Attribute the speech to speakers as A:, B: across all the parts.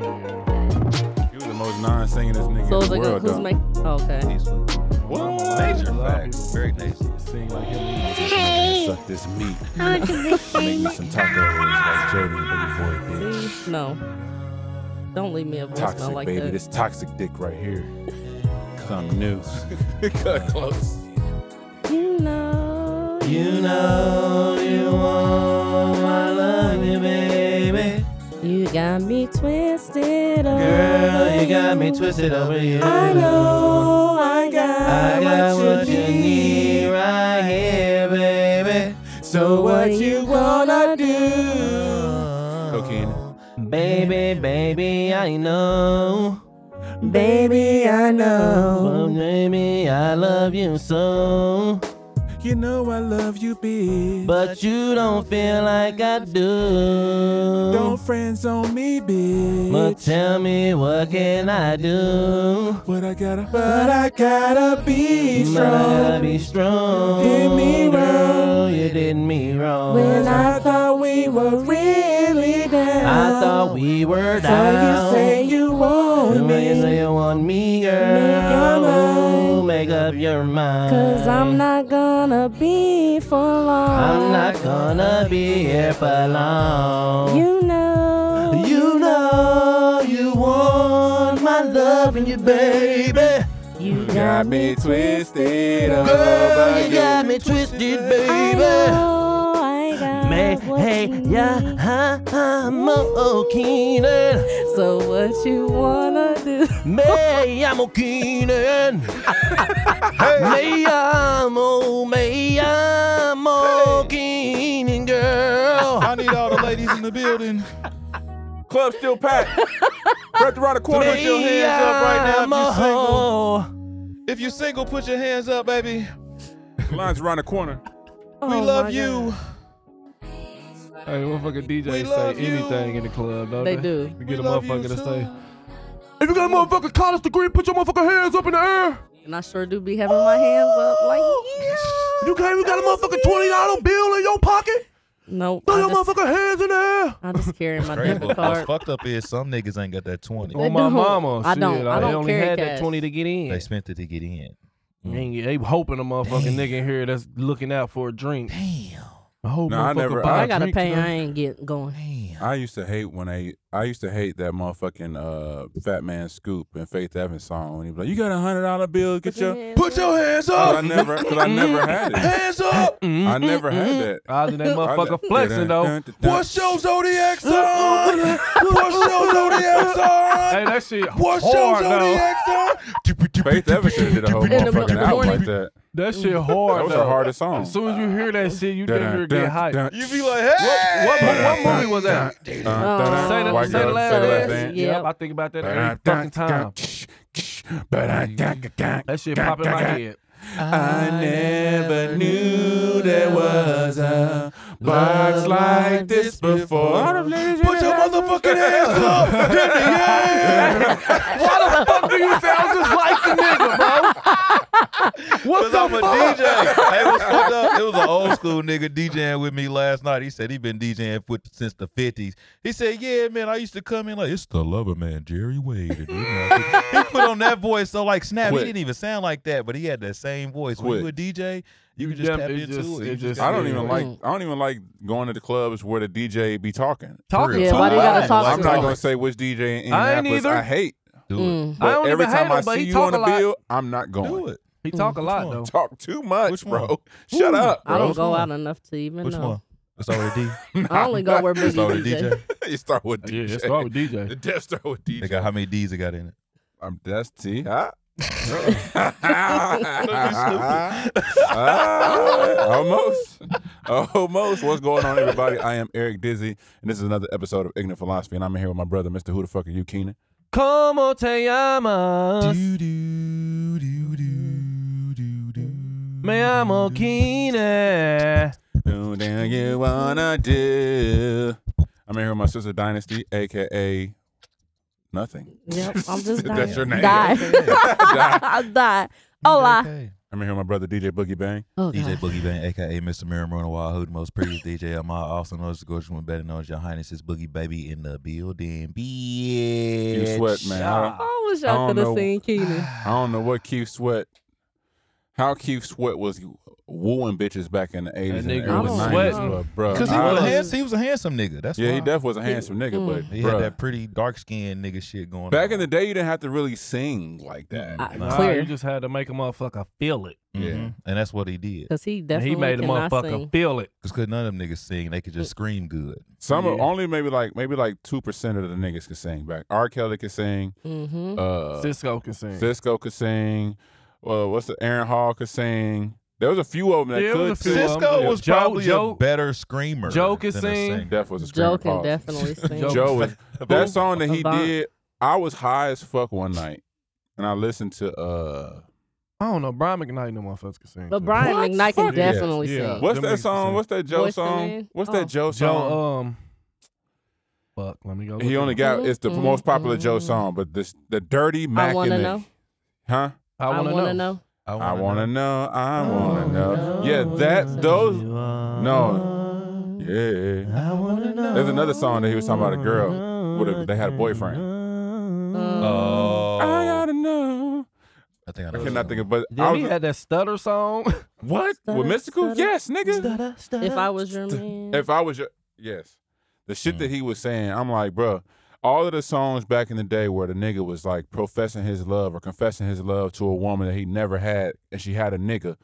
A: You the most non-singing this nigga
B: So
A: in
B: it's like,
A: the
B: a,
A: world,
B: who's
A: though.
B: my? Oh, okay.
A: What?
C: Major facts. Very nice.
D: Sing like him.
E: Hey,
A: Suck this meat.
E: I want to be
A: Make me
E: famous.
A: some tacos like Jody and Baby Boy, bitch.
B: See? No. Don't leave me a voicemail
A: Toxic,
B: like
A: baby.
B: that.
A: This toxic dick right here. Something new.
C: Cut close.
B: You know.
D: You know you want my love, you baby.
B: You got me twisted.
D: Girl,
B: over
D: you got me twisted over you.
B: I know. I got.
D: I got what you need right here, baby. So what you gonna do?
A: Cocaine.
D: Baby, baby, I know. Baby, I know. But baby, I love you so.
A: You know I love you, bitch.
D: But you don't feel like I do.
A: Don't friends on me, bitch.
D: But tell me what can I do?
A: What I gotta.
D: But I gotta be strong. gotta be strong. Did me wrong. You did me wrong. When I thought we were really down. I thought we were down. So you say you want me. You say you want me, girl. Make up your mind.
B: Cause I'm not gonna be for long.
D: I'm not gonna be here for long.
B: You know.
D: You know you want my love and you, baby.
B: You got me
A: twisted
D: Girl, you got me twisted,
B: I
D: baby.
B: know. I got
D: May,
B: what
D: hey,
B: you
D: yeah,
B: need.
D: I'm a Keenan.
B: So what you wanna do?
D: Me llamo Keenan. Me llamo, me llamo Keenan, girl.
C: I need all the ladies in the building.
A: Club still packed. Right around the corner.
C: Put your hands up right now if you're single.
D: Oh.
C: If you're single, put your hands up, baby.
A: Lines around the corner.
C: We
B: Oh
D: Oh
C: love you.
F: Hey, motherfucking
C: We
F: DJs
C: love
F: say
C: you.
F: anything in the club, don't
B: They
F: they?
B: do.
F: To get
C: we
F: a
C: love you
F: motherfucker to
C: too.
F: say, if you got a motherfucking college degree, put your motherfucking hands up in the air.
B: And I sure do be having my hands up like Oh, yeah.
F: You came, you got a motherfucking twenty dollar bill in your pocket.
B: Nope.
F: Throw
B: I
F: your
B: just,
F: motherfucking hands in the air.
B: I just carry my
C: Crazy,
B: debit
C: but what's
B: card.
C: fucked up is some niggas ain't got that 20.
B: They
F: On Oh, my
B: don't.
F: mama,
B: I
F: shit,
B: don't- I
F: they
B: don't
F: only
B: carry
F: had
B: cash.
F: that twenty to get in.
C: They spent it to get in.
F: And you- they hoping a motherfucking nigga in here that's looking out for a drink.
C: Damn.
F: I hope
A: Nah, I
F: motherfucker
A: never-
F: buy
B: I
F: a
B: gotta
F: drink
B: pay.
F: today.
B: I ain't get going.
C: Damn.
A: I used to hate when they. I used to hate that motherfucking uh, Fat Man Scoop and Faith Evans song when he was like, "You got a hundred dollar bill, get your."
C: Put your hands
A: Cause I
C: up.
A: never, cause I never had it.
C: Hands up.
A: I never had that.
F: Odds in that
A: I ne-
F: motherfucker flexing though.
C: What's your zodiac sign? What's your zodiac
F: Hey,
C: sign?
F: that shit
C: What's your
F: hard though.
C: zodiac sign?
A: Faith Evans should have did a whole
B: In the
A: motherfucking album
B: morning.
A: like that.
F: That shit
A: That
F: hard
A: was
F: though.
A: her hardest song.
F: As soon as you hear that shit, you think you're getting hype. What,
C: You be like, hey.
F: what, mo- what movie was that?
A: Say
F: Uh, Say the, say the last
B: Say the
F: dance.
B: Last Dance.
F: Yep.
B: Yep.
F: I think about that every fucking time. That shit pop in my head.
A: I never knew there was a box like this before.
C: Put your motherfucking ass up in the air.
F: Why the fuck do you sound just like the nigga, bro? What
C: Cause
F: the
C: I'm a
F: fuck?
C: DJ. Hey, what's fucked up? It was an old school nigga DJing with me last night. He said he been DJing with, since the fifties. He said, "Yeah, man, I used to come in like it's the lover man, Jerry Wade." And, you know, he put on that voice so like snap.
A: Quick.
C: He didn't even sound like that, but he had that same voice. When you a
A: Quick.
C: DJ,
F: You
C: you, could just
F: def-
C: tap
F: it
C: into
F: just- it
C: it. You
F: just-
A: I don't even
F: Yeah.
A: like. I don't even like going to the clubs where the DJ be talking.
F: Talking
B: Yeah,
F: too
B: why do you gotta
F: much.
B: talk
A: I'm
B: to
A: not
B: him?
A: gonna say which DJ in
F: I ain't
A: Indianapolis
F: either.
A: I hate.
C: do it.
B: Mm.
F: I don't
A: But every
F: even hate
A: time I
F: him, but
A: see
F: he
A: you
F: talk
A: on
F: a
A: a
F: lot.
A: bill, I'm not
C: Do
A: going.
C: it.
F: He talk a lot
C: one?
F: though.
A: Talk too much,
C: Which
A: bro.
C: one?
A: Shut up.
B: I don't
C: Which
B: go
C: one?
B: out enough to even
C: Which
B: know.
C: one? Let's start with D.
B: I only go where
C: Let's
B: Biggie
C: start with
B: DJ.
C: DJ.
A: you start with DJ.
F: Yeah, that's why with DJ.
A: Death start with
C: They
A: DJ.
C: got how many D's it got in it?
A: I'm that's T. Huh? almost, almost. What's going on, everybody? I am Eric Dizzy, and this is another episode of Ignorant Philosophy, and I'm in here with my brother, Mr. Who the fuck are you, Keenan?
D: Como te llamas?
C: Do, do, do, do, do, do.
D: Me llamo Keenan.
A: Do do you wanna do? I'm in here with my sister Dynasty, aka nothing.
B: Yep, I'm just dying.
A: That's your name.
B: Die.
A: Die.
B: I die. Hola.
C: Okay.
A: I'm in here with my brother DJ Boogie Bang.
B: Oh,
E: E
C: DJ
B: God.
C: Boogie Bang, aka Mr. Mirror Moreno Wahoo, the most prettiest DJ of my also known as the gorgeous one, better known as Your Highness is Boogie Baby in the building. Bitch.
A: You sweat, man. I don't-
B: I wish
A: I
B: I
A: don't
B: could have
A: know.
B: seen Keenan.
A: I don't know what Keith Sweat, how Keith Sweat was wooing bitches back in the eighties and
F: nigga
A: early
B: was
A: nineties,
B: sweating.
A: but bro,
C: Because he,
A: I-
C: was a hands- he was a handsome nigga. That's
A: yeah,
C: why.
A: he definitely was a handsome nigga, but
C: He
A: bruh,
C: had that pretty dark skinned nigga shit going on.
A: back in the day, you didn't have to really sing like that.
B: I-
C: Nah,
F: Nah, you
B: Clear.
F: just had to make a motherfucker feel it.
C: Mhm.
A: Yeah.
C: And that's what he did.
B: Because he
F: And
B: definitely
F: he made a
B: cannot
F: motherfucker
B: sing.
F: feel it.
C: Because could none of them niggas sing. They could just scream good.
A: Some of
F: Yeah.
A: only maybe like maybe like two percent of the niggas could sing back. R. Kelly could sing.
B: Mm-hmm.
A: Uh,
F: Cisco can sing.
A: Cisco could sing. Uh, what's the Aaron Hall could sing. There was a few of them that
F: Yeah, it
A: could
F: was a few
A: sing.
F: of them.
C: Cisco
F: Yeah.
C: was
F: Joe-
C: probably
F: Joe-
C: a better screamer.
F: Joe could
C: than a
F: sing.
C: singer.
A: Def was a
B: Joe
A: screamer.
B: can
A: Pause.
B: definitely sing.
F: Joe-
A: Joe was that song that he
B: Avant.
A: did. I was high as fuck one night, and I listened to uh,
F: I don't know. Brian McKnight and them motherfuckers can sing.
B: But
F: too.
B: Brian
A: What?
B: McKnight
A: Fuck
B: can
A: yes.
B: definitely
F: Yeah.
B: sing.
A: what's
F: Them
A: that
F: niggas
A: song?
F: sing.
A: What's that Joe
B: Voice to
A: song?
B: Man?
A: What's
B: Oh.
A: that Joe uh, song?
F: Joe, um, fuck, let me go.
A: he
F: look
A: only
F: it up.
A: got it's the
B: Mm,
A: most popular Joe
B: mm.
A: song, but this the dirty Mac
B: I want to
A: and the-
B: know.
A: huh?
F: I
B: I
F: wanna
B: want to know.
A: I wanna know. I
F: wanna
A: wanna know. Yeah, that those. No. Yeah.
D: I wanna know.
A: There's another song that he was talking about a girl with a, they had a boyfriend.
B: Uh,
A: Uh,
C: Oh.
A: I gotta know.
C: I think I,
A: I
C: know this
A: cannot
C: song.
A: think of, but I
F: Then he
A: was,
F: had that stutter song.
A: what with mystical? Yes, nigga.
B: If I was your man.
A: If I was your yes, the shit
F: Mm.
A: that he was saying, I'm like, bruh, All of the songs back in the day where the nigga was like professing his love or confessing his love to a woman that he never had and she had a nigga.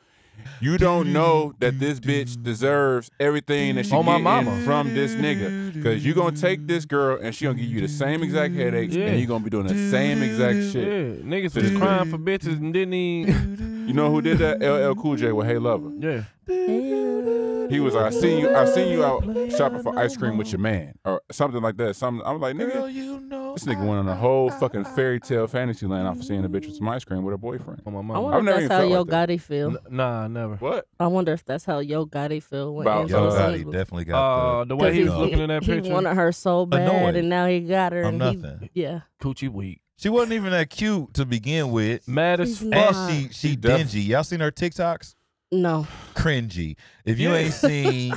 A: You don't know that this bitch deserves everything that she
F: On Oh, my
A: getting
F: mama.
A: from this nigga. Cause you gonna take this girl and she gonna give you the same exact headaches
F: Yeah.
A: and you gonna be doing the same exact
F: Yeah,
A: shit.
F: niggas
A: So
F: was
A: this-
F: crying for bitches and didn't even.
A: You know who did that? LL Cool J with Hey Lover.
F: Yeah,
A: He was like, I seen you, I seen you out shopping for ice cream with your man or something like that. Something I'm like, nigga, this nigga went on a whole fucking fairy tale fantasy land off of seeing a bitch with some ice cream with her boyfriend.
F: on my
B: I
F: mama.
A: I've
B: wonder
A: never
B: if
A: even
B: that's how
A: felt
B: Yo
A: like that.
B: Gotti feel.
F: Nah, never.
A: What?
B: I wonder if that's how Yo Gotti feel when
A: About
C: Yo
B: Angela
A: Uh,
C: Gotti
B: Sing-
C: definitely got
F: Oh. Uh,
C: the,
F: the way he was
C: Yo.
F: looking in that
B: he
F: picture,
B: wanted her so bad,
C: Annoyed.
B: and now he got her.
C: I'm
B: and he-
C: nothing.
B: yeah.
F: coochie weak,
C: She wasn't even that cute to begin with.
F: mad as
B: She's
F: fuck.
C: And
B: Nah.
C: she she
A: She def-
C: dingy. Y'all seen her TikToks?
B: No.
C: Cringy. If you
F: Yeah.
C: ain't seen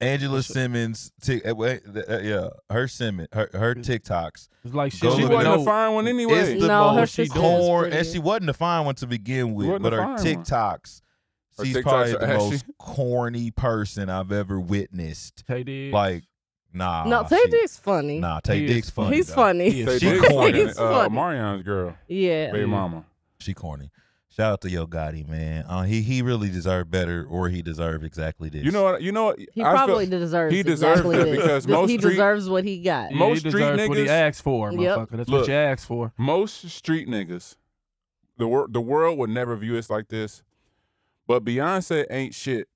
C: Angela Simmons, tick uh, wait, th- uh, yeah, her Simmons, her her TikToks.
F: It's like she
C: Go
A: She
C: look
F: wouldn't
C: it
A: wasn't
C: up.
A: a
F: know.
A: fine one anyway.
C: It's the
B: No, her
C: most she
B: sister is
C: corn, and
B: pretty.
C: she wasn't the fine one to begin with,
A: Wasn't
C: but
A: the
C: her
A: fine one.
C: TikToks.
A: Her
C: She's
A: TikToks
C: probably
A: are
C: the
A: ashy.
C: most corny person I've ever witnessed.
F: Tay Diggs.
C: Like,
A: Ah,
C: nah,
B: no, Tay
C: she-
B: Dig's funny.
C: Nah, Tay
F: He
C: Diggs
F: is-
C: funny.
B: He's
C: though.
B: funny.
F: He
A: They
F: is
C: She
A: did
C: corny.
A: fucking,
B: It's
A: Uh,
B: funny.
A: Marion's girl,
B: Yeah.
A: baby
F: Yeah.
A: mama.
C: She corny. Shout out to Yo Gotti, man. Uh, he he really deserved better, or he deserved exactly this.
A: You know what? You know what?
B: He
A: I
B: probably
A: feel,
B: deserves
A: he deserves
B: exactly
A: it
B: this.
A: because
B: This-
A: most
B: he
A: street-
B: deserves what he got.
F: Yeah,
A: Most
F: he
A: street
F: deserves what he
A: niggas-
F: asked for,
B: Yep.
F: motherfucker. That's
A: Look.
F: what you asked for.
A: most street niggas. The world, the world would never view us like this, but Beyonce ain't shit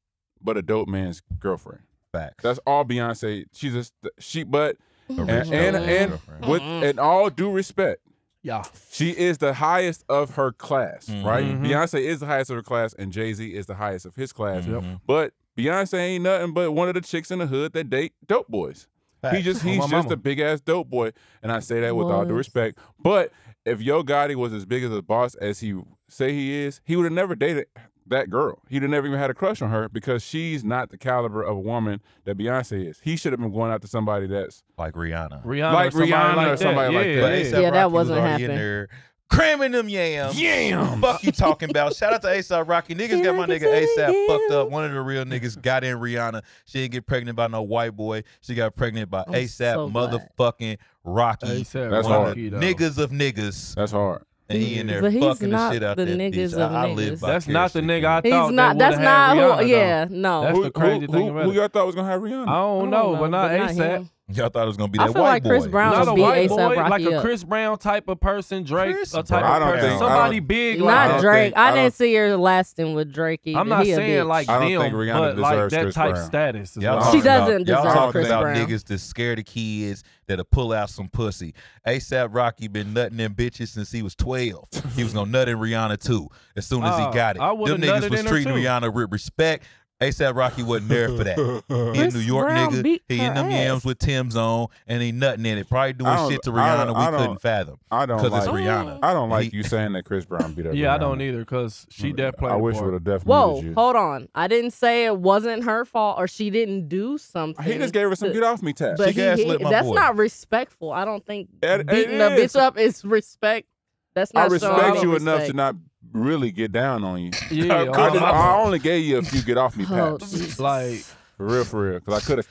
A: but a dope man's girlfriend.
C: facts.
A: That's all Beyonce. She's a st- she, but
C: Original
A: and and, and
C: girlfriend.
A: with
B: Mhm.
A: and all due respect,
F: Yeah.
A: she is the highest of her class, right?
F: Mhm.
A: Beyonce is the highest of her class, and Jay Z is the highest of his class.
C: Mhm.
A: But Beyonce ain't nothing but one of the chicks in the hood that date dope boys. He just
F: Oh,
A: he's
F: my
A: just
F: mama.
A: a big ass dope boy, and I say that with all due
B: Was.
A: respect. But if Yo Gotti was as big as a boss as he say he is, he would have never dated that girl. He'd have never even had a crush on her because she's not the caliber of a woman that Beyonce is. He should have been going after somebody that's
C: like Rihanna.
F: Rihanna,
A: Like
F: or somebody
A: Rihanna
F: like
A: or
F: that.
A: somebody like
F: yeah,
A: that.
C: But
F: yeah.
C: ASAP
B: Yeah, that
C: Rocky was
B: wasn't
C: already in
B: happening.
C: there cramming them yams.
A: yams.
C: Fuck you talking about. Shout out to ASAP Rocky. Niggas got my
B: Like
C: nigga
B: it's a
C: ASAP fucked up.
B: yam.
C: One of the real niggas got in Rihanna. She didn't get pregnant by no white boy. She got pregnant by
B: I'm
C: ASAP
B: so glad.
C: motherfucking Rocky.
F: ASAP
A: That's hard.
C: one of
F: Rocky,
C: the
F: though.
C: niggas of niggas.
A: that's hard.
C: And he in there
B: But he's
C: fucking the
B: not
C: shit out
B: the
C: that
B: niggas
C: bitch.
B: of
C: I, I live
B: niggas.
C: by
F: That's not the nigga I
B: He's
F: thought.
B: not.
F: That
B: That's not who.
F: Rihanna, though.
B: Yeah, no.
F: That's the crazy
A: who,
F: thing
A: who-
F: about
A: who
F: it.
A: y'all thought was gonna have Rihanna?
F: I don't know, but not ASAP.
B: him.
C: Y'all thought it was gonna be
B: I
C: that
B: feel
C: white
B: like Chris
C: boy.
B: Brown
F: Not
B: just
F: a
B: beat
F: white
B: A$AP
F: boy,
B: Rocky
F: like a
B: up.
F: Chris Brown type of person, Drake,
C: Chris
F: a type
C: Brown.
A: I don't
F: of person,
A: think- I
F: somebody
A: don't-
F: big.
A: I
B: Not
F: Like,
A: don't
B: Drake.
A: think- I
B: I,
A: don't-
B: didn't see her lasting with Drake either.
F: I'm not
B: He a
F: saying
B: bitch.
F: like
A: uh, I don't
F: them,
A: think Rihanna
F: but like
A: deserves
F: that
A: Chris
F: type
A: Brown.
F: status. is
C: Y'all
F: what I'm
B: She
C: talking
A: does.
F: saying.
C: about-
B: doesn't
C: y'all
B: deserve
C: talking
B: Chris
C: about
B: Brown.
C: niggas that scare the kids that'll pull out some pussy. ASAP Rocky been nutting them bitches since he was twelve. He was gonna nut in Rihanna too. As soon as
F: Oh,
C: he got it,
F: I
C: them
F: would've
C: niggas
F: nutted
C: was
F: in her
C: treating
F: too.
C: Rihanna with respect. ASAP Rocky wasn't there for that. He a
B: Chris
C: New York
B: Brown
C: nigga.
B: beat
C: He
B: her
C: in them
B: ass.
C: yams with Tim's on, and he nutting in it. Probably
A: I
C: doing
A: don't-
C: shit to
A: I don't-
C: Rihanna
A: I
C: we couldn't
A: don't-
C: fathom
A: I don't
C: because it's
A: like.
C: Rihanna.
A: I don't like
C: He-
A: you saying that Chris Brown beat up.
F: Yeah, I
A: Rihanna.
F: don't either because she definitely played.
A: I wish
F: a
A: would
F: part.
A: have definitely.
B: Whoa,
A: muted you.
B: hold on. I didn't say it wasn't her fault or she didn't do something.
A: He just gave her some
B: to-
A: get off me taps.
B: But
C: She
B: he
C: gaslit
B: hit-
C: my
B: that's
C: boy.
B: not respectful. I don't think
A: It- it
B: beating a
A: is.
B: bitch up is respect. That's
A: I
B: not showing
A: respect
B: no
A: you enough to
B: respect.
A: not really get down on you.
F: Yeah,
A: I,
F: all
A: just-
F: my
A: I
F: fault.
A: only gave you a few get off me
B: Oh,
A: pats.
B: Jesus.
F: like
A: For real, for real. Because I could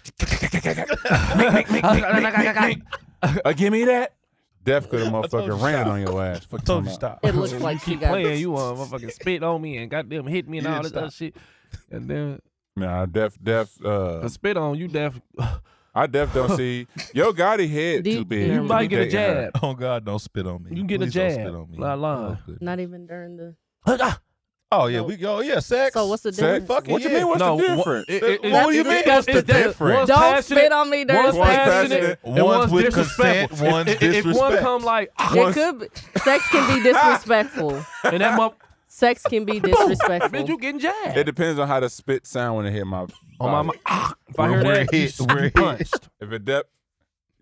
F: I
A: have. uh, give me that. Def could have
C: told you
A: motherfucking ran on your ass. Fuck
C: told
A: you
C: you
A: talking about.
C: stop.
B: It looks like she
F: keep
B: got
F: playing. You uh, motherfucking spit on me and goddamn hit me and
C: You
F: all
C: didn't
F: this other shit. And then
A: Nah, Def, Def, uh,
F: I spit on you, def.
A: I Def don't see. Yo, Gotti head
B: Do you-
A: too big.
B: You
A: to
F: might
A: be
F: get a
A: dating her.
F: jab.
C: Oh God, don't spit on me.
F: You get a
C: Please don't
F: jab.
C: spit on me.
F: La la.
C: Oh, goodness.
B: Not even during the.
C: Oh yeah,
B: So-
C: we go. Oh, yeah, sex.
B: Ah! So what's the
A: Say-
B: difference?
C: Fuck it,
A: What you
C: yeah.
A: mean? What's the
F: no, one-
A: difference?
F: it-
C: What
F: it-
C: do you mean? What's the
F: it's that-
C: difference?
F: one's
B: Don't
F: passionate-
B: spit on me during
F: One's
A: One's
B: sex.
A: passionate,
F: passionate. and
C: one's with
F: disrespectful.
C: consent, one's
F: if, if, if one
C: disrespect.
F: come like, ah,
B: It could be, sex can be disrespectful.
F: and that mother,
B: sex can be
F: bitch,
B: disrespectful.
F: you getting jabbed.
A: It depends on how the spit sound when it hit my.
F: on my,
A: body.
F: mo- ah, if I
C: We're-
F: hear
C: we're
F: that,
C: hit.
F: you,
C: We're
F: you
C: hit.
F: punched.
A: If it Def.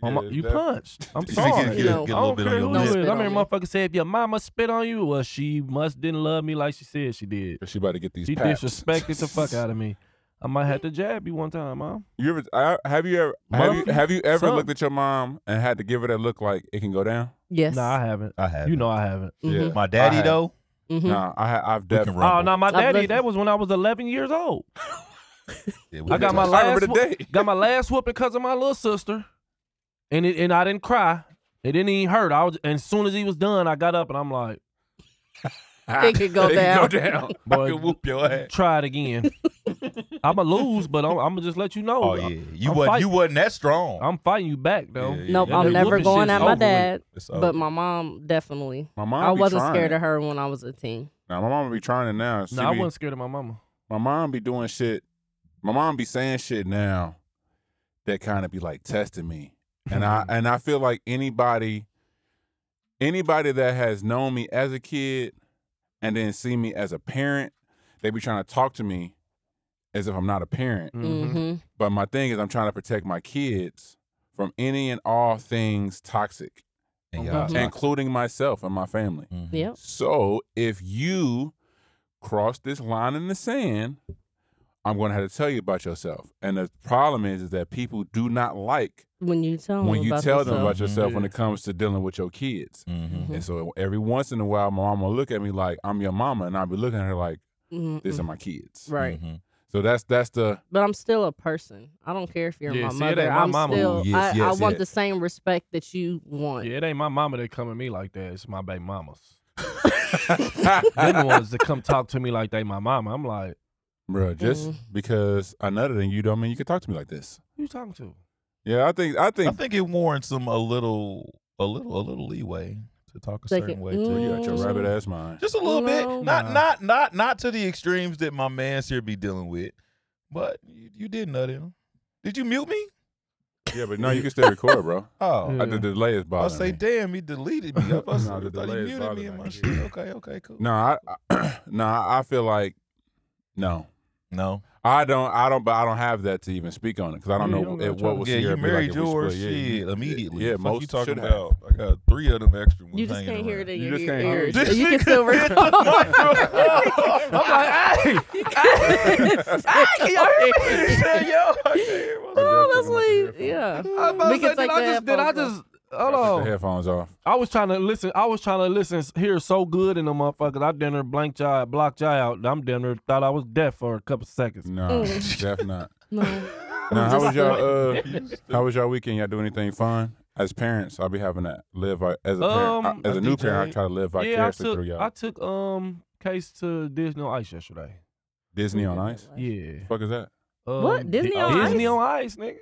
F: On Oh my-
A: Yeah,
F: you
A: Def-
F: punched. I'm
C: You
F: sorry.
C: get,
B: No.
C: get, get a
F: I
C: little
F: don't
C: bit
F: care
C: on
F: who
C: your
F: it
C: lip.
F: is. I
B: Spit
F: mean,
B: on me.
F: motherfucker say if your mama spit on you, well, she must didn't love me like she said she did.
A: She about to get these.
F: She
A: paps.
F: disrespected the fuck out of me. I might have to jab you one time, mom.
A: You ever I, have you ever have you,
F: Motherfucker.
A: have you ever
F: Some.
A: looked at your mom and had to give her that look like it can go down?
B: Yes.
F: No, I haven't.
C: I have.
F: You know I haven't.
B: Mhm,
C: my
A: I
C: daddy
A: have.
C: though.
B: mhm.
A: Nah, I ha- I've
C: We can
A: definitely.
C: rumble.
F: Oh no, my
B: I've
F: daddy.
B: looked-
F: That was when I was 11 years old.
C: Yeah, we
F: I got
C: can
F: my
C: talk.
A: I remember
F: last
A: the
F: whoop-
A: day.
F: got my last whooping because of my little sister, and it, and I didn't cry. It didn't even hurt. I was, and as soon as he was done, I got up and I'm like,
B: It could go
A: It
B: down.
A: Go down.
C: I
F: boy,
C: can whoop your ass.
F: try it again. I'ma lose, but I'm, I'm gonna just let you know.
C: Oh yeah, you
F: I'm
C: wasn't
F: fighting.
C: you wasn't that strong.
F: I'm fighting you back though.
C: Yeah,
B: Nope,
C: yeah,
B: I'm
C: that
B: never
C: whooping
B: going
C: shit's
B: at
C: over
B: my
C: with.
B: dad.
C: It's over.
B: But my mom definitely.
A: My mom.
B: I
A: be
B: wasn't
A: trying.
B: scared of her when I was a teen.
A: Nah, my mom be trying it now. She
F: No, I
A: be-
F: wasn't scared of my mama.
A: My mom be doing shit. My mom be saying shit now that kind of be like testing me, and I and I feel like anybody, anybody that has known me as a kid, and then see me as a parent, they be trying to talk to me as if I'm not a parent.
E: Mm-hmm.
F: Mhm.
B: hmm
A: But my thing is, I'm trying to protect my kids from any and all things toxic,
C: And y'all
B: Mhm.
C: talk.
A: including myself and my family.
C: Mhm.
B: Yep.
A: So if you cross this line in the sand, I'm going to have to tell you about yourself. And the problem is, is that people do not like
B: When you tell them
A: when you
B: about
A: tell them
B: yourself.
A: about
C: Mhm.
A: yourself when
F: Yeah.
A: it comes to dealing with your kids.
C: Mhm.
B: Mm-hmm.
A: And so every once in a while, my mama will look at me like I'm your mama, and I'll be looking at her like mm-hmm.
B: Mhm,
A: these are
B: mhm.
A: my kids.
B: Right.
C: Mhm.
A: So that's that's the
B: But I'm still a person. I don't care if you're
F: Yeah,
B: my
F: see, it
B: mother.
F: ain't my
B: I'm
F: mama.
B: still.
C: Ooh, yes,
B: I,
C: yes,
B: I want
C: yes.
B: the same respect that you want.
F: Yeah, it ain't my mama that come at me like that. It's my baby mamas. Them the ones that come talk to me like they my mama. I'm like,
A: Bro, just
B: Mhm.
A: because I'm other than you don't mean you can talk to me like this.
F: who you talking to?
A: Yeah, I think I
C: I
A: think
C: think it warrants some a little, a little, a little leeway to talk a
B: Like
C: certain
B: it-
C: way. to
A: Bro,
C: you
A: you got your
B: Mm.
A: rabbit ass mind.
C: Just a little
B: No.
C: bit. Not
F: Nah.
C: not not not to the extremes that my man's here be dealing with. But you, you did nut him. Did you mute me?
A: Yeah, but no, you can still record, bro.
C: Oh.
F: Yeah.
A: Uh, the delay is
C: I
A: bothering
C: say,
A: me.
C: damn, he deleted me. I,
A: No,
C: was,
A: the
C: I thought he
A: delay is
C: muted me
A: bothering
C: in my
A: me.
C: shit. Okay, okay, cool.
A: No, I, I no, I feel like no.
C: No.
A: I don't. I don't. But I don't have that to even speak on it because I don't
F: Yeah, you
A: know
F: don't
A: it,
F: gotta try
A: what was
C: yeah,
A: here.
C: you
A: it'd be like
C: married
A: if we
C: yours.
A: split, yeah,
C: shit,
A: you-
C: immediately.
A: Yeah,
C: Fuck
A: most
C: you talking
A: should have.
C: about? I got three of them extra ones.
E: You just can't hear it in
A: You
E: your
A: just can't hear
E: ears.
A: it.
E: but You can still recall.
F: I'm like, hey,
E: oh, that's like, yeah.
F: I was about to
E: We can
F: say,
E: take
F: did I
E: the
F: just,
E: headphones
F: did I just,
A: I
F: hold
A: took
F: on.
A: the headphones off.
F: I was trying to listen. I was trying to listen here so good in the motherfuckers. I damn near blanked y'all, out, blocked y'all out. I'm damn near thought I was deaf for a couple seconds.
A: No, definitely not.
E: No.
A: Now, how was y'all? Uh, how was y'all weekend? Y'all do anything fun? As parents, I'll be having to live vi- as a parent,
F: Um,
A: I- as a
C: I
A: new
C: think
A: parent. I
C: they-
A: try to live
F: yeah, I
A: vicariously
F: took
A: through y'all.
F: I took um case to Disney on Ice yesterday.
A: Disney on Ice.
F: Yeah.
A: fuck is that?
F: Um,
E: What? Disney
F: Di-
E: on
F: Disney
E: Ice?
F: on Ice, nigga.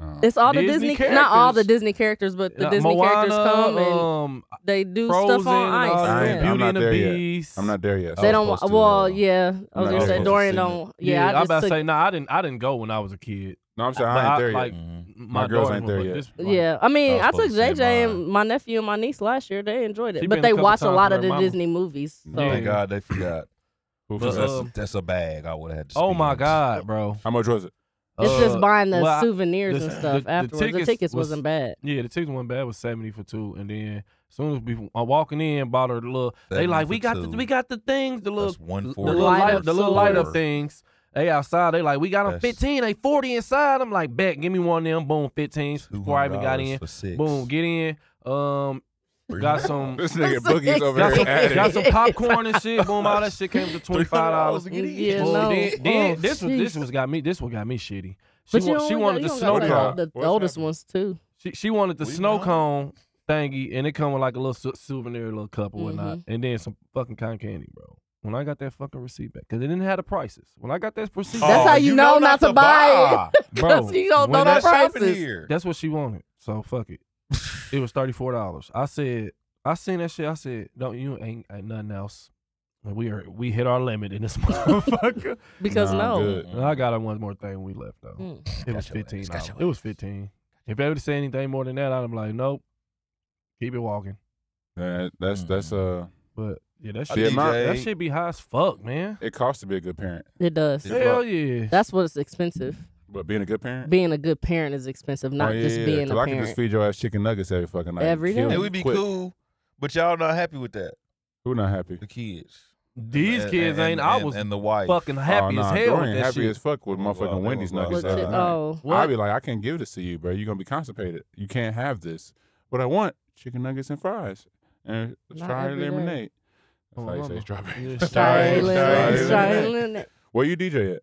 A: Uh,
E: It's all the
F: Disney
E: Disney, not all the
F: characters.
E: Disney characters, but the
F: Like
E: Disney
F: Moana,
E: characters come and
F: um,
E: they do
F: Frozen,
E: stuff on
F: and all
E: ice.
A: I
F: that.
A: ain't-
E: yeah.
A: I'm
F: Beauty
A: not
F: and the
A: there yet.
F: Beast.
A: I'm not there yet.
E: They
C: I was
E: don't.
C: supposed to,
E: well,
C: uh,
E: yeah. I was
A: I'm
E: gonna
A: not
E: say
A: supposed to
E: Dorian
C: sing it.
E: don't. Yeah,
F: I'm
E: I
F: about
E: just
F: to say
E: took.
F: no. I didn't. I didn't go when I was a kid.
A: No, I'm saying
F: But
A: I
F: I,
A: ain't there
F: like-
A: yet.
C: Mhm.
F: My,
A: girls
F: daughter
A: ain't there
F: was,
A: yet.
F: but this- like,
E: Yeah, I mean, I,
C: I was
E: took
C: supposed to
E: JJ
C: say
E: and my nephew and my niece last year. They enjoyed
F: She
E: it,
F: been
E: but
F: a
E: they
F: couple
E: watch a
F: times
E: lot
F: with
E: of
F: her
E: the
F: mama.
E: Disney movies. So.
F: Yeah.
C: Thank God they forgot.
A: Who
F: But,
A: for
C: that's,
A: that?
F: um,
C: that's a bag I would have had to
F: Oh
C: spend.
F: my God, bro.
A: How much was it?
E: It's just
F: Uh,
E: buying the
F: well, I-
E: souvenirs
F: the-
E: and stuff
F: the- the
E: afterwards. The
F: tickets
E: tickets,
F: was-
E: was, not bad.
F: Yeah, the tickets went bad. It was seventy for two, and then as soon as we uh, walking in, bought her the little. They
C: 70
F: like
C: for
F: we got the
C: two.
F: we got the things the little
C: That's one
F: the
C: forty.
F: little light up, the little light up
C: Four.
F: things. They outside. They like we got them
C: That's-
F: fifteen. They forty inside. I'm like bet. Give me one of them. Boom, fifteen. Before I even got
C: $200
F: in.
C: for six.
F: Boom, get in. Um, got some
A: This nigga Boogie's over
F: got
A: here
F: some
A: adding.
F: got some popcorn and shit. Boom, all that shit came to twenty five dollars.
C: $300 to get in.
E: Yeah,
F: Boom,
E: no.
F: then, then
E: Oh,
F: this was this
E: jeez.
F: was got me. This what got me shitty. She
E: But you
F: wa-
E: don't
F: she
E: got-
F: wanted
E: you
F: the
E: don't
F: snow
E: got
A: snow
E: like all
A: cone.
E: The, the
A: What's
E: oldest
A: happening?
E: ones too.
F: She she wanted the
C: We
F: snow
C: know.
F: cone thingy, and it come with like a little su- souvenir, little cup or whatnot,
E: Mm-hmm.
F: and then some fucking cotton candy, bro. When I got that fucking receipt back, cause it didn't have the prices. When I got that receipt,
E: That's
F: back,
E: how you know not to buy
C: it.
F: bro.
E: you don't
F: when
E: know that
F: that-
C: That's happening
E: prices.
C: here.
F: That's what she wanted. So fuck it. it was thirty four dollars. I said, I seen that shit. I said, don't you ain't, ain't nothing else. And we are we hit our limit in this motherfucker.
E: Because
A: Nah, I'm
E: no,
A: good.
F: and I got her one more thing. when We left though.
E: Mm.
F: It was
C: Got your
F: fifteen.
C: ass, got
F: dollars.
C: your
F: It was
C: ass.
F: fifteen. If they would have said anything more than that, I'd have been like, nope. Keep it walking.
A: That- That's that's uh.
F: But yeah, that
C: I
F: shit,
C: DJ.
F: that shit be high as fuck, man.
A: It costs to be a good parent,
E: it does.
A: Yeah.
F: Hell yeah.
E: That's what's expensive.
A: but being a good parent,
E: Being a good parent is expensive, not
A: Oh, yeah,
E: just
A: yeah,
E: being
A: 'cause
E: a
A: I could just
E: parent.
A: feed your ass chicken nuggets every fucking night.
E: Every
A: Kill
E: day.
A: you
C: And we be
A: quick.
C: cool, but y'all not happy with that.
A: Who not happy?
C: The kids.
F: These
C: And-
F: kids
C: and-
F: ain't.
C: and-
F: I was
C: and the wife.
F: fucking happy
A: oh, nah,
F: as hell
A: Dorian
F: with that
A: happy
F: shit.
A: as fuck with
C: Well,
A: motherfucking
C: well,
A: Wendy's
C: well,
A: nuggets.
C: well,
A: every
E: Legit-
C: Right.
A: night.
E: Oh,
F: What?
A: I'd be like, I can't give this to you, bro. You're gonna be constipated. You can't have this. What I want: chicken nuggets and fries and
E: Not
A: strawberry
E: every day.
A: lemonade. That's
F: Oh,
A: how you say
F: mama.
A: strawberry.
F: Yeah,
E: Sorry,
C: Sorry, sorry,
E: Lynn. Sorry,
C: sorry.
E: Lynn.
A: Where you DJ at?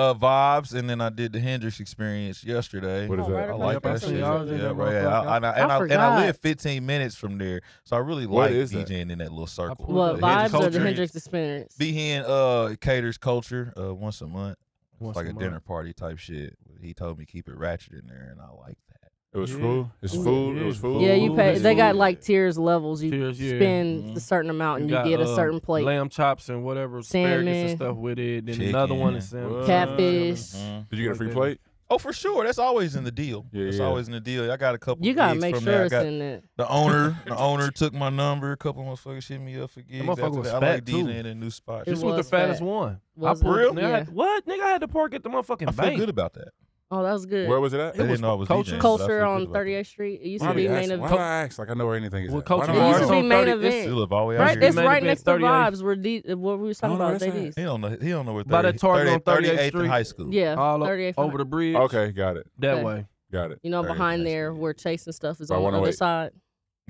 C: Uh, vibes, and then I did the Hendrix experience yesterday.
A: What is
E: Oh,
A: that?
E: right
C: I
E: across
C: like
F: the
C: that
F: street.
C: shit. Yeah,
F: I was in that
C: right.
F: motherfucker.
C: I, and I,
E: I
C: and I, and I
E: forgot.
C: live 15 minutes from there, so I really
A: What
C: like
A: is that?
C: DJing in that little circle.
F: pulled
E: What vibes
F: The Hendrix
E: or the
F: Experience.
E: Hendrix experience?
C: Being uh caters culture uh once a month. It's
F: Once
C: like
F: a
C: a,
F: month.
C: dinner party type shit. He told me keep it ratchet in there, and I like that.
A: It was
F: Yeah.
A: food. It's
E: Yeah.
A: food. It was food.
E: yeah, you
F: Ooh,
E: pay.
F: that's
E: They got
C: good.
E: like tiers levels. You
F: Tiers, yeah. Mm-hmm.
E: spend
C: Mhm.
E: a certain amount and you,
F: got,
E: get a
F: uh,
E: certain plate.
F: Lamb chops and whatever asparagus and
E: Salmon.
F: stuff with it. Then another one is
C: Chicken.
F: salmon.
E: Catfish.
F: mm-hmm.
A: Did you get a
F: Like
A: free
F: that.
A: plate?
C: Oh, for sure. That's always in the deal.
A: Yeah,
C: That's
A: yeah.
C: always in the deal. I got a couple.
E: You gotta
C: gigs
E: make
C: from
E: sure
C: there. I
E: it's
C: got
E: in it.
C: the owner. the owner took my number. A couple motherfuckers hit me up for gigs.
F: motherfucker
C: after
F: was
C: that. I
F: fat,
C: like
F: too.
C: DJing in new spots.
E: It
F: This was the
E: was
F: fattest
E: fat.
F: one. I
E: Was it?
F: pulled, nigga, I
E: Yeah.
F: had- what nigga? I had to pork at the motherfucking
C: I feel
F: bank.
C: good about that.
E: Oh, that was good.
A: Where was it at?
C: They
F: was
C: didn't know I was
F: culture.
C: DJing, so I feel
E: Culture
C: good
E: on
C: about that.
E: 38th Street. It used
A: Why
E: to
A: do
E: be
A: you
E: main
A: ask- why do
E: event.
A: I ask? Like I know where anything is.
F: Well,
A: at. Why do I
F: Culture
E: It used
A: ask?
E: to be
F: on
E: main
F: 30
E: event.
C: Still have always
E: Right,
F: Culture
E: it's
F: main
E: right
F: event,
E: next to
F: 38th.
E: Vibes. Where D, what we was talking
A: I don't know
E: about?
A: where Oh, that's
E: They
C: He
E: D's.
C: don't know. He don't know where. 30,
F: By that target on
C: 38th
F: 38th
C: and high
F: Street.
C: school.
E: Yeah,
F: All up,
E: 38th
F: over the bridge.
A: Okay, got it.
F: That
E: Okay.
F: way.
A: Got it.
E: You know,
C: Very
E: behind
C: nice
E: there
C: area.
E: where Chase and stuff is
A: By
E: on the other
A: 108.
E: side.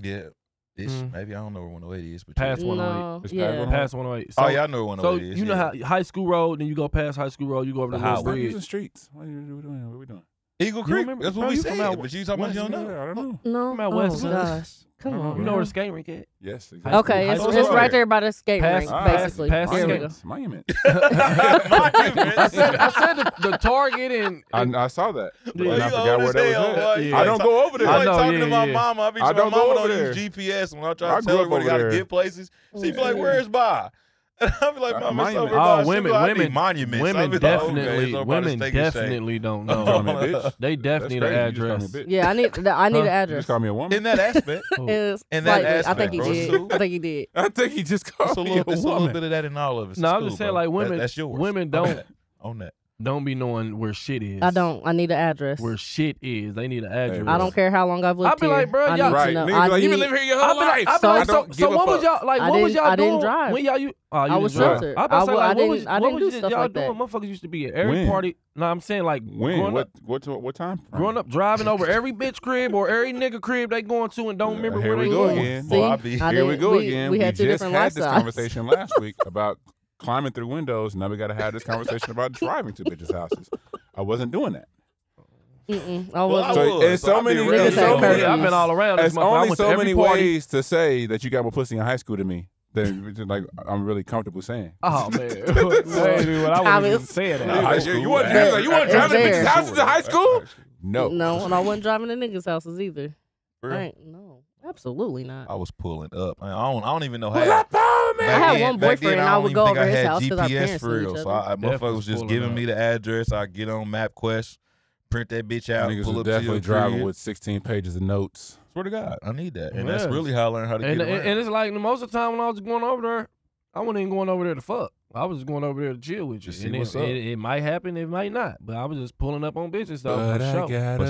C: Yeah. Ish.
F: Mm.
C: Maybe I don't know where 108 is, but
F: Past
C: you,
F: one. 108.
E: No,
A: It's
E: yeah.
A: Padua.
F: Past 108. So,
C: Oh yeah, I know where 108
F: so
C: is.
F: you know
C: yeah.
F: how high school road, then you go past high school road, you go over
C: The
F: the little
C: highway.
A: Stop
F: bridge.
A: using streets. What are you what are we doing? What are we doing?
C: Eagle
F: You
C: Creek.
F: remember-
C: That's
F: bro,
C: what we
F: you from
C: said.
F: out-
C: But you talking about you don't know.
A: I don't know.
E: No,
F: I'm out
E: oh
F: west side.
E: gosh, come
A: I don't
E: on.
F: You know where the
E: man.
F: skating rink at?
A: Yes. Exactly.
E: Okay,
F: High
E: it's,
C: school
E: it's
C: road.
E: right there by the skate
F: Past-
E: rink,
F: Ah,
E: basically.
F: past-
E: there we go.
A: Monuments. Monument.
F: I said, I said the, the Target and,
A: I,
F: and
A: I saw that.
F: Yeah.
A: And I forgot where that was at.
F: boy.
A: I don't go over
C: You
A: there.
F: I
C: ain't
F: know,
C: talking to
F: yeah,
C: my
F: yeah.
C: mama. I
A: I
C: be trying
A: don't
C: my
A: go
C: mama
A: over
C: don't use GPS when I try to
A: I grew
C: tell her
A: up
C: where they
A: over
C: gotta
A: there.
C: get places. She be like, "Where's by?" And I be like,
A: Uh,
C: "Mama, it's
A: monument.
C: over
A: Oh,
C: by."
F: oh,
C: She
F: women,
C: be like, I be
F: women,
C: monuments. I
F: women
C: be like, okay,
F: definitely,
C: it's over by the
F: women
C: steak and shake.
F: definitely don't
C: You
A: call me a
F: know.
A: bitch.
F: they
A: That's
F: definitely the
A: crazy. You just called me a
F: address. Oh,
A: bitch.
E: Yeah, I need the, I need the
F: Huh?
A: You
E: address.
A: just called me a woman.
C: In that aspect,
E: It's
C: in that
E: slightly- I
C: aspect,
E: think he
C: bro.
E: did. I think he did.
A: I think he just
C: it's
A: called
C: a
A: me
C: little,
A: a
C: it's a little
A: woman.
C: bit of that in all of us.
F: No,
C: It's
F: I'm just
C: cool,
F: saying
C: bro.
F: like
C: That-
F: women.
C: that's yours.
F: Women
C: Okay.
F: don't.
C: on that.
F: Don't be knowing where shit is.
E: I don't. I need an address.
F: Where shit is. They need an address.
E: I don't care how long I've lived
F: I be
E: here.
F: like, bruh,
E: I need
F: y'all-
E: to
A: Right.
E: know.
A: Niggas
E: I
A: be like, you
E: need-
A: been living here your
F: I
A: whole
F: be like, I
A: life.
F: be like,
A: I
F: so,
A: don't
F: so
A: give a
F: what was
A: fuck.
F: y'all like?
E: I
F: What was
E: didn't-
F: y'all
E: I didn't
F: doing
E: drive.
F: when y'all? You, oh, you
E: I
F: didn't
E: was
F: drive.
E: sheltered.
F: I, about
E: I
F: to say,
E: wa-
F: like,
E: I
F: what
E: didn't-
F: was-
E: I
F: what
E: didn't
F: was
E: do
F: y-
E: stuff
F: y'all
E: like that.
F: doing? Motherfuckers used to be at every
A: When?
F: party. No, I'm saying like
A: When?
F: growing
A: What,
F: up,
A: what? What? What time? frame?
F: growing up driving over every bitch crib or every nigga crib they going to and don't remember
A: Here
F: where
A: we
F: they
A: go
F: going.
A: again.
E: See,
C: Boy, I be-
E: I
A: Here we
E: didn't-
A: go
E: we,
A: again.
E: We had two
A: just
E: different
A: had this
E: lifestyles.
A: conversation last week about climbing through windows. Now we got to have this conversation about driving to bitches' houses. I wasn't doing that.
E: Mm-mm, I
C: Well,
E: wasn't.
C: I
A: So,
C: would,
A: it's so
C: I'd be
A: many-
C: real
E: Niggas
C: with
E: had
C: you.
E: curfews.
F: Yeah, I've been all around. This
A: There's
F: motherfucker. I
A: only
F: went to
A: so
F: every
A: many
F: party.
A: ways to say that you got more pussy in high school than me. That like I'm really comfortable saying.
F: Oh man, Hey, dude, what I was even
E: Comments.
F: saying
C: Nah,
F: that.
C: high
A: Like,
C: school,
A: you want
C: man.
A: like, you want to
E: It's
A: drive to
E: there.
A: bitches' houses in high school? No,
E: No, and I wasn't driving to niggas' houses either.
C: For real.
E: I ain't, no, absolutely not.
C: I was pulling up. I don't. I don't even know how.
E: I
C: Back
E: had
C: then-
E: one
C: back
E: boyfriend
C: then,
E: and I
C: don't
E: would
C: even
E: go
C: think
E: over
C: I
E: his
C: had
E: house 'cause our
C: GPS
E: parents
C: for
E: knew
C: real.
E: each
C: So I, I
F: Definitely
C: motherfucker was just
F: pulling
C: giving
F: up.
C: me the address. I get on MapQuest, print that bitch out,
A: niggas
C: pull
A: was
C: up to your
A: definitely driving
C: crib.
A: with 16 pages of notes.
C: Swear to God, I need that, and that's
F: Yeah.
C: really how I learned how to
F: And, and,
C: get around.
F: and it's like most of the time when I was going over there, I wasn't even going over there to fuck. I was just going over there to chill with you.
C: Just see
F: and it-
C: what's up.
F: it, it might happen, it might not. But I was just pulling up on bitches though. for sure.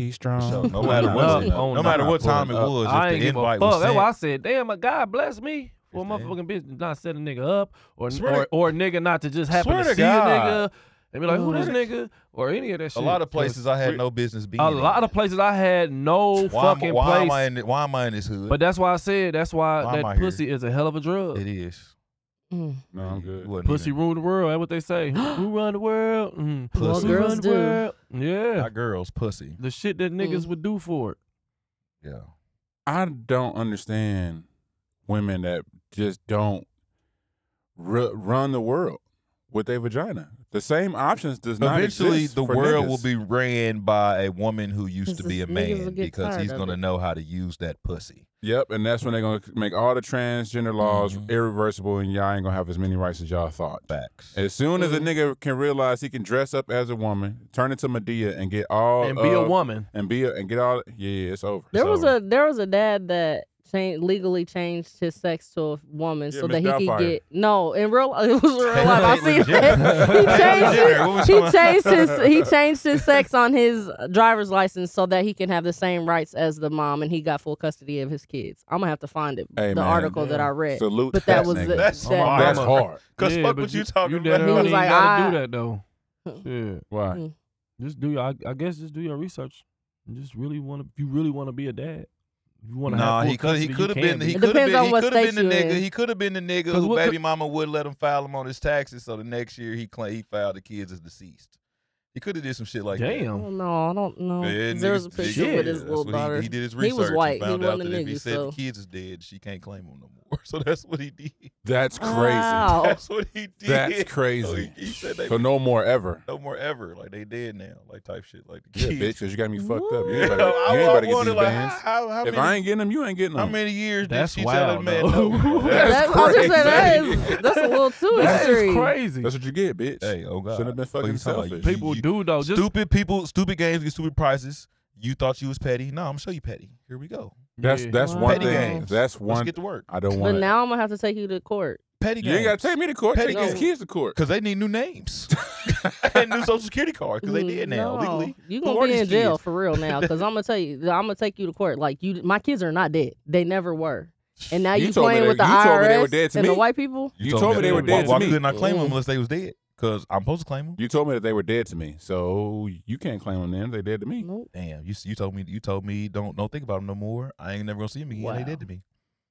C: sure.
A: strong.
C: So, no matter
F: Pulling
C: what,
F: up
C: it-
F: on
C: no matter
F: the-
C: what time it
F: pulling up.
C: was,
F: I
C: if
F: ain't
C: the
F: give a
C: invite
F: fuck.
C: was
F: That's why I
C: sent,
F: said, damn, my God bless me for a
C: If they-
F: motherfucking bitch not set a nigga up or
C: Swear
F: or,
C: to-
F: or a nigga not to just happen
C: Swear
F: to,
C: to
F: see
C: God.
F: a nigga and be like, who
E: Swear
F: this nigga or any of that
C: a
F: shit.
C: lot of places I had
F: we-
C: no business being.
F: A
C: in.
F: lot of places I had no
C: Why am-
F: fucking
C: why Am I
F: place.
C: in, why am I in this hood?
F: But that's why I said that's why,
C: Why am I
F: that
C: here?
F: pussy is a hell of a drug.
C: it is.
E: Mm.
A: No, I'm
C: It
A: good.
C: wasn't
F: Pussy
C: even-
F: rule the world. That's what they say. Who who run the world? Mm.
C: Pussy. Well,
F: Who
E: girls
F: run the
E: do.
F: world? Yeah.
C: Not girls, pussy.
F: The shit that
E: Mm.
F: niggas would do for it.
C: Yeah.
A: I don't understand women that just don't ru- run the world with their vagina. The same options does not
C: Eventually,
A: exist
C: the
A: for
C: world
A: niggas.
C: will be ran by a woman who used to
E: Because
C: be a
E: this- niggas will
C: man
E: get
C: because
E: tired
C: he's
E: of
C: gonna
E: it.
C: know how to use that pussy.
A: Yep, and that's when they're gonna make all the transgender laws
C: Mhm.
A: irreversible, and y'all ain't gonna have as many rights as y'all thought.
C: Facts.
A: As soon as a
E: Mhm.
A: nigga can realize he can dress up as a woman, turn into Medea, and get
C: Oh,
A: all
F: and be a
C: uh,
A: of-
F: woman.
A: and be a, and get all yeah, it's over.
E: There
A: It's
E: was
A: over.
E: a there was a dad that changed legally changed his sex to a woman
A: Yeah,
E: so
A: Miss
E: that he
A: Doubtfire.
E: could get no in real it was real life. I see
C: Legit. Legit. What
E: that
C: was
E: he
C: going-
E: changed his he changed his he changed his sex on his driver's license so that he can have the same rights as the mom and he got full custody of his kids. I'm gonna have to find it
A: Hey,
E: the
A: man.
E: article that I read.
A: salute.
E: but that
A: that
E: was
A: nigga.
E: the-
C: That's
E: that-
C: hard.
A: That's
F: Mama.
A: hard.
C: Cause
F: Yeah,
C: fuck
F: but
C: what you, talking
F: you
C: about.
F: definitely
E: He was
F: ain't
E: like, "Ah."
F: gotta
E: I-
F: do that though. Shit.
A: Why?
F: Just do your I, I guess just do your research. And just really wanna if you really wanna be a dad. You wanna
C: Nah,
F: have full
C: he could he
F: custody, you
C: could have
F: can
C: been he
F: be.
E: It
C: could have
E: depends
C: been
E: on
C: he
E: what
C: could have been
E: state
C: the
E: you
C: nigga
E: in.
C: he could have been the nigga
F: 'Cause
C: who
F: what
C: baby
F: could-
C: mama would let him file him on his taxes so the next year he claimed he filed the kids as deceased. He could have did some shit like that.
F: Damn.
E: Oh, no, I don't know.
C: Yeah,
E: there was a
C: niggas-
E: picture
C: yeah,
E: with his
C: that's
E: little
C: what he-
E: daughter.
C: He, did his
E: He was
C: research. and
E: white. He
C: found out
E: wasn't a
C: that if he
E: nigga,
C: said
E: so-
C: the kids is dead, she can't claim him no more. So that's what he did.
A: That's crazy.
E: Wow. Oh.
C: That's what he did.
A: That's
C: So
A: crazy.
C: he, he said they
A: So no more ever.
C: no more ever. Like they dead now. Like type shit. Like the
A: Yeah,
C: kids.
A: bitch, because you got me fucked up. You
C: Yeah,
A: ain't better,
C: I,
A: you ain't better
C: I
A: get
C: wonder
A: these
C: like
A: bands.
C: how, how, how
A: if
C: many
A: I ain't getting them, you ain't getting
C: How
A: them.
C: many years
F: That's
C: did she tell
F: wild,
C: that man?
F: though.
C: No,
A: That's
E: That- I was just saying that
A: crazy.
E: is that's a little too
F: That is
E: extreme.
F: crazy.
A: That's what you get, bitch.
C: Hey, oh god,
A: Shouldn't have been
C: Fuck
A: fucking
C: you talking about?
A: selfish.
C: You-
F: people
C: you-
F: do though. Just
C: stupid people, stupid games get stupid prices. You thought you was petty. No, I'm gonna show you petty. Here we go.
A: That's
F: Yeah.
A: that's
E: Wow.
A: one
C: Petty
A: thing.
C: games.
A: That's
C: Let's
A: one.
C: get to work.
A: I don't
E: But
A: want.
E: now I'm gonna have to take you to court.
C: Petty
A: you ain't gotta
C: games.
A: take me to court.
C: Petty
A: Take these
E: games.
A: kids to court.
C: Cause they need new names and new social security cards. Cause they did now
E: Mm, no,
C: legally.
E: You
C: Who
E: gonna
C: are
E: be
C: these
E: in jail
C: kids?
E: for real now? Because I'm gonna tell you, I'm gonna take you to court. Like you, my kids are not dead. They never were. And now
A: You
E: you,
A: told me
E: playing
A: they-
E: with the
A: you told me they were
E: IRS
A: dead to
E: and
A: me.
E: the white people.
A: You told me they were
C: why-
A: dead to
C: Why
A: me.
C: couldn't I claim them
E: Mm.
C: unless they was dead? Cause I'm supposed to claim them.
A: You told me that they were dead to me, so you can't claim them. Then they dead to me.
E: Nope.
C: Damn, you s- you told me you told me don't don't think about them no more. I ain't never gonna see them again. They
E: Wow.
C: did to me.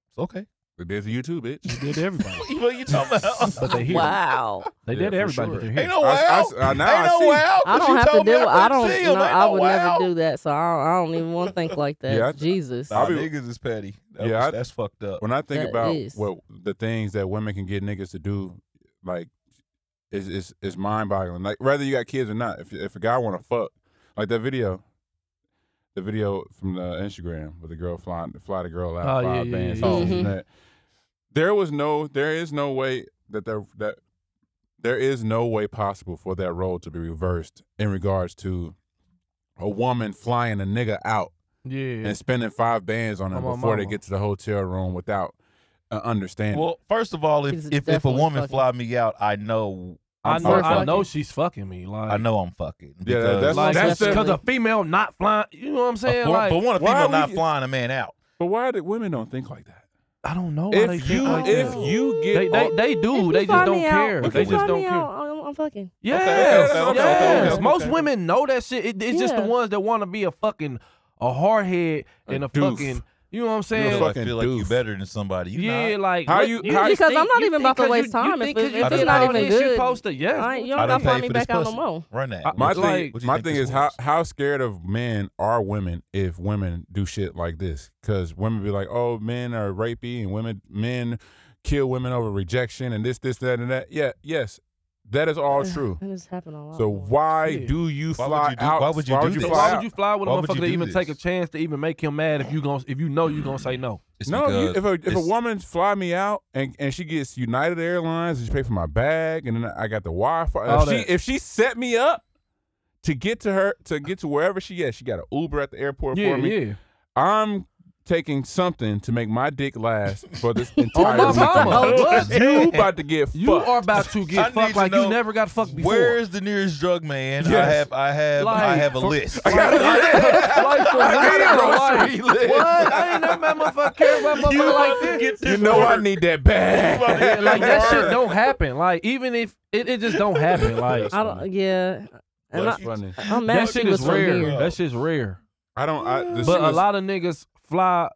C: It's okay.
A: They dead to you too, bitch.
F: they did to everybody.
C: what you talking about?
F: but they here.
E: Wow.
F: They
A: Yeah,
F: did to
A: for
F: everybody,
A: sure.
F: but they're here.
C: Ain't
A: I-
C: no way
A: I-
C: out.
A: I- now I
C: Ain't no
A: see.
C: way out. 'cause
E: I don't
C: you
E: have to
C: told me
E: do. I
C: couldn't
E: don't.
C: see 'em.
E: No,
C: Ain't
E: I
C: no
E: would
C: way out.
E: never do that. So I don't, I don't even want to think like that.
A: Yeah, I-
E: Jesus.
A: I-
C: Nah,
A: I'll be-
C: niggas is petty. That
A: Yeah,
C: was-
A: I-
C: that's fucked up.
A: When I think
E: That
A: about
E: is.
A: what the things that women can get niggas to do, like, is is is mind boggling. Like, whether you got kids or not, if if a guy want to fuck, like that video, the video from the Instagram with the girl flying, fly the girl out, five
F: Oh, yeah, yeah,
A: bands
F: yeah,
A: off,
E: yeah.
A: and that. There was no, there is no way that there that there is no way possible for that role to be reversed in regards to a woman flying a nigga out
F: Yeah.
A: and spending five bands on them
F: I'm on
A: before they
F: mama.
A: get to the hotel room without uh, understanding.
C: Well, first of all, if
E: It's
C: if, if a
E: definitely
C: woman
E: fucking-
C: fly me out, I know
F: I
E: I'm
F: know,
E: for
F: I
E: fucking.
F: know she's fucking me. Like,
C: I know I'm fucking.
A: Yeah,
C: because-
A: that's-
F: Like,
A: that's
F: because
E: the-
F: a female not flying. You know what I'm
C: a
F: saying?
C: for-
F: like,
C: for one, a
A: why
C: female
A: we-
C: not flying a man out.
A: But why did women don't think like that?
F: I don't know. why they
A: If
F: think
A: you
F: like
A: if
F: that.
A: you
F: they,
A: get
F: they, they
E: If
F: do,
E: you
F: they just
E: find
F: don't
E: me out-
F: care.
E: if
F: They
E: you
F: just
E: find
F: don't
E: me
F: care.
E: out, I'm, I'm fucking.
F: Yes,
A: okay, okay, okay,
F: yes.
A: okay, okay,
F: Most
A: okay.
F: women know that shit. It- it's just the
E: Yeah.
F: ones that want to be a fucking a hardhead
A: A
F: and a
A: doof.
F: fucking. You know what I'm
C: You
F: saying?
C: know, I
A: fucking
C: feel like you
A: doof.
C: better than somebody. You
F: yeah,
C: not.
F: like
A: How
F: what-
A: you-
F: you
A: how-
F: just
E: Because
F: think-
E: I'm not
F: you
E: even about
F: think
E: to
F: 'cause
E: waste
F: you-
E: time
F: You
E: if
F: think
E: it-
F: 'cause you
E: if
F: did
E: it's
F: all
E: not
F: that
E: even
F: shit, You
E: good.
F: supposed to
E: I ain't,
F: yeah.
E: you
C: I
E: don't
C: done
E: gotta find
C: paid
E: me
C: for this
E: back out no
C: pussy.
E: more.
C: Run that.
A: I-
C: What
A: my
C: you think
A: thing,
C: this- what you
A: my
C: think
A: thing
C: this
A: is how
C: was?
A: how scared of men are women if women do shit like this? Because women be like, oh, men are rapey and women men kill women over rejection and this this that and that. Yeah, yes, that is all true.
E: And it's happened a lot.
A: So
E: more.
A: why
F: Yeah.
A: do you
C: Why
A: fly
C: would you do-
A: out?
C: why would you do this?
F: But
A: fly
F: why
A: out?
F: would you fly with a
C: Why would you
F: motherfucker to
C: do
F: even take a
C: this?
F: chance to even make him mad if you gon' if you know you gonna say no?
C: It's
A: No, you,
C: because
A: if a if a
C: it's-
A: woman fly me out and, and she gets United Airlines and she pay for my bag and then I got the Wi Fi.
F: All
A: If she
F: that.
A: if she set me up to get to her to get to wherever she at, she got an Uber at the airport
F: Yeah,
A: for me.
F: yeah.
A: I'm taking something to make my dick last for this
F: Oh
A: entire
F: my mama,
A: weekend.
F: what?
A: You about to get
F: You
A: fucked.
F: are about to
C: I
F: get
C: need
F: fucked
C: to
F: like you
C: know
F: never got fucked before.
C: Where is the nearest drug man? I
A: Yes.
C: have, I have, I
F: Like,
C: have a
F: for-
C: list.
F: Like, like, for
C: got a
F: real,
C: grocery
F: like,
C: list.
F: What? I ain't never met motherfucker care about
C: You
F: motherfucker
C: about
F: like
C: to
F: this.
C: get
A: you
C: this
A: know I
C: work.
A: need that bag.
F: Yeah, like that shit
C: Word.
F: don't happen. Like even if it, it just don't happen. Like
E: I don't. Yeah. And
A: That's
E: I,
A: funny.
E: I'm mad
F: that
E: she
F: shit
E: was
F: is
E: from
F: rare.
E: here.
F: That shit's rare.
A: I don't. I, the
F: But
A: shit
F: a
A: was-
F: lot of niggas fly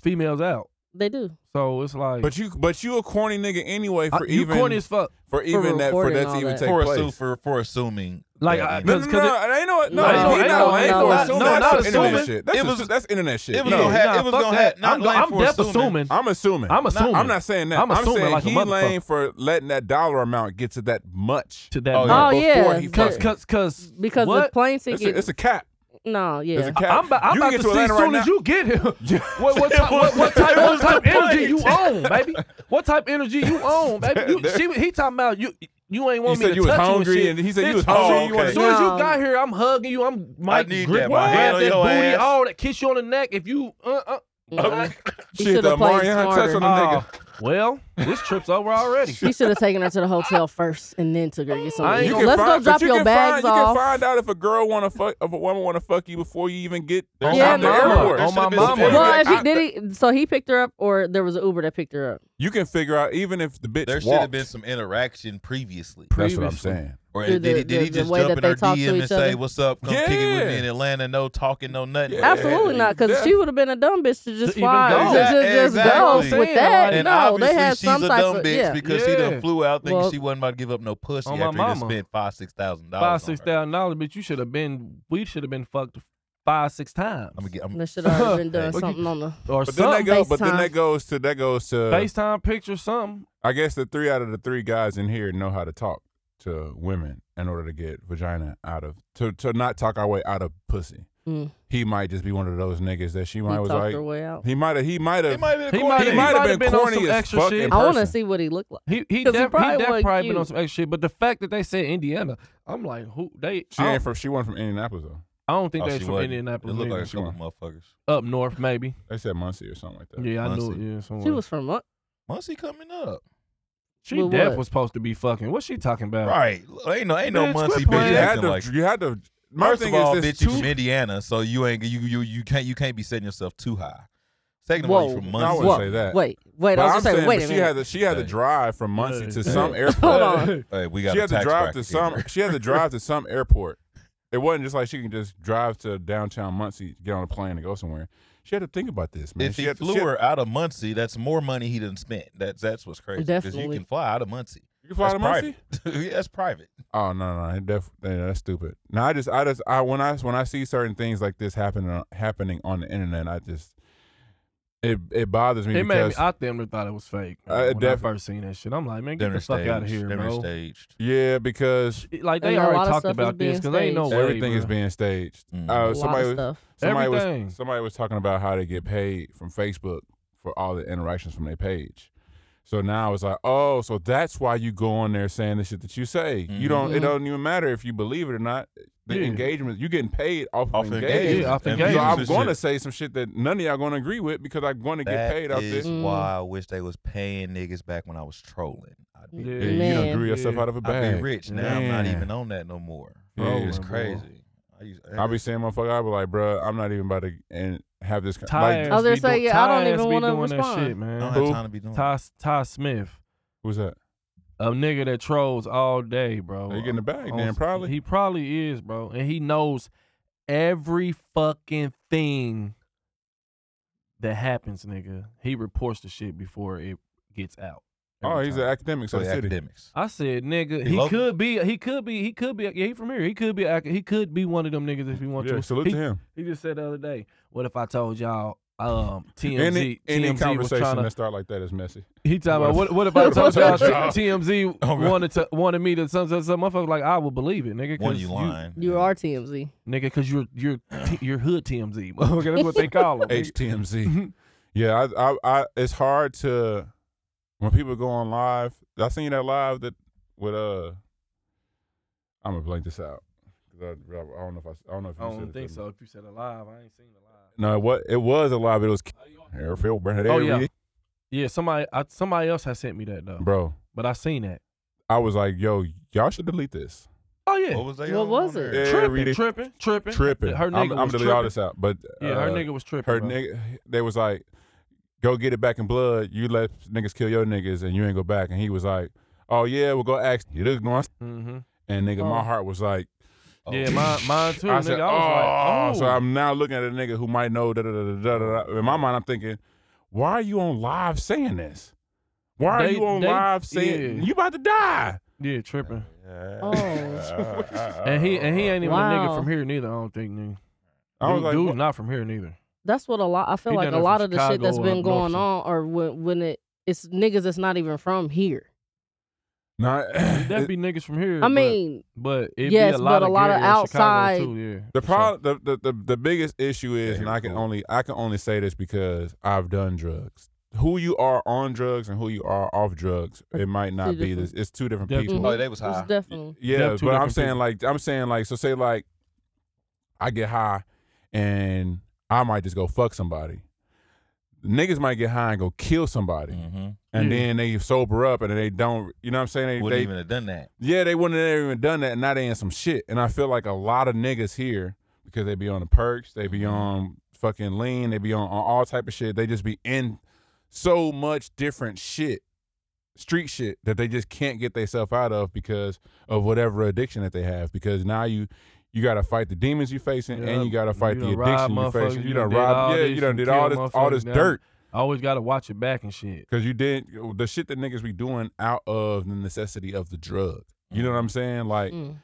F: females out,
E: They do.
F: so it's like
A: But you, but you a corny nigga anyway
F: I-
A: for
F: you
A: even
F: corny as fuck.
A: for even that for
E: recording
A: that
E: all
A: to even
E: that.
A: take
C: for, assu-
A: place.
C: for, for assuming.
F: Like,
C: that
F: I-
C: he-
A: No,
F: Cause-
A: no, no,
F: cause
A: no, it, ain't no, no, no,
E: No, ain't
A: ain't
E: no-
A: no, ain't
E: no,
A: for
E: not-
A: assuming.
E: no,
A: that's
F: not
A: some internet
F: assuming.
A: shit. That's
C: It
A: assu-
C: was-
A: that's internet shit.
C: it was
A: No.
C: gonna happen.
F: nah,
C: it was
F: fuck
C: gonna
F: that.
C: happen. Not
F: I'm, go-
C: blame
F: I'm
C: for
F: death
C: assuming.
F: assuming.
A: I'm assuming.
F: I'm assuming.
A: I'm not saying that.
F: I'm assuming
A: saying
F: like a
A: he
F: motherfucker.
A: lame for letting that dollar amount get to that much.
F: to that.
C: Oh,
F: number.
E: Oh yeah.
A: Before he
E: Cause,
A: fucking-
F: Cause, cause,
E: because the
F: what?
E: plane
A: It's
E: ticket.
A: a, it's a cap.
E: no.
A: It's
E: Yeah.
A: a cap.
F: I'm, about- I'm
A: You
F: about
A: get
F: to
A: to
F: see as
A: Atlanta right
F: soon
A: now.
F: as you get him. What, what, type, what, what type,
C: it
F: what
C: was
F: type
C: the
F: energy you
C: point.
F: own, baby? What type energy you own, baby? You, she, he talking about you. You ain't want
A: He said
F: me to
A: you was
F: touch
A: hungry and
F: you and shit.
A: he said you
F: Bitch,
A: was hungry Oh,
C: and you wanna-
F: As soon as you
E: No.
F: got here, I'm hugging you. I'm my
C: need
F: grip,
C: that. My
F: grab
C: hand on
F: that
C: your
F: booty,
C: ass.
F: all that kiss you on the neck. If you, uh, uh,
E: Mm. He
A: Shit,
E: shoulda
A: the
E: played
A: Marion touch
E: smarter.
A: on the
F: uh,
A: nigga.
F: well, this trip's over already.
E: You should have taken her to the hotel first and then took her to get some.
F: I ain't
E: eat.
F: gonna-
E: Let's go
A: find- but
E: drop
A: you
E: your
A: can
E: bags
A: find, You
E: off.
A: can find out if a girl want to fuck, if a woman want to fuck you before you even get
C: There's
E: Yeah,
A: out the
E: no.
A: airport.
C: There
F: On my
C: should've been some
F: mama.
C: internet.
E: well, if
A: I-
E: he, did he? So he picked her up, or there was an Uber that picked her up.
A: You can figure out even if the bitch
C: There should have
A: walked.
C: been some interaction previously.
A: That's what I'm
F: previously.
A: saying.
C: Or
E: Through
C: did, he,
E: the-
C: did he
E: the- the
C: just
E: way
C: jump
E: that
C: in
E: they
C: her
E: talk to
C: DM and
E: each
C: say,
E: other?
C: "What's up? Come kick it with me in Atlanta. No talking, no nothing."
A: Yeah.
E: Absolutely not, because
A: Yeah.
E: she would have been a dumb bitch to just
F: To even
E: fly,
F: go.
E: to just, just
C: Exactly.
E: go with
F: Saying,
E: that.
F: like-
C: And
E: no,
C: obviously
E: they had
C: she's
E: some
C: a
E: type
C: dumb
E: of
C: bitch
E: yeah.
C: because he
F: Yeah.
C: done flew out thinking
E: Well-
C: she wasn't about to give up no pussy
F: On
C: after
F: my
C: he done
F: mama.
C: spent five, six thousand dollars.
F: Five, six thousand dollars, but you should have been. We should have been fucked five, six times.
C: I'm gonna get. I'm,
E: They should have already been doing
F: Well, you-
E: something on the. mm,
F: or
A: But then, uh, that
F: something.
A: go, but then
E: FaceTime.
A: that goes to that goes to
F: FaceTime picture, something.
A: I guess the three out of the three guys in here know how to talk to women in order to get vagina out of to to not talk our way out of pussy.
E: Mm.
A: He might just be one of those niggas that she
E: He
A: might
E: talked
A: was like
E: her way out.
A: he might have he might
C: it
A: have
C: might have been.
F: He
C: a Oh,
F: might
C: corny
A: he
F: have
C: nigga.
A: might have
F: been
A: been
F: on
A: corny
F: some
A: as
F: extra
A: fuck
F: shit.
A: in
E: I want to
A: person.
E: see what he looked like.
F: He he
E: 'Cause he
F: def, he
E: probably
F: def
E: wasn't
F: probably been on
E: cute.
F: some extra shit. But the fact that they said Indiana, I'm like, who they?
A: She
F: I, don't,
A: ain't from she wasn't from Indianapolis though.
F: I don't think
C: Oh,
F: they
C: she
F: from
C: wasn't.
F: Indianapolis.
C: It looked
F: neither.
C: like a couple motherfuckers.
F: Up north, maybe.
A: They said Muncie or something like that.
F: Yeah, I knew it.
C: Muncie.
F: Yeah, somewhere.
E: She was from up.
C: Muncie coming up.
F: She
E: With
F: def
E: what?
F: was supposed to be fucking. What's she talking about?
C: Right. Ain't no
F: Bitch,
C: ain't no
F: quit
C: Muncie
F: playing.
C: bitch
A: You had
C: acting
A: to
C: like
A: you had to my
C: First
A: thing
C: of all,
A: is this
C: bitch, you from
A: two-
C: Indiana, so you ain't you you you can't you can't be setting yourself too high. Second of all,
E: Whoa,
C: you from
A: No, I
C: Muncie.
A: wouldn't
E: whoa.
A: say that.
E: Wait, wait. I
A: But
E: was gonna
A: I'm
E: say,
A: saying
E: wait
A: but
E: a
A: she
E: minute.
A: had to she had to
C: Hey.
A: drive from Muncie
F: Hey.
A: to some
F: Hey.
A: airport.
E: Hold on.
C: Hey, we got
A: she
C: a
A: had to
C: tax
A: drive
C: bracket
A: to
C: here,
A: some.
C: right?
A: She had to drive to some airport. It wasn't just like she can just drive to downtown Muncie, get on a plane, and go somewhere. She had to think about this, man.
C: If
A: she
C: he
A: had to,
C: flew
A: she had-
C: her out of Muncie, that's more money he done spent. That's that's what's crazy. Because you
E: Definitely.
C: can fly out of Muncie.
A: you can fly
C: that's
A: to Muncie.
C: private. Yeah, that's private.
A: Oh no, no, no, def- yeah, that's stupid. No, I just, I just, I when I when I see certain things like this happening on- happening on the internet, I just it it bothers me
F: It made me.
A: because
F: I damn near thought it was fake.
A: Uh,
F: man, when I
A: def-
F: first seen that shit, I'm like, man, get
C: Dinner
F: the fuck
C: staged.
F: out of here,
C: Dinner
F: bro.
C: staged.
A: yeah, because
F: It- Like
E: And
F: they
E: a lot
F: already
E: of
F: talked
E: stuff is
F: about this
E: being
F: because ain't no way.
A: everything is
F: bruh.
A: being staged.
C: Mm.
E: a
A: Uh,
E: lot
A: somebody
E: of
A: was
E: stuff.
A: somebody
F: Everything.
A: was somebody was talking about how they get paid from Facebook for all the interactions from their page. So now it's like, oh, so that's why you go on there saying the shit that you say. You don't. It
E: Mhm.
A: don't even matter if you believe it or not. The
F: Mm-hmm. Yeah.
A: engagement, you're getting paid off,
C: Off
A: of
C: engagement.
A: engagement.
F: Yeah, off
C: And
F: engagement.
A: So
C: views
A: I'm
C: and
A: going to
C: shit.
A: say some shit that none of y'all going to agree with because I'm going to get
C: That
A: paid out
C: is
A: this.
E: Mm.
C: why I wish they was paying niggas back when I was trolling. I I'd be,
A: Yeah, you done
E: Man.
A: grew yourself
F: Yeah.
A: out of a
C: I'd
A: bag.
C: be rich. Now I'm not
A: Man.
C: even on that no more.
A: Yeah,
C: Bro, it's
F: boy.
C: crazy. I used,
A: I be saying, motherfucker, I be like, bruh, I'm not even about to and have this. con-
F: Ty
A: Like,
E: Oh,
F: ass
E: they're
F: be doing-
E: saying, yeah, I
F: Ty
E: don't even
F: ass be
E: wanna
F: doing That
E: respond.
F: shit,
C: I
F: man.
C: don't
A: Who?
C: have time to be doing that.
F: Ty Ty Smith,
A: who's that?
F: a nigga that trolls all day, bro.
A: They get in the bag,
F: On
A: then
F: s-
A: probably.
F: Oh, he probably is, bro, and he knows every fucking thing that happens, nigga. He reports the shit before it gets out.
A: oh,
F: every
A: he's
F: time.
A: an academic, so
C: So
A: the
C: the
A: city.
C: academics.
F: I said, nigga,
C: He
F: he,
C: local?
F: could be, he could be, he could be. Yeah, he from here. He could be, ac- he could be one of them niggas if he want
A: Yeah,
F: to.
A: salute
F: he,
A: to him.
F: He just said the other day, "What if I told y'all?" Um, TMZ,
A: any any
F: TMZ was
A: conversation
F: trying to.
A: that start like that is messy.
F: He talking about
A: What
F: what?
A: if-
F: What if I
A: what if I
F: told y'all
A: told y'all?"
F: TMZ
C: Oh, really?
F: wanted to wanted me to some some some motherfucker like I would believe it, nigga.
C: One
F: 'cause
C: of you lying.
E: You are TMZ.
F: nigga, because you're you're t- you're hood TMZ. motherfucker, That's what they call them.
A: HTMZ. yeah, I, I, I, it's hard to when people go on live. I seen that live that with uh, I'm gonna blank this out 'Cause I, I don't know if I, I don't know if
F: I
A: you said
F: don't
A: it
F: think
A: to
F: so.
A: me.
F: If you said alive, I ain't seen alive.
A: No, what it was a live. It was Airfield, bro.
F: Oh, yeah. Yeah, somebody I, somebody else has sent me that though,
A: bro.
F: but I seen that.
A: I was like, yo, y'all should delete this.
F: Oh yeah,
C: What was they
E: What
C: on
E: was
C: on
E: it?
C: there?
A: Yeah,
F: tripping,
A: really-
F: tripping, tripping,
A: tripping.
F: Her
A: I'm,
F: nigga
A: I'm delete
F: was tripping.
A: all this out, but
F: Yeah, her
A: uh,
F: nigga was tripping.
A: her
F: bro.
A: nigga, they was like, go get it back in blood. You let niggas kill your niggas and you ain't go back. And he was like, oh yeah, we'll go ask you. This going
F: Mhm.
A: and nigga, my
E: Oh.
A: heart was like,
C: Oh,
F: Yeah, mine, mine too.
A: I
F: nigga,
A: said,
F: I was
A: oh.
F: like, oh,
A: So I'm now looking at a nigga who might know da da da da da. da. In my mind, I'm thinking, why are you on live saying this? Why are
F: They-
A: you on
F: they-
A: live saying
F: yeah.
A: you about to die?
F: yeah, tripping.
C: Yeah.
E: Oh.
F: And he and he ain't even a nigga
E: Wow.
F: from here neither. I don't think. Nigga.
A: I was
F: Dude-
A: like,
F: dude's
A: what?
F: not from here neither.
E: That's what a lot. I feel
F: He
E: like
F: done
E: a
F: it
E: lot
F: from
E: of the shit
F: Chicago
E: that's
F: up
E: been
F: north,
E: going
F: so-
E: on, or when when it it's niggas that's not even from here.
A: Nah,
F: That'd be niggas from here.
E: I
F: but-
E: mean,
F: but, it'd
E: yes,
F: be a
E: but
F: lot
E: a
F: of,
E: lot
F: gay
E: of
F: in Chicago,
E: outside-
F: Too, yeah.
A: The
F: for
A: problem, the, the the the biggest issue is,
C: Yeah,
A: and I can
C: cool.
A: only I can only say this because I've done drugs. Who you are on drugs and who you are off drugs, it might not be this.
E: different- Mm-hmm.
A: It's two different
F: Definitely.
A: people.
C: Boy, Oh, they was
E: it was
C: high.
E: definitely.
A: Yeah,
F: They're two
A: but I'm
F: different
A: saying
F: people.
A: like I'm saying like so say like I get high and I might just go fuck somebody. Niggas might get high and go kill somebody,
C: Mm-hmm.
A: and
F: Mm. Yeah.
A: then they sober up and they don't. You know what I'm saying? They,
C: Wouldn't
A: they
C: even have done that.
A: yeah, they wouldn't have even done that, and now they in some shit. And I feel like a lot of niggas here because they be on the perks, they
F: Mm-hmm.
A: be on fucking lean, they be on, on all type of shit. They just be in so much different shit, street shit that they just can't get themselves out of because of whatever addiction that they have. Because now you. You gotta fight the demons you facing,
F: Yeah,
A: and you gotta fight
F: you
A: the
F: done
A: addiction
F: robbed
A: you
F: motherfuckers,
A: facing.
F: you
A: You
F: done
A: done
F: did all
A: robbed, yeah. You
F: this,
A: done
F: you
A: did all this,
F: killed
A: all this
F: motherfuckers, now-
A: dirt.
F: I always gotta watch it back and shit.
A: Cause you did the shit that niggas be doing out of the necessity of the drug. You know what I'm saying? Like
E: Mm.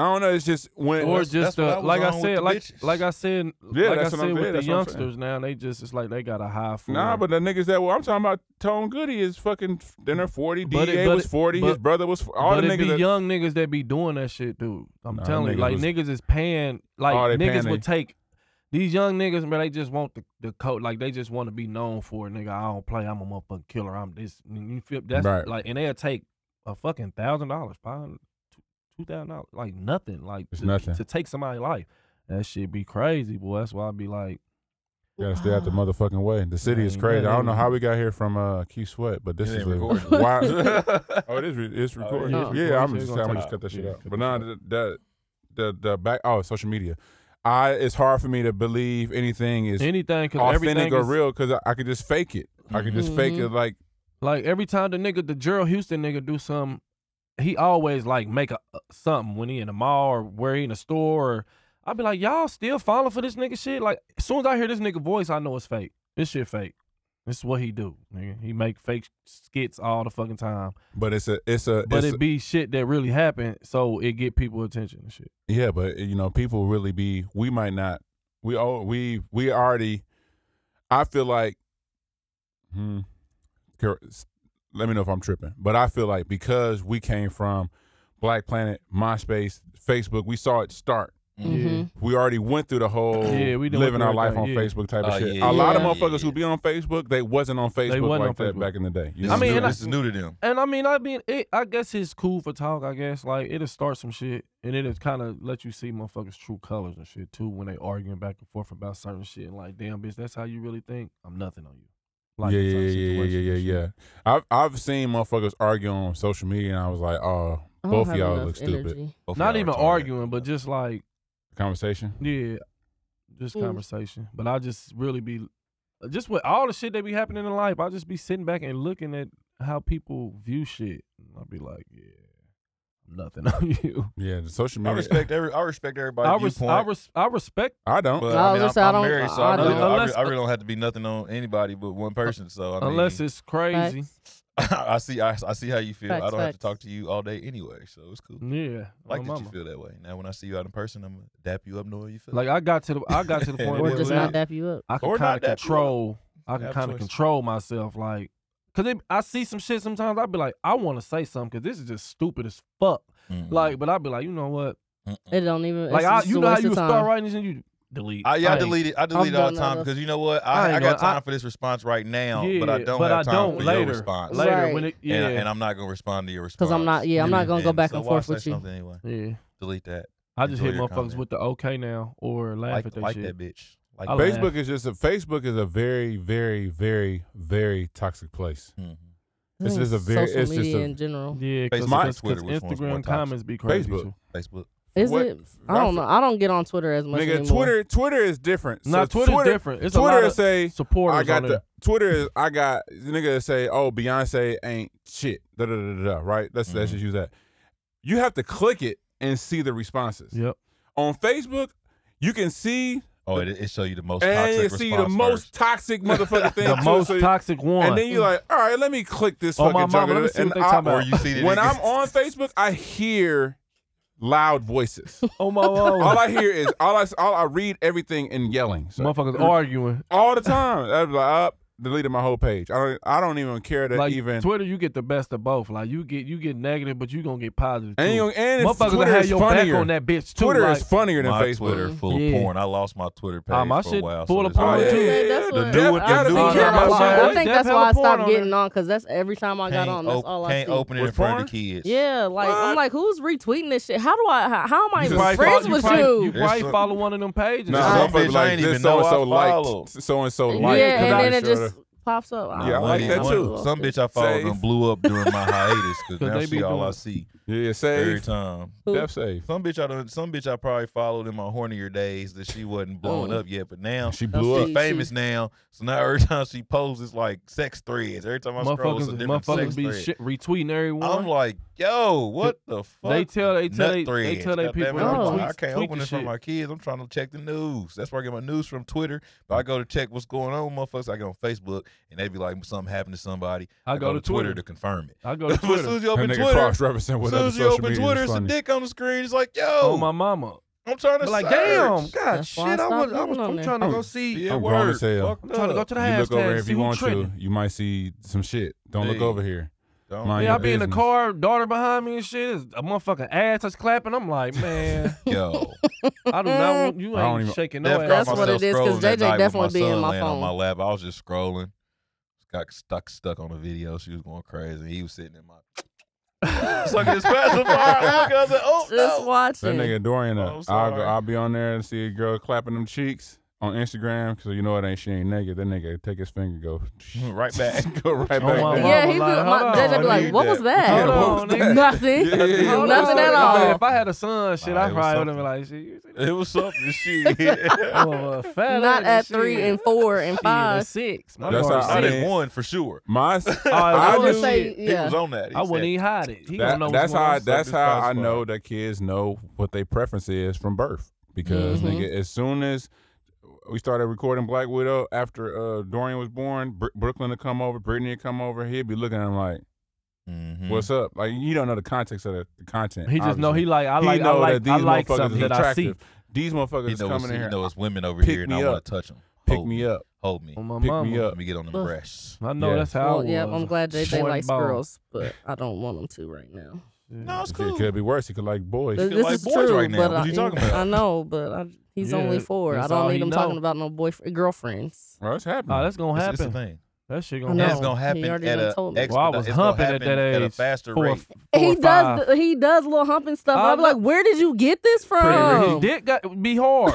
A: I don't know. It's just when
F: or
C: that's-
F: just
C: that's what
F: uh,
C: I was
F: like I
C: on with
F: said,
C: the
F: like
C: bitches.
F: like I said,
A: Yeah,
F: like I
A: that's what I'm
F: said
A: saying,
F: with the
A: that's what I'm saying.
F: youngsters now, they just it's like they got a high for.
A: nah,
F: it.
A: but the niggas that well, I'm talking about Tone Goody is fucking then her 40.
F: Mm. But it-
A: DA
F: but
A: was
F: it-
A: 40. his
F: but-
A: brother was f- all
F: but
A: the
F: it be
A: niggas. That,
F: young niggas that be doing that shit, dude. I'm
A: Nah,
F: telling
A: niggas
F: you, like
A: was-
F: niggas is paying, like
A: Oh, they
F: niggas
A: paying
F: would take these young niggas, but they just want the, the coat, like they just want to be known for it. Nigga, I don't play. I'm a motherfucking killer. I'm this. You feel that's
A: Right.
F: like, and they'll take a fucking thousand dollars, five, two thousand dollars, like nothing, like
A: It's
F: to,
A: nothing.
F: to take somebody's life. That shit be crazy, boy. That's why I be like,
A: gotta stay out the motherfucking way. The city is
F: Man,
A: crazy.
F: that
A: I don't know
F: nigga-
A: how we got here from uh, Keith Sweat, but this
C: It
A: is
C: ain't
A: a
C: recorded.
A: wild. oh, it is. Re- it's
C: Oh,
A: recorded.
F: yeah, it's
A: yeah,
F: recorded, so
A: I'm
F: you
A: just.
F: gonna
A: I'm
F: take
A: just
F: it
A: cut
F: out.
A: that shit
F: Yeah,
A: out.
F: cut
A: But
F: that
A: nah,
F: shit
A: the, the the the back. Oh, social media. I. It's hard for me to believe anything is
F: anything, cause
A: authentic
F: everything
A: or
F: is- Mm-hmm.
A: real because I, I could just fake it. I could just fake it. Like
F: Like every time the nigga, the Gerald Houston nigga do something, he always like make a something when he in the mall or where he in the store. Or, I be like, y'all still falling for this nigga shit? Like as soon as I hear this nigga voice, I know it's fake. This shit fake. This is what he do, nigga. He make fake skits all the fucking time,
A: But it's a it's a
F: but
A: Uh, it's
F: it be shit that really happened, so it get people attention and shit.
A: a- yeah, but you know, people really be we might not we all we we already I feel like hmm cor- s- let me know if I'm tripping. But I feel like because we came from Black Planet, MySpace, Facebook, we saw it start.
E: hmm
A: We already went through the whole
F: Yeah, we done went
A: living
F: through
A: our life
F: everything,
A: on
F: yeah.
A: Facebook type of
C: Oh,
A: shit. a
C: yeah,
A: lot
E: yeah,
A: of motherfuckers
C: yeah.
A: who be on Facebook, they wasn't on Facebook
F: wasn't
A: like
F: on
A: that
F: Facebook.
A: back in the day. You
C: This
F: I
C: is
F: mean,
C: new-
F: and I-
C: this is new to them.
F: And I mean, I mean, it, I guess it's cool for talk. I guess like it'll start some shit, and it'll kind of let you see motherfuckers' true colors and shit too when they arguing back and forth about certain shit. And like, damn, bitch, that's how you really think. I'm nothing on you. Like
A: yeah,
F: in
A: yeah,
F: certain
A: yeah, yeah, yeah,
F: situations
A: yeah,
F: and
A: yeah. I've I've seen motherfuckers argue on social media, and I was like, oh,
E: I don't
A: both of
E: have
A: y'all
E: enough
A: look stupid.
E: energy.
C: Both
F: shit.
C: of
F: Not
C: y'all
F: even
C: retarded.
F: arguing, but just like
A: Conversation.
F: yeah, just
E: Mm.
F: conversation. But I just really be just with all the shit that be happening in life. I just be sitting back and looking at how people view shit. And I'll be like, yeah, nothing on you.
A: Yeah, the social
C: I
A: media.
C: respect every. I respect everybody's
F: I, res-
C: viewpoint.
F: I, res- I respect.
A: I don't.
C: But,
E: No, I was
C: I mean,
E: gonna
C: I'm,
E: say, I
C: I'm
E: don't-
C: married, so
E: I
C: I, really,
F: don't-
C: don't, I re-
F: unless-
C: I really don't have to be nothing on anybody but one person. So I mean,
F: unless it's crazy.
E: Facts.
C: I see, I, I see how you feel. I
E: Facts,
C: don't have to
E: facts.
C: talk to you all day anyway, so it's cool.
F: Yeah,
C: I like
F: my mama.
C: that you feel that way. Now when I see you out in person, I'm gonna dap you up, know how you feel.
F: Like I got to the I got to the point
C: Or
F: where
E: Or just
C: yeah.
E: not dap you up.
F: I can
C: Or
F: kind
C: not
F: of
C: that
F: control. I
C: Yeah,
F: can kind of
C: choice.
F: control myself, like, cause it, I see some shit sometimes. I'd be like, I want to say something, cause this is just stupid as fuck.
C: Mm-mm.
F: Like, but I'd be like, you know what?
C: Mm-mm.
E: It don't even.
F: Like,
E: it's
F: I,
E: just
F: you
E: a
F: know how
E: waste
F: you
E: of
F: start
E: time.
F: writing this and you delete.
C: I, yeah, I
F: Like,
C: delete it. I delete it all
E: done
C: the time
E: all the-
C: because you know what?
F: I
C: I, I,
F: ain't
C: got
F: gonna- I-
C: time for this response right now, but I
F: yeah,
C: don't
F: but
C: have
F: I
C: time
F: don't
C: for
F: later.
C: your response.
F: Later
E: Right.
F: when it yeah,
C: And, I, and I'm not gonna respond to your response
E: 'Cause I'm not- yeah, I'm not gonna go back
C: so
E: and
C: why
E: forth
C: say
E: with you.
C: something Anyway,
F: yeah.
C: delete that.
F: I just
C: Enjoy
F: hit
C: your
F: motherfuckers
C: comment.
F: with the okay now or laugh
C: Like,
F: at that
C: like
F: shit.
C: that bitch. Like
F: I
C: that.
F: laugh.
A: Facebook is just a Facebook is a very, very, very, very toxic place.
C: Mhm.
A: This is a very-
E: social
A: it's just
E: media
A: a-
E: in general.
F: Yeah,
C: Facebook
F: because
C: and Twitter, which one's more
F: Instagram
C: toxic?
F: comments be crazy.
A: Facebook.
F: too.
C: Facebook.
E: Is
A: What-
E: it? I don't know. I don't get on Twitter as much
A: Nigga,
E: anymore.
A: Twitter Twitter is different.
F: Nah,
A: so
F: Twitter's
A: Twitter,
F: different. It's
A: Twitter
F: a lot of
A: say
F: supporters
A: I got
F: on
A: the
F: there.
A: Twitter is I got nigga say oh Beyonce ain't shit da da da da, da right. Let's let's
F: Mm-hmm.
C: Mhm.
A: just use that. You have to click it and see the responses.
F: Yep.
A: On Facebook, you can see
C: Oh, it, it show you the most
A: and
C: toxic
A: you
C: response
A: see the most
C: first.
A: toxic motherfucking thing.
F: The
A: too,
F: most
A: so you-
F: toxic one.
A: And then you're like, all right, let me click this
F: Oh, my
A: fucking
F: mama,
A: jugger.
F: let me see
A: and
F: what they
A: I-
F: talking
C: Or
F: about.
C: you see that
A: when
C: it
A: I'm
C: gets-
A: on Facebook, I hear loud voices.
F: oh my god,
A: all I hear is all I all I read everything in yelling. So
F: motherfuckers arguing.
A: all the time. I'd be like, up, deleted my whole page. I don't I don't even care that
F: like
A: even
F: Twitter, you get the best of both. Like you get you get negative, but you gonna get positive.
A: and,
F: too.
A: you, and it's-
F: motherfuckers
A: Twitter
F: have
A: is
F: your
A: funnier.
F: back on that bitch too.
A: Twitter
F: like,
A: is funnier than
C: my
A: Facebook.
E: Mm-hmm.
C: Twitter full
F: Yeah.
C: of porn. I lost my Twitter page
F: Ah, my
C: for a
F: shit
C: while.
F: full of
C: so
F: porn,
C: that's
F: too.
C: why-
E: I'd say that's
A: The
E: what-
A: dude- the
E: that's- I think
A: dude-
E: that's why-
F: Yeah,
E: I think
F: they
E: that's
F: have
E: why I
F: porn on
E: stopped
F: there.
E: getting on because that's every time I got
C: Can't
E: on. Oh, That's
C: op-
E: all I
C: Can't
E: see.
C: open it in
A: With
C: front
A: porn?
C: of the kids.
E: Yeah, like
A: What?
E: I'm like, who's retweeting this shit? How do I? How, how am I
A: You
E: even
A: probably follow-
E: friends
F: you
E: with
F: probably,
E: you?
F: you
C: There's
F: probably
C: some-
F: follow one of them pages.
A: No,
C: Nah,
F: Like,
A: some
C: Alright.
A: people
C: Bitch, I
A: like
C: ain't
A: this
C: even know
A: so
C: I
A: and so
C: follow.
A: liked so and so liked.
E: yeah, and then it
A: Sure.
E: just pops up. I
C: Nah,
A: Yeah, I
E: don't
A: like
C: one-
E: know.
A: that
C: one-
A: too.
C: Some bitch I followed
A: Safe.
C: them blew up during my hiatus because
F: 'Cause
C: now
F: they
C: she
F: be
C: all
F: doing
C: I
F: it.
C: see
A: yeah,
C: every
A: save
C: time.
A: Def save.
C: Some bitch I done, some bitch I probably followed in my hornier days that she wasn't blowing
F: Oh.
E: Mm.
C: up yet, but now
A: She
E: That's
A: blew
E: the-
A: up.
C: she famous now. So now every time she posts, it's like sex threads. Every time I scroll, it's a
F: motherfuckers,
C: different
F: motherfuckers
C: sex
F: be
C: thread.
F: shit, retweeting
C: I'm
F: everyone.
C: like, yo, what the fuck?
F: They tell- they tell
C: Nut
F: they- they
C: threads.
F: tell they
C: God damn
F: people
C: it, I'm
E: to
C: like,
F: tweet-
C: I can't
F: tweet
C: open
F: the
C: it for
F: shit.
C: my kids. I'm trying to check the news. That's where I get my news from Twitter. But I go to check what's going on, motherfuckers. I go on Facebook and they be like, something happened to somebody.
F: I go to Twitter.
C: to confirm it.
F: I go to
C: But as soon
F: Twitter.
C: as you open
A: That nigga
C: Twitter,
A: cross referencing
C: as
A: with
C: soon
A: other
C: as you
A: social
C: open
A: media.
C: Twitter,
A: it's
C: it's a
A: funny.
C: dick on the screen. It's like, yo,
F: Oh my mama.
C: I'm trying to
F: But like,
C: search.
F: damn, God,
E: That's
F: shit,
E: why I
F: I'm,
E: stopped
F: I'm, I'm,
E: getting on there.
F: trying to
A: Oh,
F: go see.
C: Yeah,
A: I'm grown
C: word.
A: as hell.
C: Fucked
F: I'm trying to go
C: up.
F: to the
A: You look over here
F: hashtag and
A: if
F: see
A: you
F: who's
A: want
F: trending.
A: to. You might see some shit. Don't look
C: Hey.
A: over here.
C: Don't-
A: Mind
F: Yeah, I
A: your
F: be in the
A: business.
F: car, daughter behind me and shit. Is a motherfucking ass that's clapping. I'm like, man,
C: Yo,
F: I do not want you
A: I don't
F: ain't
A: even-
F: shaking no
C: Def
F: ass.
C: caught
E: That's what
C: myself
E: it is, 'cause
C: scrolling that
E: JJ
C: night with
E: definitely
C: my
E: be in
C: son
E: my
C: laying on
E: phone.
C: my lap. I was just scrolling. Got stuck stuck on a video. She was going crazy. He was sitting in my sucking his pacifier. I was like, oh
E: Just
C: no.
A: That
E: watching.
A: nigga Dorian,
C: Oh,
A: uh,
C: I'm
A: I'll, go,
C: sorry.
A: I'll be on there and see a girl clapping them cheeks on Instagram because you know it ain't she ain't naked. That nigga take his finger, go
C: Right back.
A: go right back.
F: Oh, my
A: there.
F: mama
E: yeah, he be,
F: like,
E: my,
F: hold
E: JJ
C: on,
E: be like,
C: nigga.
E: "What was
A: Yeah,
E: that?
F: Hold
A: what
F: on,
A: was
F: nigga.
E: Nothing.
A: Yeah, yeah, yeah.
E: Nothing at
F: I mean,
E: all."
F: If I had a son, shit,
C: Nah,
F: I
C: it was
F: probably would have
C: something.
F: been like, shit, you see
C: It was something. Shit. I
F: I'm a fat
E: Not
F: ass
E: at
F: shit.
E: three and four and
F: Shit,
E: five.
F: at six. My
A: That's how
F: daughter
A: I
F: six.
A: did.
C: didn't one for sure.
A: My, s-
F: I
E: I would
F: knew-
E: say,
C: He was
E: yeah.
C: on that. He
F: I wouldn't
C: said,
F: even hide it. He
A: that-
F: gonna know
A: that's how
F: what's
A: I,
F: going
A: that's
C: Something's
A: how I
C: possible.
A: know that kids know what their preference is from birth because
E: Mhm.
A: nigga, as soon as we started recording Black Widow after uh, Dorian was born, Br- Brooklyn would come over, Brittany would come over, he'd be looking at him like,
C: Mhm.
A: "What's up?" Like you don't know the context of the, the content.
F: on. Mm. He just know
A: obviously.
F: he like I
A: He
F: like I
A: know
F: like
A: that
F: I
A: these
F: like
A: motherfuckers
F: something
A: is
F: that I see.
A: attractive. These motherfuckers
C: He
A: is
C: know, it's,
A: coming in
C: he
A: here.
C: know it's women over
A: Pick
C: here, and
A: me
C: I
A: up.
C: want to touch them.
A: Pick me up.
C: Hold me.
F: On my
A: Pick
F: mama.
A: me up.
C: Let me get on them
E: Ugh.
C: breasts.
F: I know
A: Yeah.
F: that's how.
E: Well,
F: I
E: yeah,
F: was.
E: I'm glad JJ
F: Point
E: likes
F: ball.
E: girls, but I don't want them to right now.
F: Yeah.
C: No, it's
A: It
C: cool.
A: could be worse. He could like boys.
E: Th-
C: feel
E: This
C: like
E: is
C: boys
E: true,
C: right now.
E: but
C: What
E: I,
C: you talking
E: I
C: about?
E: know, but I, he's
F: Yeah,
E: only four. I
F: that's
E: don't
F: all
E: need
F: he
E: him
F: know.
E: talking about no boyfriend, girlfriends.
A: Well, that's happening.
F: Nah, Oh, that's gonna
C: It's,
F: happen.
C: it's the thing.
F: That shit
E: I
F: gonna
E: know.
C: And
F: happen.
C: it's gonna
E: He
C: happen
E: already
C: at
E: done
C: a
E: told me.
C: expedite-
F: Well, I was
C: it's gonna
F: humping at
C: happen
F: that age.
C: at a faster
F: four,
C: rate.
F: Four,
E: he
F: or
E: does.
F: five.
E: th- He does little humping stuff.
F: I
E: I'm like, where did you get this
F: Pretty
E: from?
F: dick got be hard.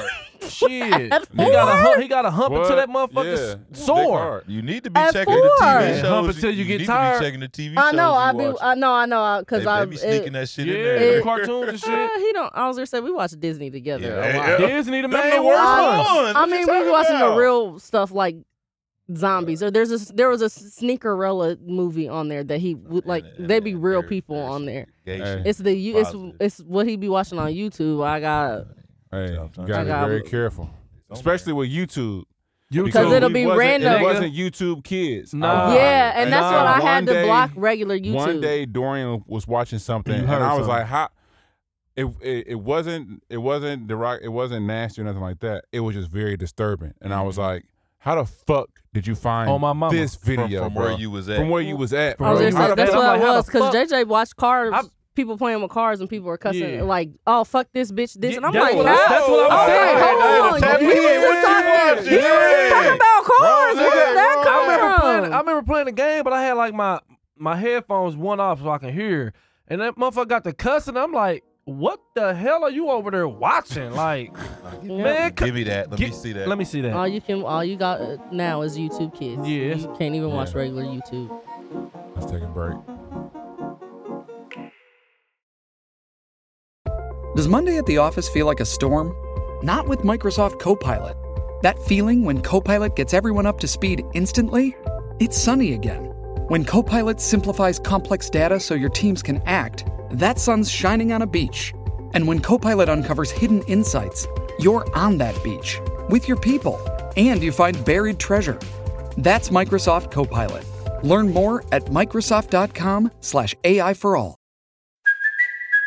F: Shit. He
E: Four?
F: got a hump, he got a hump
A: What?
F: until that motherfucker's
A: Yeah. Dick
F: sore.
A: hard.
C: You need to be
E: At
C: checking the
E: four.
C: TV
F: Yeah,
C: shows.
F: hump until you get
C: need
F: tired.
C: To be checking the TV
E: I know.
C: shows
E: I
C: you
E: be.
C: watch.
E: I know. I know. Because
C: they,
E: I.
C: they be sneaking that shit
F: Yeah,
C: in
F: them
C: there.
F: cartoons and shit.
E: Uh, he don't. I was just saying we watched Disney together.
C: Yeah.
E: a
C: Hey,
E: lot.
C: yeah.
F: Disney the man.
C: the worst
E: Uh,
C: ones.
E: I
C: What you
E: mean, we
C: talking
E: were watching the
C: about?
E: real stuff like zombies. Or there's a there was a Sneakerella movie on there that he would like.
C: Yeah,
E: They be
C: yeah,
E: real
C: very-
E: people
C: very
E: on there.
C: gay
A: Hey.
C: shit.
E: It's the you. It's
C: Positive.
E: it's what he be watching on YouTube. I got
A: Hey, you gotta
C: Sometimes.
A: be
E: I got-
A: very careful, especially with YouTube.
F: You
E: Because
F: too.
E: it'll be
A: we wasn't-
E: random.
A: It wasn't YouTube Kids. Um,
F: Nah. Uh,
E: yeah, and
F: nah.
E: that's what I had
A: One
E: to
A: day-
E: block regular YouTube.
A: One day, Dorian was watching something,
F: You
A: and
F: heard
A: I was
F: something.
A: like, "How?" It, it it wasn't it wasn't deroc- it wasn't nasty or nothing like that. It was just very disturbing, and I was like, "How the fuck did you find
F: On my mama.
A: this video
C: from, from
A: bro?
C: where you was at.
A: from where you was at?"
F: From
E: I was
A: bro?
E: just
F: Bro,
A: How
F: how
E: like,
A: the
E: that's
F: the
A: fuck-
E: what
F: fuck-
E: I
F: I'm like, how
E: was
F: the
E: because
F: fuck-
E: JJ watched cars.
F: I'm-
E: people playing with cars and people were cussing
F: Yeah.
E: like, "Oh fuck this bitch, this,"
F: Yeah,
E: and I'm
F: that's
E: like,
F: what
E: "How?"
F: I- that's what I was saying.
E: I was like,
C: That
E: "Hold on, you
C: we
E: was
C: ain't
E: just talking,
C: watching
E: you
C: that
E: was
C: shit.
E: just talking about cars.
C: Wrong,
E: Where
C: nigga,
E: did that
C: wrong.
F: I remember
E: come
F: playing. I
E: from?"
F: remember playing the game, but I had like my my headphones one off so I can hear, and that motherfucker got to cussing. I'm like, what the hell are you over there watching? Like, man, c-
C: Give me that. Let me
F: get-
C: see that.
F: Let me see that.
E: All you can, all you got uh, now is YouTube Kids.
F: Yes.
E: you can't even watch regular YouTube.
A: Let's take a break.
G: Does Monday at the office feel like a storm? Not with Microsoft Copilot. That feeling when Copilot gets everyone up to speed instantly? It's sunny again. When Copilot simplifies complex data so your teams can act, that sun's shining on a beach. And when Copilot uncovers hidden insights, you're on that beach with your people and you find buried treasure. That's Microsoft Copilot. Learn more at Microsoft.com/slash AI for all.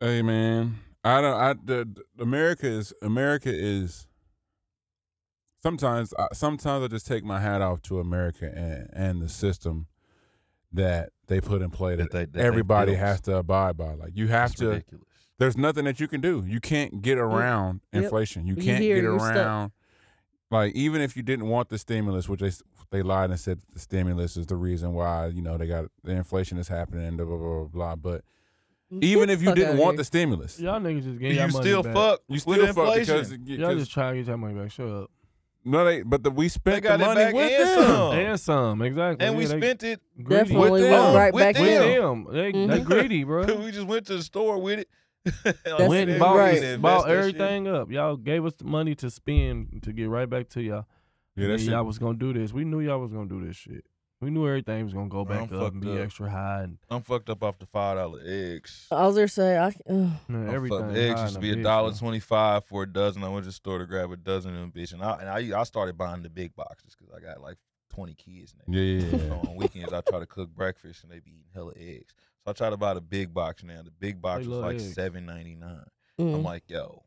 A: Hey man, I don't. I the, the- America is America is. Sometimes, I, sometimes I just take my hat off to America and, and the system that they put in play that,
C: That they- that they
A: everybody
C: built.
A: has to abide by. Like you have
C: That's
A: to.
C: ridiculous.
A: There's nothing that you can do. You can't get around
E: Yep.
A: inflation. You
E: You
A: can't
E: hear
A: get
E: you're stuck.
A: around. Like even if you didn't want the stimulus, which they s- they lied and said the stimulus is the reason why you know they got the inflation is happening and blah blah blah blah. blah. But even if you
E: fuck
A: didn't
E: outta
A: want
E: here.
A: the stimulus,
F: Y'all niggas just getting
C: You
F: y'all money
C: still
F: back.
C: fuck
A: you still
C: with
A: fuck
C: inflation.
A: because,
F: Y'all
A: because
F: just trying to get y'all money back. Shut up.
A: no, they but the, we
C: they
A: spent the
C: got it
A: money
C: back
A: with
C: and
A: them.
C: some.
F: And some, exactly.
C: And we
F: Yeah, they
C: spent it.
F: greedy.
E: Definitely
C: With
E: went
C: them.
E: right
C: With
E: back
F: With
E: there.
F: them, they, they
C: Mhm.
F: greedy, bro.
C: We just went to the store with it.
F: Went and
E: it.
F: bought,
E: Right.
C: Invest
F: bought
C: that shit.
F: everything up. Y'all gave us the money to spend to get right back to y'all.
A: Yeah,
F: Yeah,
A: that shit.
F: y'all was gonna do this. We knew y'all was gonna do this shit. We knew everything was gonna go
C: Man,
F: back
C: I'm
F: up and be
C: fucked up.
F: extra high and
C: I'm fucked up off the five dollar eggs.
E: I was there say I. ugh.
F: man,
C: I'm
F: everything.
C: fucking-
F: high
C: Eggs
F: in
C: used to
F: a
C: be a
F: bitch,
C: dollar
F: bro.
C: twenty five for a dozen. I went to the store to grab a dozen of them, bitch, and I and I, I started buying the big boxes because I got like twenty kids now.
A: Yeah, yeah, yeah.
C: So on weekends, I try to cook breakfast and they be eating hella eggs. So I try to buy the big box now. The big box
F: They
C: was
F: love
C: like
F: eggs.
C: seven ninety nine. I'm
E: Mm,
C: like, yo,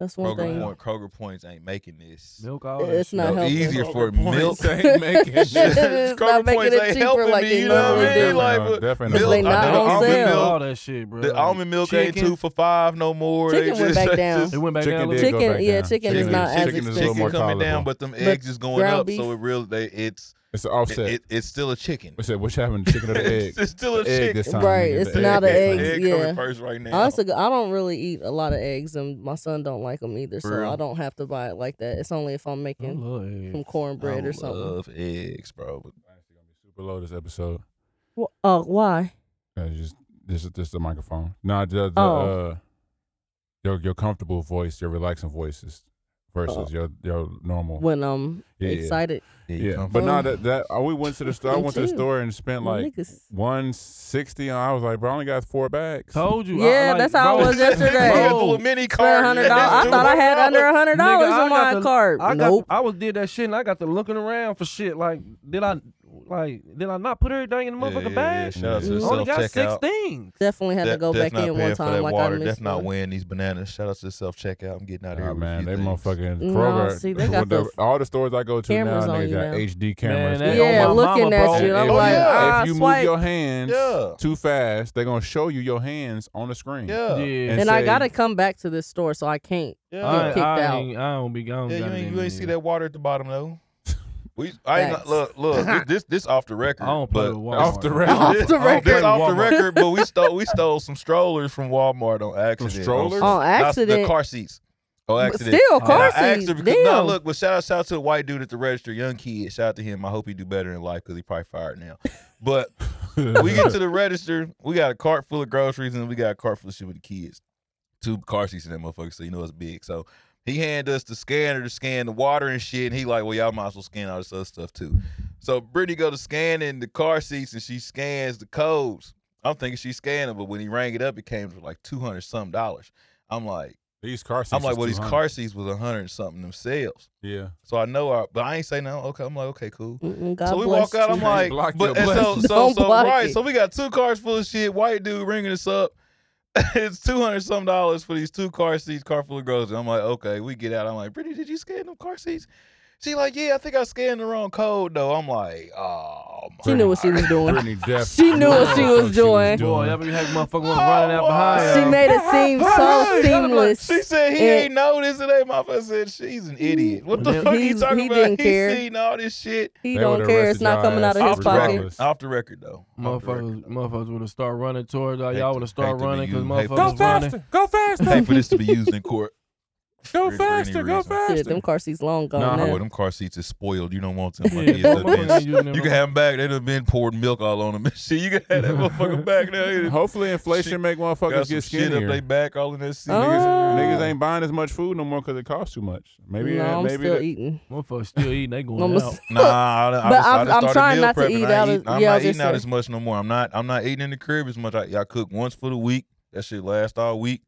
E: that's one
C: Kroger,
E: thing.
C: point, Kroger points ain't making this.
F: Milk all that
E: It's
F: shit.
E: not
C: No,
E: helping.
C: easier for
A: Kroger
C: milk.
A: points ain't making
E: It's
C: Kroger
E: not making
C: points
E: it
C: ain't
E: cheaper
C: helping
E: like
C: me,
E: they
C: you know what I
E: normally
C: mean?
E: do.
C: Like,
A: No,
C: but
A: definitely
C: milk-
E: not. 'Cause they not
C: I know the
E: on
C: almond
E: sale.
C: milk-
F: all that shit, bro.
C: The
F: Like,
C: almond milk ain't
F: chicken-
C: two for five no more. They
E: Chicken went
C: just-
E: back
C: they
E: down.
C: just-
F: It went back
A: Chicken
F: down. a
A: did
F: little
A: go
F: bit.
E: Chicken-
A: back
E: yeah,
A: down.
E: chicken
C: chicken
E: is not as
A: chicken is a
C: chicken
A: little more
C: coming
A: tolerable.
C: down, but them
E: But
C: eggs is going
E: ground
C: up, so
E: beef-
C: it real they, it's
A: It's an
C: it,
A: offset.
C: it, it's still a chicken.
A: What's that? What's happening? Chicken or the egg?
C: It's still a
A: The egg
C: chicken.
A: this time.
E: Right,
A: nigga.
E: it's
A: The egg
E: not an
A: this time.
E: egg.
C: Egg
E: yeah. Oh,
C: coming first right now.
E: Honestly, I don't really eat a lot of eggs, and my son don't like them either, so
C: For real?
E: I don't have to buy it like that. It's only if I'm
F: I
E: making
F: love eggs.
E: some cornbread
C: I
E: or something.
C: love eggs, bro. But
A: Super low this episode.
E: Wh- Uh, why?
A: Uh, just this is this is the microphone. No, the, the
E: Oh.
A: uh, your your comfortable voice, your relaxing voices versus
E: Oh.
A: your your normal.
E: when I'm excited.
A: Yeah, but
E: Um,
A: not that, that. I- We went to the store. I
E: Me
A: went to the
E: too.
A: store and spent
E: My
A: like
E: niggas.
A: one sixty. I was like, bro, I only got four bags.
F: Told you.
E: Yeah, that's how I was yesterday. Spent $100. I thought I had under a hundred dollars
F: Nigga, I
E: in
F: got
E: my
F: to-
E: card.
F: I got,
E: nope.
F: I was did that shit and I got to looking around for shit. Like, did I like did I not put everything in the
C: Yeah,
F: motherfucking
C: yeah,
F: bag?
C: yeah. Shout out to the
F: I only got six
C: self-checkout.
F: things.
E: Definitely Mm-hmm. had to
C: That-
E: go
C: that's
E: back
C: not
E: in
C: paying
E: one
C: for
E: time
C: that
E: like
C: water.
E: I missed
C: That's not
E: one.
C: weighing these bananas. Shout out to the self checkout. I'm getting out of
A: Nah,
C: here. with a
A: man,
C: few
A: they
C: things.
A: motherfucking
E: No,
A: Kroger.
E: see, they got
A: the-
E: those
A: all the stores I go to now,
E: cameras on
A: niggas
E: you
A: got
E: now.
A: HD cameras.
F: Man,
A: They
F: that
A: on
F: on
E: Yeah,
F: my
A: my-
E: looking
F: mama,
E: at
F: bro.
E: you. I'm
A: if
E: like, ah,
A: if you
E: swipe.
A: move your hands
C: Yeah.
A: too fast, they're gonna show you your hands on the screen.
C: Yeah.
F: Yeah.
E: and I
A: say-
E: gotta come back to this store, so I can't
C: Yeah.
E: get
F: I,
E: kicked
F: I,
E: out.
F: ain't, I don't be gone.
C: Yeah, you ain't, you ain't see that water at the bottom though. We, I ain't,
E: Facts.
C: look, look. this- This this off the record.
F: I don't play
C: but
F: with Walmart.
A: Off the record.
C: This-
A: Off
C: this
A: the
F: record.
C: off the
F: Walmart.
C: record. But we stole we stole some strollers from Walmart on accident.
A: strollers?
E: On
C: Not- The
E: accident?
C: car seats. Oh, accident.
E: still,
C: And
E: car
C: I asked her
E: seats,
C: Because, no,
E: damn.
C: look. But shout out, shout out to the white dude at the register, young kid. Shout out to him. I hope he do better in life because he probably fired now. But we get to the register. We got a cart full of groceries and we got a cart full of shit with the kids. Two car seats in that motherfucker, so you know it's big. So he handed us the scanner to scan the water and shit. And he like, well, y'all might as well scan all this other stuff too. So Brittany go to scanning the car seats and she scans the codes. I'm thinking she's scanning, but when he rang it up, it came to like two hundred some dollars. I'm like,
A: These car seats.
C: I'm like,
A: is
C: well, these
A: 200.
C: car seats was a hundred and something themselves.
A: Yeah.
C: So I know, I, but I ain't say no. Okay, I'm like, okay, cool.
E: Mm-mm, God
C: so we
E: bless
C: walk out.
E: you.
C: I'm like,
A: Block your
C: but and so
A: blessings.
C: so
E: Don't
C: so
E: block
C: right.
E: it.
C: So we got two cars full of shit. White dude ringing us up. it's two hundred some dollars for these two car seats, car full of groceries. I'm like, okay, we get out. I'm like, Brittany, did you scan them car seats? She like, yeah, I think I scanned the wrong code though. I'm like, oh,
E: She knew what she was doing.
A: Brittany Jeff.
E: She knew what she was doing.
F: Boy, that be had motherfucker was running out
C: Oh,
F: behind.
E: Oh, She
F: her.
E: made it seem so seamless.
C: She said he
E: And-
C: ain't noticed it. Ain't my I said she's an idiot. What the
F: He's-
C: fuck he talking
E: he
C: about?
E: didn't
C: he
E: care.
C: seen all this shit.
E: He
A: They
E: don't
A: would've
E: care. It's
A: arrested
E: not
A: y'all
E: coming out of
A: asses
E: his
C: Off the
E: pocket.
C: record.
A: regardless.
C: Off the record though. Off the record.
F: Motherfuckers, motherfuckers would have started running towards y'all.
C: Hate
F: Y'all
C: to-
F: would have
C: hate
F: started
C: to be
F: running because
C: you. Hate to-
F: motherfuckers
C: Go
F: was running.
A: Go faster.
C: Pay for this to be used in court.
A: Go
C: For any
A: faster. Go
C: reason.
A: faster.
E: Shit, them car seats long gone
C: Nah,
E: now.
C: boy, them car seats is spoiled. You don't want them. My
F: Yeah,
C: kids done
F: motherfuckers
C: been-
F: ain't using them
C: you can
F: no-
C: have them back. They done been poured milk all on them. and Shit, you can have that motherfucker back now.
A: Hopefully, inflation
C: Shit.
A: make
C: Got
A: motherfuckers
C: some
A: get
C: shit up
A: skinnier.
C: they back all in that seat.
E: Oh.
A: Niggas ain't buying as much food no more because it costs too much. Maybe,
E: no, I'm
A: maybe
E: still
A: the-
E: eating.
F: Motherfuckers still eating. They going
E: I'm
F: out.
E: s-
C: Nah, I, I
E: But
C: just, I
E: I'm-
C: just
E: I'm
C: started
E: trying
C: meal
E: not to
C: prepping.
E: eat
C: I ain't
E: out
C: eat-
E: of-
C: I'm
E: yeah, I
C: not
E: was
C: eating
E: just
C: out as
E: saying.
C: much no more. I'm not. I'm not eating in the crib as much. I, I cook once for the week. That shit last all week.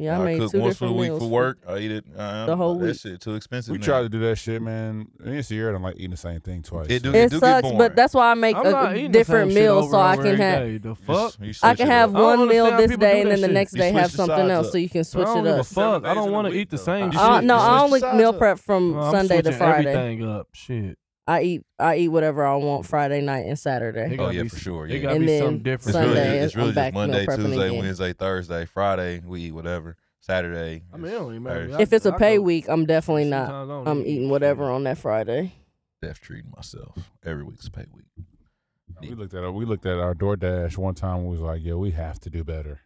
E: Yeah, I made
C: cook
E: two
C: once for the
E: different
C: week
E: meals.
C: for work. I eat it uh,
E: The whole
C: that
E: week.
C: shit too expensive.
A: we
C: now.
A: tried to do that shit, man. Me and Sierra don't like eeating the same thing twice.
C: It do-
E: It
C: get
E: sucks,
C: boring.
E: but that's why I make
F: I'm not
E: a
F: eating
E: different
F: the same
E: meal
F: shit
E: so
F: over
E: I
F: and over
E: can have
F: every day. The
C: You
F: fuck.
C: s- you
E: I
C: switch
E: can
C: it
E: have
C: up.
F: I don't
E: one meal
F: understand how
E: this
F: people
E: day
F: do
E: and then
F: that
E: the
F: shit.
E: next
C: You
E: day
C: switch
E: have
C: the
E: something
C: sides
E: else
C: up.
E: so you can switch
F: I
E: it
F: don't give a
E: up.
F: fuck. I
C: Seven days
F: don't
C: in
F: want
C: a
F: to
C: week,
F: eat the
C: though.
F: same
C: You
F: shit.
C: switch-
E: Uh, no,
C: you
E: I
C: switch
E: only
C: the sides
E: meal
C: up.
E: prep from
F: I'm
E: Mm, Sunday to
F: switching
E: Friday.
F: Everything up. Shit.
E: I eat I eat whatever I want Friday night and Saturday.
F: It gotta
C: yeah,
F: be
C: for
F: s-
C: sure,
F: It
C: yeah.
F: gotta
E: And
F: be
E: then
F: something different.
C: It's
E: Sunday,
C: really, it's
E: I'm
C: really
E: back
C: just
E: meal
C: Monday,
E: prepping
C: Tuesday,
E: again.
C: Wednesday, Thursday, Friday. We eat whatever. Saturday.
F: I mean, it don't even matter.
C: Thursday.
F: I-
E: If it's a
F: I
E: pay
F: go-
E: week, I'm definitely not.
F: Sometimes I don't
E: I'm
F: even
E: eating
F: eat
E: whatever on that Friday.
C: Death treating myself. Every week's a pay week.
A: we looked at our, we looked at our DoorDash one time. We was like, yeah, we have to do better.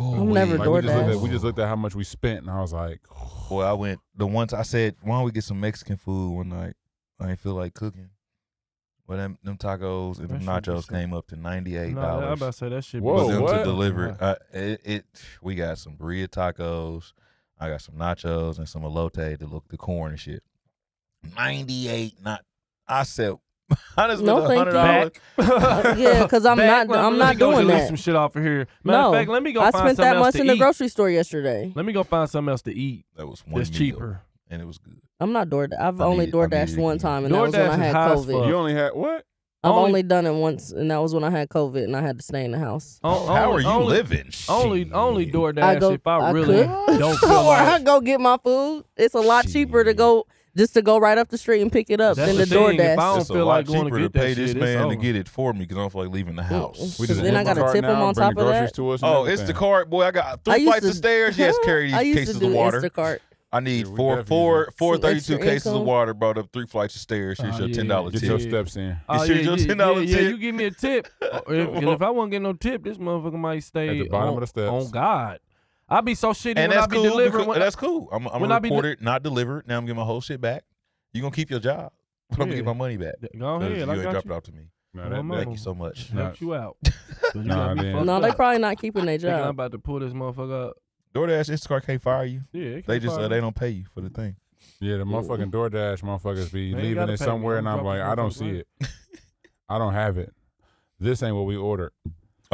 C: Ooh,
E: I'm never
A: Like, we,
C: we-
A: just looked at,
E: DoorDash.
A: we just looked at how much we spent, and I was like,
C: Boy, I went the once I said, why don't we get some Mexican food one night? I ain't feel like cooking. Well, them, them tacos and them
F: That should be
C: nachos
F: some-
C: came up to ninety eight
F: Nah, I'm
C: dollars.
F: about to say that shit. be
A: Whoa,
C: for them
F: something
C: to
A: what?
C: deliver. I, it, it we got some burrito tacos. I got some nachos and some elote to look the corn and shit. Ninety eight, not I said. I just
E: No,
C: spent a
E: thank
C: hundred
E: you.
C: dollars.
F: Back.
E: yeah, 'cause I'm
F: Back.
E: not-
F: Let me-
E: I'm
F: let
E: not
F: me go
E: doing
F: delete
E: that.
F: some shit off of here. Matter
E: no,
F: of fact, let me go
E: I
F: find
E: spent
F: something
E: that
F: else
E: much
F: to
E: in the
F: eat.
E: grocery store yesterday.
F: Let me go find something else to eat
C: That was one
F: that's
C: meal,
F: cheaper.
C: and it was good.
E: I'm not DoorDash. I've
C: I
E: only
C: need- I need
E: DoorDashed
C: to
E: one
C: eat.
E: time, and that was when
F: DoorDash
E: I
F: is
E: had
F: high as
E: COVID.
F: fuck.
A: you only had what?
E: I've
F: Only-
E: only, done it once, and that was when I had COVID, and I had to stay in the house.
F: O-
C: How
F: only-
C: are you
F: only-
C: living?
F: Only, only
C: Shit.
F: DoorDash
E: I go-
F: if I,
E: I
F: really
E: cook.
F: don't
E: or
F: feel like
E: I go get my food. It's a lot cheaper to go just to go right up the street and pick it up
F: That's
E: than
F: the
E: to
F: thing. If
E: DoorDash.
F: I don't
C: It's a
F: feel
C: lot
F: like going
C: cheaper
F: to
C: to
F: get that
C: pay this
F: shit, it's
C: man to
F: over.
C: get it for me because I don't feel like leaving the house.
A: We
E: Cause
A: just
E: then
A: hit
E: I
A: the
E: gotta
A: cart
E: tip 'em
A: now, bring
E: on
A: the
E: top of that.
A: groceries To us and
C: Oh, it's the
A: everything.
C: cart, boy! I got
E: I
C: three
E: used
C: flights
E: to-
C: of stairs. Yes, carry
E: I
C: these
E: used
C: cases
E: to do
C: of water.
E: Instacart.
C: I need
A: Yeah, we
C: four,
A: definitely
C: four,
A: do.
C: four
E: Some
C: thirty-two
E: extra
C: cases of
E: income.
C: water. Brought up three flights of stairs. Here's
F: Oh,
C: your
F: yeah.
C: ten dollar
F: Get
A: Get
C: tip.
A: your
F: Yeah.
A: steps in.
F: Oh,
C: You
F: yeah,
C: sure your
F: yeah, yeah,
C: $10
F: yeah,
C: tip?
F: you give me a tip. Or if, and if I won't get no tip, this motherfucker might stay
A: At the bottom
F: on,
A: of the steps.
F: On God, I be so shitty
C: and
F: when
C: that's
F: I be
C: cool.
F: delivering.
C: because-
F: When,
C: that's cool. I'm, I'm
F: when
C: gonna
F: I be
C: report
F: de-
C: it, not delivered. Now I'm gonna get my whole shit back. You gonna keep your job, but I'm gonna get
F: Yeah.
C: my money back.
F: Go
C: 'Cause
F: ahead,
C: you
F: I
C: ain't
F: got
C: dropped
F: you.
C: it off to me.
A: Nah,
F: Well,
A: that-
F: my
A: that-
C: Thank you so much.
A: Nah.
F: help you out.
C: Nah,
F: But you got me
A: man.
F: fucked
E: No, they
F: up.
E: probably not keeping their
F: Thinking I'm
E: job.
F: about to pull this motherfucker up.
C: DoorDash, Instacart can't fire you.
F: Yeah, it
C: they
F: can't
C: just
F: fire
C: uh, they
F: you.
C: don't pay you for the thing.
A: Yeah, the motherfucking DoorDash motherfuckers be
C: They ain't
A: leaving
C: gotta
A: it
C: pay me.
A: somewhere,
C: I'm
A: and I'm
C: dropping
A: like,
C: it
A: I don't
C: off
A: see
C: right
A: it. I don't have it. This ain't what we ordered.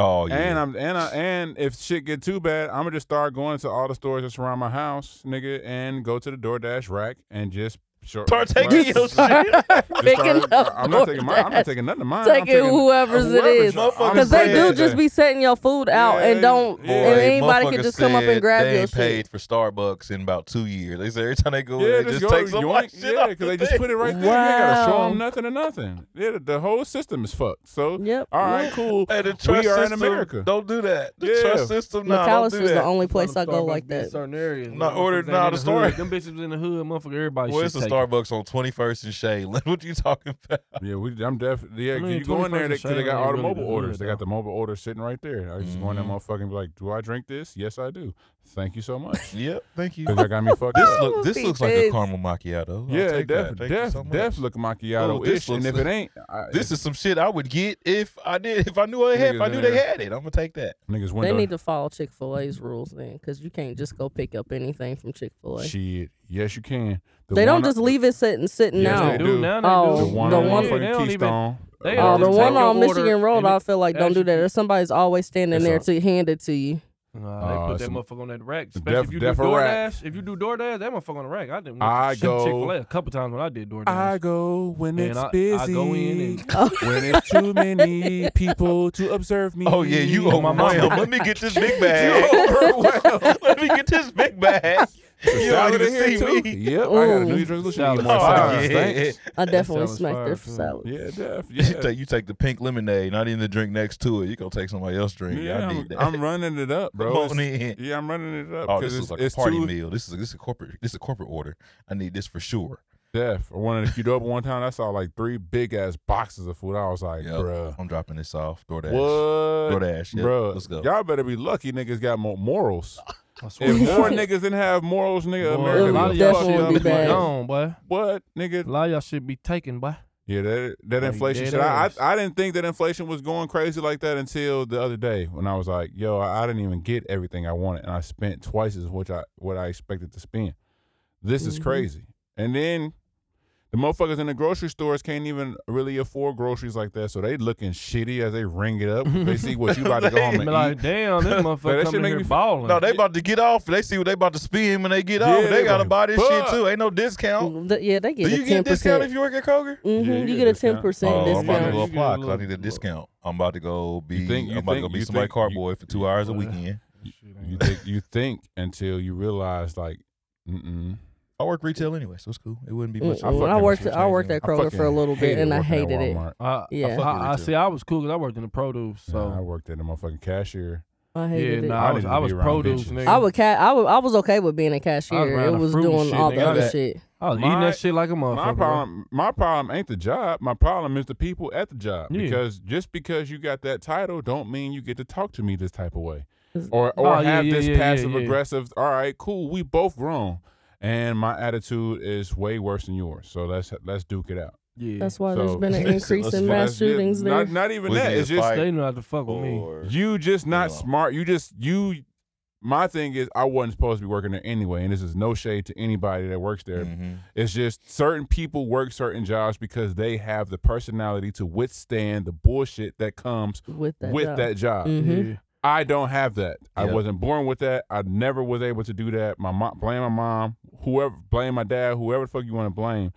C: Oh yeah.
A: And I'm and I, and if shit get too bad, I'm gonna just start going to all the stores that surround my house, nigga, and go to the DoorDash rack and just short,
C: Start taking your shit.
E: Picking up
A: I'm not taking mine. I'm not
E: DoorDash.
A: taking nothing of mine. I'm
E: Taking whoever's it is,
A: Motherfuckers
E: because they
A: said
E: do
A: that.
E: just be setting your food out and don't. and anybody can just come up and grab
C: they
E: your
C: ain't
E: shit.
C: paid for Starbucks in about two years. They say every time they go,
A: Yeah,
C: in, they
A: just
C: just,
A: go
C: take some
A: yoink.
C: shit
A: Yeah,
C: off
A: 'cause
C: the
A: they just
C: thing.
A: put it right there. You ain't gotta show them nothing or nothing. Yeah, the- the whole system is fucked. So all right, cool.
C: Hey, the
A: we
C: trust
A: are in
C: system,
A: America.
C: Don't do that. The
A: Yeah.
C: trust system. Nah,
E: McAllister's
C: don't do
E: the
C: that.
E: only place I go
F: Starbucks
E: like
F: be in
E: that.
F: Certain areas.
C: Not
F: motherfuckers
C: ordered,
F: ain't
C: nah,
F: in
C: the
F: hood.
C: story.
F: Them bitches in the hood, motherfucker. Everybody.
C: Well,
F: should
C: it's a
F: take it.
C: Starbucks on 21st and Shayland. What you talking about?
A: Yeah, we. I'm definitely. Yeah,
F: I
A: 'cause
F: mean,
A: you go in there
F: 21st
A: because they got all
F: ain't
A: the
F: really
A: mobile
F: the
A: orders.
F: hood,
A: They got the mobile orders sitting right there. I just go in that motherfucker and be like, "Do I drink this? Yes, I do. Thank you so much."
C: Yep. Thank you.
A: Because that got me fucked
C: This
A: up.
C: look, this
E: be
C: looks like a
E: pissed.
C: caramel macchiato. I'll
A: yeah,
C: take
A: def,
C: that. Thank you
A: def,
C: so much.
A: def look macchiato
C: this
A: ish, and if
C: looks-
A: it ain't, I,
C: This is some shit I would get if I did, if I knew I had, if I
A: Niggas
C: knew
A: in
C: they
A: there.
C: had it. I'm gonna take that.
A: niggas
E: They
A: window.
E: need to follow Chick Fil A's rules then, because you can't just go pick up anything from Chick Fil A.
A: Shit, yes, you can. The
E: They don't
A: one-
E: just leave it sitting sitting
A: Yes,
E: out.
A: they
F: do.
A: do.
F: Now they
E: Oh,
F: do.
A: The one
E: the
A: on
E: one-
F: They don't
A: motherfucking
F: even-
A: Keystone.
F: they
A: uh,
E: Oh,
F: don't
E: the
F: just
E: one
F: take your
E: on Michigan
F: order
E: Road,
F: and
E: I
F: it-
E: feel like don't
F: as
E: do
F: you-
E: that. Or somebody's always standing
A: It's
E: there
A: a-
E: to hand it to you.
F: Nah,
A: Uh,
F: they put that
A: some-
F: motherfucker on that rack. Especially
A: Def-
F: if you do
A: Def a rack.
F: DoorDash, if you do DoorDash, that motherfucker on the rack. I didn't.
A: I
F: Chick Fil
A: go-
F: A a couple times when I did DoorDash.
A: I go when
F: And
A: it's
F: I-
A: busy.
F: I go in and-
A: when it's too many people to observe me.
C: Oh yeah, you owe my
F: mama.
C: mom. Let me get this big
A: You
C: bag.
A: Oh, overwhelmed.
C: Let me get this big bag. You don't
A: Salad
C: even
A: in
C: see
A: here too.
C: me.
A: Yep, I got a New
E: Ooh.
A: Year's resolution.
F: Salad.
A: to eat
C: Oh,
A: more salad.
C: yeah.
A: Thanks.
E: I definitely
F: sounds
E: smacked
F: fire,
E: her for
F: too.
E: salad.
A: Yeah, def.
C: You
A: Yeah.
C: take, you take the pink lemonade, not even the drink next to it. You gonna take somebody else's drink.
A: Yeah,
C: I
A: I'm,
C: need that.
A: I'm running it up, bro.
C: Come on in.
A: It's- Yeah, I'm running it up.
C: oh,
A: 'cause
C: this
A: it's,
C: is like
A: it's
C: a party
A: too
C: meal. This is this is a corporate this is a corporate order. I need this for sure.
A: Def. One of the Qdoba one time, I saw like three big ass boxes of food. I was like,
C: Yep.
A: bruh.
C: I'm dropping this off. DoorDash.
A: What?
C: DoorDash. Yep.
A: Bruh,
C: Let's go.
A: Y'all better be lucky niggas got more morals.
F: I swear.
A: If more niggas didn't have morals, nigga,
F: Boy,
A: America
F: a lot of
A: would
F: y'all
A: fuck
E: definitely
A: up.
E: be
F: shit be
E: bad.
F: gone, boy.
A: What,
F: A
A: nigga?
F: lot of y'all should be taken, boy.
A: Yeah, that that
F: Like
A: inflation
F: dead
A: shit. I,
F: ass.
A: I I didn't think that inflation was going crazy like that until the other day when I was like, yo, I, I didn't even get everything I wanted, and I spent twice as what I what I expected to spend. This
E: Mm-hmm.
A: is crazy. And then the motherfuckers in the grocery stores can't even really afford groceries like that, so they looking shitty as they ring it up. they see what you about to go home
F: Be
A: and eat.
F: like, damn, this motherfucker
A: shit
F: coming
A: make
F: here
A: me-
F: balling.
C: No, they about to get off. They see what they about to spend when they get off.
A: Yeah,
C: They
A: they
C: gotta
A: like,
C: buy this shit
A: "Fuck."
C: too. Ain't no discount.
E: Mm, th- yeah, they
C: Do
E: get
C: you
E: a
C: get
E: ten
C: a discount if
E: percent.
C: you work at Kroger?
E: Mm-hmm.
A: Yeah,
E: You,
A: you
E: get
A: get
E: a
A: a discount.
E: ten percent
C: Oh, I'm about to
E: discount.
C: go
F: You
C: apply
F: get a
C: because I need a
F: little-
C: discount. I'm about to go be.
A: think- you
C: I'm about to
A: think-
C: go be
A: you
C: somebody
A: think-
C: carboy
A: you-
C: for two hours a
F: Yeah.
C: weekend.
A: You think you think until you realize like, mm-mm.
C: I work retail anyway, so it's cool. It wouldn't be much.
E: Mm-mm. When I
A: fucking
E: worked,
A: hate
E: I worked at
A: I
E: Kroger for a
A: fucking
E: little bit, and I
A: working at
E: hated it.
A: Walmart.
F: I,
E: Yeah.
F: I,
E: I
C: fuck with
F: I,
C: it, too.
F: see. I was cool because I worked in the produce,
A: Nah, I
F: so
A: worked at the motherfucking cashier.
E: I
F: yeah.
E: hated
F: Nah,
A: I
F: I was,
A: didn't
F: I was
A: be around
F: produce,
A: bitches.
F: nigga.
E: it. I would, ca- I would, I was okay with being a cashier.
F: around
E: It
F: the
E: was
F: fruit and
E: doing
F: shit,
E: all
F: nigga.
E: the
F: I
E: other
F: was-
E: shit.
F: I was
A: My-
F: eating that shit like a motherfucker.
A: My problem, my problem ain't the job. My problem is the people at the job.
F: Yeah.
A: Because just because you got that title, don't mean you get to talk to me this type of way, or or
F: Oh, yeah,
A: have
F: yeah,
A: this
F: yeah, yeah,
A: passive
F: yeah.
A: aggressive. All right, cool. We both grown, and my attitude is way worse than yours. So let's let's duke it out.
F: Yeah,
E: That's why
A: So-
E: there's been an
C: Let's-
E: increase in
C: let's-
E: mass
A: That's it.
E: shootings there.
A: Not, not even
C: We
A: that.
C: need to
A: It's just
C: fight
F: they know how to fuck with me.
A: you just not
C: Yeah.
A: smart. You just you. My thing is, I wasn't supposed to be working there anyway, and this is no shade to anybody that works there.
C: Mhm.
A: It's just certain people work certain jobs because they have the personality to withstand the bullshit that comes
E: with that.
A: with
E: job.
A: that job.
E: Mhm.
F: Yeah.
A: I don't have that. I
C: Yeah.
A: wasn't born with that. I never was able to do that. My mom, blame my mom, whoever, blame my dad, whoever the fuck you want to blame.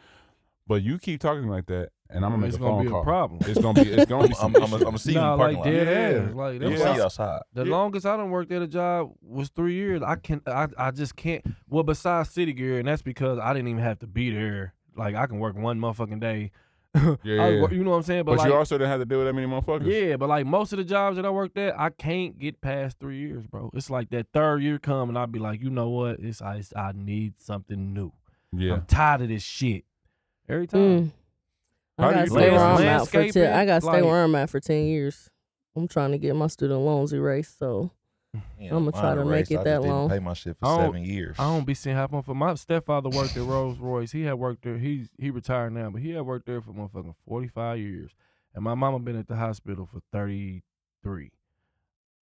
A: But you keep talking like that, and I'm gonna make
F: It's
A: a
F: gonna
A: phone
F: be a
A: call.
F: problem.
A: It's gonna be. It's gonna be. Some
C: I'm gonna
A: issue.
C: see you in
F: nah,
C: the parking
F: like
C: lot.
F: dead
A: Yeah.
F: ass. Like
C: I'm
F: that
C: gonna
A: Yeah.
F: was
C: see you outside.
F: The
A: Yeah.
F: longest I done worked at a job was three years. I can I, I just can't well besides city gear, and that's because I didn't even have to be there. Like I can work one motherfucking day. I
A: Yeah, yeah.
F: wor- you know what I'm saying?
A: But,
F: But,
A: you
F: like
A: also didn't have to deal with that many motherfuckers.
F: yeah, but like most of the jobs that I worked at, I can't get past three years, bro. It's like that third year come and I'll be like, you know what? It's I it's- I need something new.
A: Yeah.
F: I'm tired of this shit. Every time.
E: Mm.
A: How
E: I
A: do
E: gotta
A: you
E: stay
A: do
E: where
A: that?
E: I'm at for ten. I
F: Landscaping,
E: gotta stay
F: like-
E: where I'm at for ten years. I'm trying to get my student loans erased, so
C: Yeah,
E: I'ma
C: mine
E: try to
C: erased.
E: make it
C: I
E: that
C: just didn't
E: long.
C: Pay my shit
F: I
C: for
F: don't-
C: seven years.
F: I don't be seeing how motherfucker. My stepfather worked at Rolls Royce. He had worked there. He's he retired now, but he had worked there for motherfucking forty five years. And my mama been at the hospital for thirty three.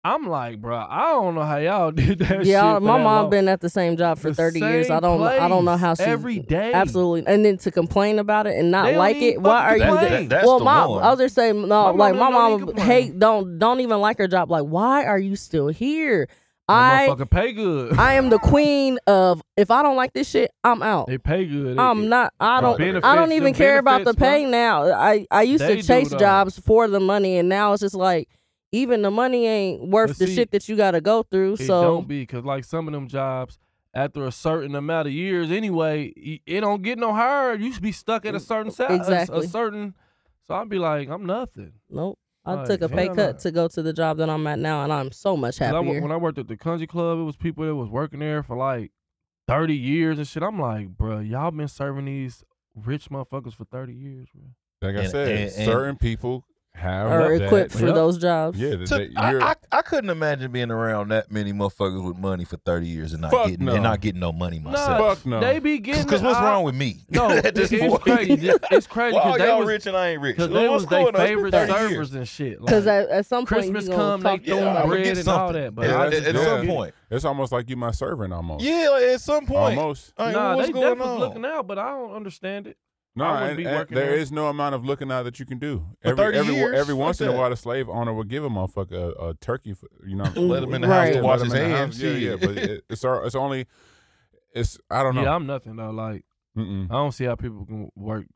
F: I'm like, bro, I don't know how y'all did that.
E: yeah,
F: shit for
E: my mom
F: that long.
E: been at the same job for
F: The
E: thirty years.
F: same
E: I don't. I don't know how
F: place
E: she
F: every day.
E: Absolutely, and then to complain about it and
F: They
E: not
F: don't
E: like
F: even
E: it. Why are
F: fucking
E: you?
F: complain. That- that's
E: well,
F: the
E: mom,
F: one.
E: I was just saying, no,
F: My
E: like my
F: mama don't even
E: mom, hate don't don't even like her job. Like, why are you still here? I
F: Motherfucker pay good.
E: I am the queen of if I don't like this shit, I'm out.
F: They pay good.
E: I'm not. I
F: The
E: don't. I
F: benefits-
E: don't
F: the
E: even care about the
F: benefits,
E: pay
F: bro.
E: now. I I used
F: They
E: to
F: do,
E: chase
F: though.
E: jobs for the money, and now it's just like even the money ain't worth
F: But
E: the
F: see,
E: shit that you got to go through.
F: It
E: So
F: don't be because like some of them jobs, after a certain amount of years, anyway, y- it don't get no higher. You should be stuck at a certain salary,
E: Mm, Exactly.
F: a, certain. So I'd be like, I'm nothing.
E: nope. I
F: Like,
E: took a pay
F: hell
E: cut to go to the job that I'm at now, and I'm so much
F: 'Cause I wo-
E: happier.
F: when I worked at the country club, it was people that was working there for like thirty years and shit. I'm like, bruh, y'all been serving these rich motherfuckers for thirty years, bro.
A: Like I
C: And-
A: said,
C: and- and-
A: certain people have
E: Are
A: that-
E: equipped for those jobs.
A: Yeah, that-
C: To-
A: that
C: I,
A: you're-
C: I, I couldn't imagine being around that many motherfuckers with money for thirty years and not
A: Fuck
C: getting
A: no.
C: and not getting no money myself.
A: Fuck no.
F: They be getting
C: Because what's
F: I-
C: wrong with me?
F: No,
C: at this
F: it's
C: point?
F: crazy. It's crazy.
C: Why
F: 'cause
C: are
F: they
C: y'all
F: was-
C: rich and I ain't rich?
F: Because they
C: What's
F: was their
C: going on? It's been
F: favorite
C: 30
F: servers
C: years.
F: and shit.
E: Because
F: like,
E: at, at some point
F: Christmas
E: you gonna
F: come, they
E: talk to
F: throwing
E: them.
C: I'ma
F: bread
C: get
F: and all
C: something.
F: that, but
C: Yeah,
F: I
C: at-
F: just
C: at
F: don't
C: some
F: get it.
C: point.
A: It's almost like you my servant almost.
C: Yeah, like, at some point.
A: Almost.
C: Like,
F: nah,
C: what's
F: they
C: going
F: definitely
C: on?
F: was looking out, but I don't understand it.
A: No,
F: I wouldn't
A: and,
F: be
A: and
F: working
A: there
F: there.
A: is no amount of looking out that you can do.
C: For
A: Every
C: 30
A: every,
C: years?
A: every
C: Fuck
A: once in a
C: that.
A: while, the slave owner will give a motherfucker a, a turkey. For, you know,
C: Let him in the
E: Right.
C: house to
A: Yeah,
C: wash
A: let
C: his
A: him in the
C: hands.
A: house. Yeah, yeah.
C: shit.
A: But it, it's our- it's only it's I don't know.
F: Yeah, I'm nothing though. Like
A: Mm-mm.
F: I don't see how people can work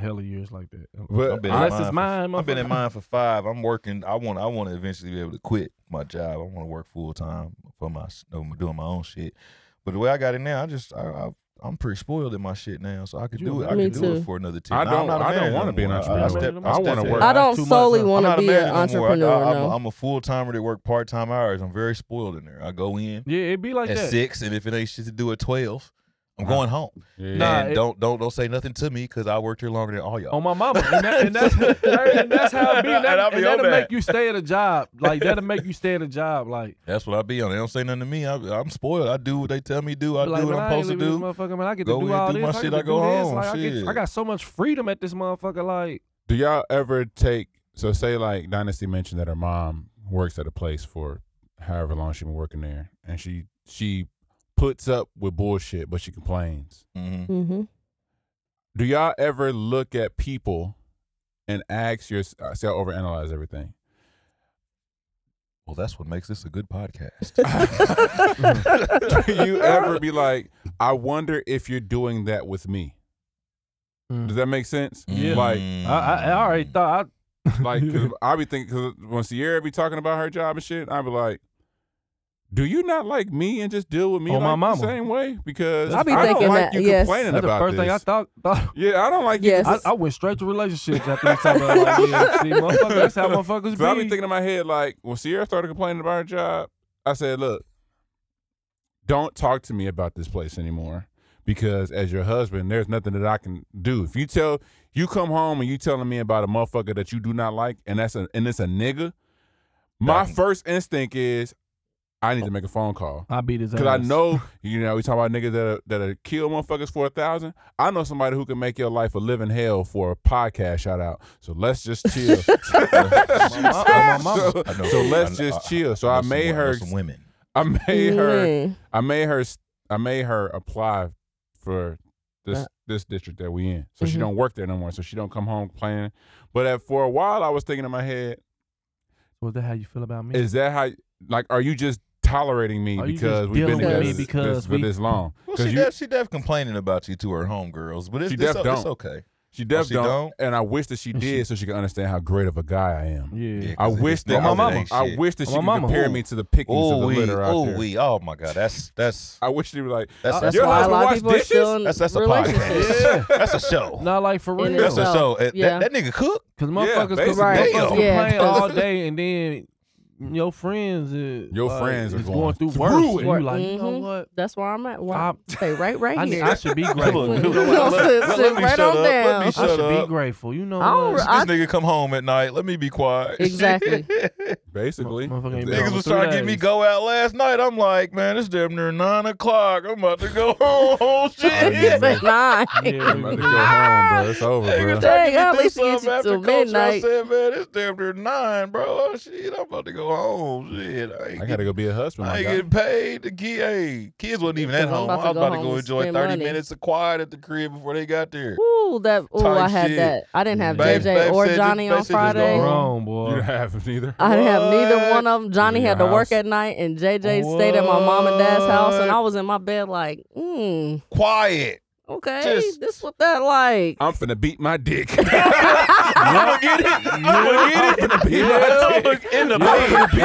F: hella years like that.
A: But
C: I've been in
F: Unless
C: mine
F: it's
C: for-
F: mine,
C: I've been in
F: motherfucker.
C: mine for five. I'm working. I want. I want to eventually be able to quit my job. I want to work full time for my I'm doing my own shit. But the way I got it now, I just I, I I'm pretty spoiled in my shit now, so I could
F: You
C: do
F: a
C: it. I
E: Me
C: could do
E: too.
C: it for another ten.
A: I
C: Nah,
A: don't-
C: I'm not a
A: I don't
C: manager
A: wanna be an
C: no more.
A: entrepreneur. I wanna
C: step
A: work.
E: I
C: out.
E: don't
F: too much,
E: solely
F: huh?
C: I'm
E: want to
C: not a
E: be an
C: manager no more. I-
E: entrepreneur.
C: I,
E: no.
C: am a full timer that work part time hours. I'm very spoiled in there. I go in
F: Yeah, it'd be like
C: at
F: that.
C: six, and if it ain't shit to do at twelve, I'm going home.
A: Yeah.
F: Nah,
C: and
F: it-
C: don't don't don't say nothing to me because I worked here longer than all y'all.
F: On my mama, and, that, and that's and that's how it be. And, that,
C: And I'll
F: and,
C: be on
F: that'll
C: that.
F: make you stay at a job. Like that'll make you stay at a job. Like,
C: That's what I be on. They don't say nothing to me. I, I'm spoiled. I do what they tell me to do. I
F: like
C: do what
F: man,
C: I'm
F: I ain't
C: supposed to
F: leaving
C: do.
F: this motherfucker, man. I get
C: Go
F: to do
C: in,
F: all
C: do
F: this.
C: my
F: I get
C: shit,
F: to
C: I go
F: do this.
C: home,
F: Like, I, get, I
C: shit.
F: got so much freedom at this motherfucker. Like,
A: Do y'all ever take so say like Dynasty mentioned that her mom works at a place for however long she been working there and she she puts up with bullshit but she complains.
C: Mhm.
E: hmm
A: Do y'all ever look at people and ask your I say I overanalyze everything.
C: Well, that's what makes this a good podcast.
A: Do you ever be like, I wonder if you're doing that with me?
F: Mm.
A: Does that make sense?
F: Yeah.
A: Like
C: Mm.
F: I, I, I already thought. I,
A: Like, cause I be thinking, cause when Sierra be talking about her job and shit, I be like, "Do you not like me and just deal with me
F: On my
A: like
F: mama.
A: the same way?" Because
F: I
A: I,
F: be
A: don't
E: thinking
A: like
E: that,
A: you
E: yes.
A: complaining
F: that's the
A: about
F: first
A: this.
F: thing I thought. thought
A: yeah, I don't like you.
E: Yes.
F: I, I went straight to relationships after we talked about it. Like, yeah, see, motherfucker, that's how motherfuckers
A: So I be
F: be.
A: thinking in my head like, when Sierra started complaining about her job, I said, "Look, don't talk to me about this place anymore." Because as your husband, there's nothing that I can do. If you tell you come home and you telling me about a motherfucker that you do not like, and that's a and it's a nigga, my
C: That-
A: first instinct is I need to make a phone call.
F: I beat his ass.
A: Cause I know you know we talking about niggas that are, that are kill motherfuckers for a thousand. I know somebody who can make your life a living hell for a podcast shout out. So let's just chill.
C: On my- on my mama.
A: So-
C: I know-
A: so let's
C: I know-
A: just chill. So I
C: know
A: made
C: some- know
A: her-
C: some women.
A: I made her.
E: Man.
A: I made her. I made her apply for this
E: Uh,
A: this district that we in. So she
E: Mhm.
F: Mm-hmm.
A: don't work there no more. So she don't come home complaining. But at, for a while, I was thinking in my head,
F: Was that how you feel about me?
A: is that how? Like, are you just tolerating me
F: Are you
A: because
F: just
A: we've been
F: dealing
E: with
A: together
E: me
A: this-
F: because
A: this, for
F: we-
A: this long?
C: Well,
A: 'Cause
C: she
A: you-
C: def, she def complaining about you to her homegirls, but it's,
A: She
C: it's,
A: def
C: o- it's
A: don't.
C: okay.
A: She
C: Oh,
A: def
C: she
A: don't,
C: don't?
A: and I wish that she
F: And
A: did
F: she-
A: so she could understand how great of a guy I am.
F: yeah.
C: Yeah,
A: I
C: 'cause it-
A: wish
C: it's
A: that
F: On my
A: I,
F: mama.
C: ain't
A: I
C: shit.
A: wish that
F: On
A: she
F: my
A: could
F: mama.
A: compare
C: Ooh.
A: me to the pickings of
C: Oh
A: the
C: we,
A: litter out
C: oh
A: there.
C: we, oh my god, that's that's
A: I wish she was like,
C: that's
F: That's
C: that's
A: your
E: why a
A: husband
E: lot of
A: wash
E: people are
A: dishes?
E: still in
C: that's, that's a
E: relationships.
C: podcast. that's a show.
F: Not like for
E: In
F: real.
C: that's
F: Because
C: a
E: itself.
C: show. That-
E: Yeah.
C: That, nigga cook.
F: motherfuckers,
A: basically.
F: cause motherfuckers
C: Damn.
E: Yeah.
F: complain all day, and then your friends, uh,
A: Your
F: uh,
A: friends are
F: is
A: going
F: through
A: through
F: worse.
A: it.
F: And you like, you know
E: Mhm.
F: what?
E: That's where I'm at. Why?
F: I-
E: stay right, right
F: I, need,
E: here.
F: I should be grateful.
C: Look,
E: You
C: look,
E: know,
C: look,
E: sit-
C: let-
E: sit
C: let me
E: right
C: shut
E: on
C: up. Let me
E: down.
F: I
C: shut
F: should be
C: up.
F: grateful. You know
E: I don't
F: what?
C: This
E: I-
C: nigga come home at night. Let me be quiet.
E: Exactly.
A: Basically,
F: Motherfucker ain't been
C: Niggas
F: on
C: was
F: three
C: trying to get me
F: days.
C: go out last night. I'm like, man, it's damn near nine o'clock. I'm about to go home. Shit.
E: It's at nine.
F: Yeah,
A: I'm about to
F: we-
A: go home, bro. It's over,
C: Niggas
A: bro.
C: trying
E: Dang,
C: to get
E: at
C: me to do
E: least it gets
C: something
E: you
C: after
E: till
C: culture. I
E: midnight.
C: said, man, it's damn near nine, bro. Oh, shit, I'm about to go home. Shit, I, ain't
A: I gotta
C: get-
A: go be a husband.
C: I
A: my
C: ain't
A: guy.
C: getting paid. The kid, hey, kids wasn't even at
E: I'm
C: home.
E: about to
C: I was
E: go
C: about to
E: home
C: go
E: and
C: enjoy
E: spend
C: thirty
E: money.
C: minutes of quiet at the crib before they got there.
E: Ooh, that ooh,
C: Type
E: I had
C: shit.
E: that. I didn't have
C: Babe-
E: JJ
C: babe
E: or
C: said just-
E: Johnny
C: babe
E: on
C: said just go
E: Friday.
F: Wrong, boy.
A: You don't have neither.
E: I didn't have neither one of them. Johnny
A: In
E: had to
A: your
E: work
A: house?
E: at night, and JJ stayed at my mom and dad's house, and I was in my bed like, mm,
C: Quiet.
E: okay,
C: Just-
E: this what that like.
A: I'm finna beat my dick.
C: I'm gonna get it. I'm gonna get it. Yeah, in the bed. In the
F: I,
C: bed.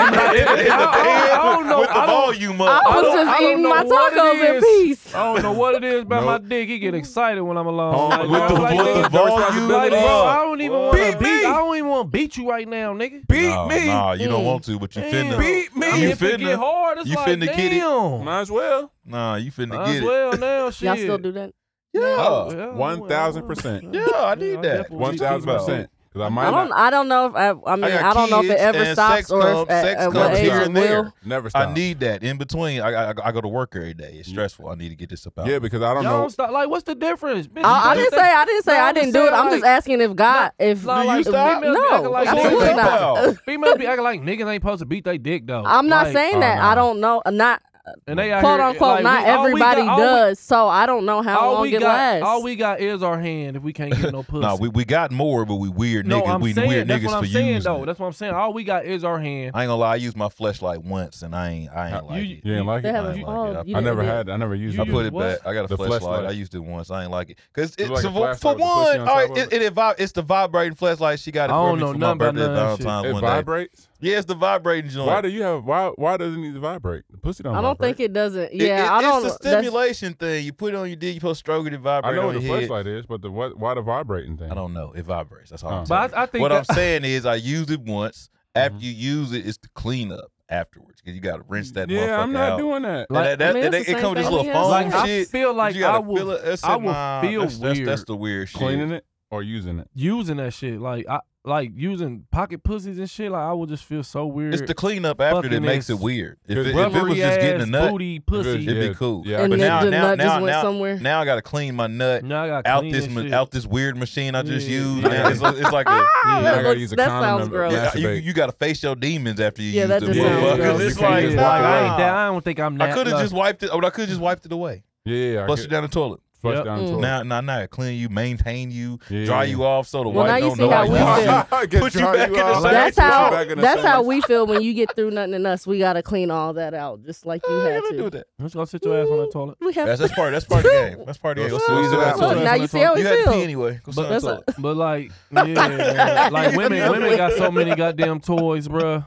F: I don't know.
C: With the
F: I don't,
C: volume up.
E: I
F: I
E: was
F: don't-
E: just
F: I don't
E: eating
F: know
E: my
F: what it
E: tacos in
F: is.
E: peace.
F: I don't know what it is about my dick. He get excited when I'm alone.
A: Oh,
F: Like,
A: with
F: bro,
A: the-
F: I'm like,
A: with the
F: nigga,
C: volume
F: like, bro,
C: up.
F: I don't even want
C: Beat
F: to beat.
C: me.
F: I don't even want to beat you right now, nigga.
C: Beat me. Nah, you don't
E: Mm.
C: want to, but you finna.
F: Beat
C: me.
F: You
C: You
F: if it
C: finna-
F: get hard, it's
C: you
F: like,
C: finna get it.
F: damn.
A: Might as well.
C: Nah, you finna
F: Might
C: get
F: as
C: it.
F: well now, shit.
E: Y'all still do that?
C: Yeah.
F: Yeah,
A: One thousand percent.
C: Yeah, I need that.
F: definitely
A: One
F: do.
A: thousand percent. Because I might
E: I don't.
A: not,
E: I don't know if I. I mean,
C: got
E: I, don't know if it
C: kids
E: ever
C: and
E: stops
C: sex
E: or
C: comes-
E: if at,
C: sex
E: at what
C: comes
E: age
C: here
E: it
C: and there.
E: will.
A: never stop.
C: I need that in between. I, I I go to work every day. It's stressful. I need to get this up out.
A: yeah, because I don't
F: Y'all
A: know.
F: don't stop. Like, what's the difference? Bitch,
E: I, I
F: you
E: didn't say.
F: think-
E: I didn't say.
F: No,
E: I
F: I'm
E: didn't
F: just
E: do it.
F: saying,
E: I'm just
F: like-
E: asking if God, if
F: No, like,
C: you
F: females
C: stop?
F: be acting
E: no,
F: like-
E: absolutely
C: Females
E: not.
C: don't.
F: Females be acting like niggas ain't supposed to beat their dick though.
E: I'm not
F: Like, uh-huh.
E: saying that.
C: Uh-huh.
E: I don't know. uh, Not
F: And they out
E: quote
F: here,
E: unquote.
F: like,
E: not
F: we- all we got-
E: everybody
F: all we-
E: does. so I don't know how
F: all
E: long
F: we
E: it
F: got,
E: lasts.
F: All we got is our hand if we can't get no pussy.
C: Nah, we, we got more, but we weird
F: no,
C: niggas.
F: I'm
C: we
F: saying
C: weird
F: that's
C: niggas
F: what I'm
C: for
F: saying
C: using
F: though.
C: it.
F: That's what I'm saying. All we got is our hand.
C: I ain't gonna lie. I used my flashlight once, and I ain't I ain't like
F: you-
C: it.
A: You didn't like
E: They
A: it.
E: have
C: I
E: a,
C: ain't
E: oh,
C: like it.
E: you
A: I
E: didn't
A: never
E: do it.
A: had. I never used.
F: You
C: I
A: it.
F: used
C: put it
F: what?
C: back. I got a
A: The
C: flashlight.
A: fleshlight.
C: I used it once. I ain't like it because
A: It's
C: it's
A: like a
C: so for,
A: flashlight
C: for
A: with a pussy on
C: one. All
A: top
C: right,
A: of
C: it,
A: it.
C: it, vib- it's the vibrating flashlight. She got it
F: I
C: for
F: don't
C: me
F: know
C: for my
F: nothing about none
C: birthday and
F: of that shit.
C: Valentine's
A: It
C: one day.
A: vibrates.
C: Yeah, it's the vibrating joint.
A: Why do you have? Why? Why doesn't it vibrate? The pussy don't.
E: I don't think
A: vibrate.
E: it doesn't.
C: It-
E: Yeah,
C: it-
E: I don't.
C: It's the
E: that's-
C: stimulation thing. You put it on your dick. You supposed to stroke it and vibrate
A: I know
C: on
A: what the
C: your head.
A: flashlight is, but the what? Why the vibrating thing?
C: I don't know. It vibrates. That's all.
A: Oh.
C: I'm
F: But I, I think
C: what
F: that,
C: I'm saying is, I used it once.
A: Mm-hmm.
C: After you use it, it's the cleanup afterwards because you got to rinse that.
A: yeah,
C: motherfucker
A: I'm not
C: out.
A: doing that.
C: Like, that,
E: I
C: that,
E: mean, it's
C: that-
E: the
C: it
E: same
C: come with this
E: thing
C: little
E: we
C: phone
E: have.
C: shit.
E: Like, I
F: feel like
C: you gotta
F: I will-
C: feel it. That's
F: I
C: it,
F: will
C: nah,
F: feel
C: that's, that's- That's,
F: weird.
C: the weird shit.
A: Cleaning it or using it?
F: using that shit like I like using pocket pussies and shit. Like I would just feel so weird.
C: It's the cleanup after that
F: Fucking
C: makes
F: is
C: it weird. If it, if it
F: rubbery
C: was just getting a
F: ass
C: nut,
F: booty
A: If
F: pussy.
A: it-
C: it'd
A: Yeah.
C: be cool.
A: Yeah,
E: And
C: but
E: then
C: now,
E: the
C: now,
E: nut just
C: now,
E: went
C: now,
E: somewhere.
C: now I gotta clean my nut
F: Now Mm, I got
C: out this ma- out this weird machine I just
F: Yeah.
C: used.
F: Yeah.
C: Now It's, a- it's like
A: Yeah,
C: a
E: that
A: I gotta
E: looks-
A: use a
E: that
A: condom
E: sounds
A: and
E: gross.
C: yeah,
A: masturbate.
C: you, you gotta face your demons after you
E: Yeah,
C: use
E: that
C: the
E: just
A: sounds
C: motherfucker.
A: gross.
C: 'Cause
A: You
C: It's
A: can't
C: like,
A: just
C: it's
A: walk
C: like
F: I
C: I,
F: ain't down. I don't think I'm. That,
C: could have
F: like,
C: just wiped it. I could have just wiped it away.
A: yeah, yeah, I
C: Flush it
A: could-
C: down the toilet.
A: flush
F: Yep.
A: down
E: Mm.
A: toilet.
C: Now, now, now, clean you, maintain you,
A: Yeah.
C: dry you off so the
E: Well,
C: white
E: now you
C: don't
E: see
C: know
E: how
C: why
E: we
C: you-
E: feel.
A: Get
C: Put you
A: dry
C: back in the
A: off.
C: same-
E: That's
C: Put you
E: how.
A: back in the
E: That's how
A: same-
E: we feel when you get through nothing in us. We gotta clean all that out, just like you
C: I
E: had
C: ain't gonna do
E: to.
C: that.
F: Let's go sit your ass on that toilet.
E: We have.
C: That's, that's part. That's part of the game. That's part of the
A: Go
C: game.
A: squeeze it out.
E: Look,
A: that's
E: now
A: what
E: you
A: I
E: see how
F: Oh,
C: You
E: we
C: had to pee
E: feel.
C: anyway. Go sit
F: But
C: on the
E: that's
C: toilet.
F: But like, yeah, like women, women got so many goddamn toys, bruh.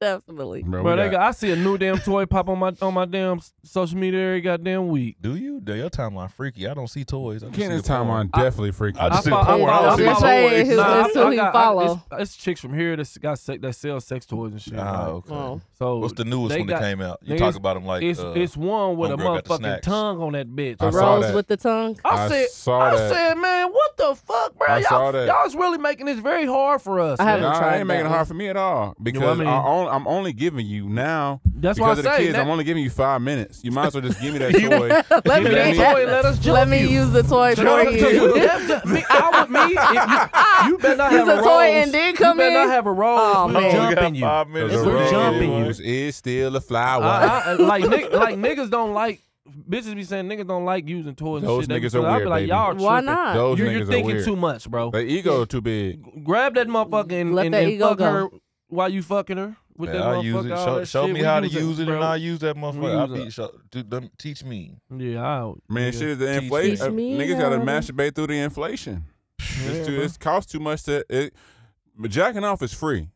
E: Definitely.
A: Bro, we
F: Bro, they
A: got-
F: got, I see a new damn toy pop on my on my damn s- social media every goddamn week.
C: Do you? Do your timeline freaky? I don't see toys. I just see
A: Kenneth's
C: the porn.
A: timeline definitely freaking.
C: I
F: I
C: just see the
F: fo- I
C: porn. I
F: follow-
C: don't see
F: I
C: the
F: follow-
E: Hey, who-
C: toys.
E: Nah, it's who he
F: got-
E: follow.
F: it's, it's chicks from here that's got se- that sell sex toys and shit.
C: Ah,
F: like.
C: okay.
E: Oh.
F: So
C: What's the newest
F: they
C: one
F: got-
C: that came out? You
F: nigga,
C: talk
F: it's-
C: about them like
F: it's
C: uh,
F: it's one with a
C: homegirl got the
F: motherfucking
C: snacks.
F: tongue on that bitch.
A: I
E: The
A: saw
E: rose
A: that.
E: with the tongue.
F: I
A: I
F: said,
A: saw
F: I
A: that.
F: said, man, what the fuck, bro?
A: I
F: y'all,
A: saw that.
F: y'all is really making this very hard for us.
E: I
F: man.
E: haven't
A: Nah, I
E: tried
A: ain't
E: that
A: making it
E: one.
A: hard for me at all because
F: what I mean?
A: I only, I'm only giving you now.
F: That's why
A: because
F: I
A: of the
F: say
A: kids.
F: that-
A: I'm only giving you five minutes. You might as well just give me that toy.
E: Let
A: Give
E: me,
A: me that
F: toy, let us
E: let
F: jump
E: me
F: you.
E: use the toy
F: Tell
E: for
F: them to
E: you.
F: you. That's just- me, I would, me, if you, you better not
E: Use
F: have
E: a
F: a,
E: toy
F: rose.
E: and then come
F: You
E: in?
F: better not have a rose.
E: Oh,
F: we
E: man.
F: jumping
C: We
F: you.
C: got
F: I,
C: five minutes.
F: It's- We're
A: rose
F: jumping Uh, you.
A: is still a flower.
F: I, I- like, nigg- like niggas don't like. Bitches be saying niggas don't like using toys.
A: Those
F: and shit. They be-
A: niggas are
F: I be
A: weird,
F: like,
A: baby.
F: y'all
E: Why
F: tripping.
E: not?
A: Those
F: you're,
A: niggas
F: you're
A: are
F: thinking
A: weird.
F: too much, bro.
A: Their ego too big.
F: Grab that motherfucker and,
E: Let
F: and,
E: that
F: and
E: ego
F: fuck
E: go.
F: her while you fucking her with
C: Yeah,
F: that
C: I'll
F: motherfucker.
C: use it.
F: all
C: Show,
F: that
C: show
F: shit.
C: me
F: We
C: how to
F: use it,
C: use it,
F: bro.
C: and I'll use that motherfucker. I'll
F: use
C: be,
F: it.
C: show, do, them- teach me.
F: Yeah, I'll,
A: Man,
F: nigga.
A: shit is the
C: Teach
A: inflation. Uh,
E: me
A: niggas gotta
E: how to-
A: masturbate through the inflation. It's too.
F: bro.
A: It costs too much to. It, but jacking off is free.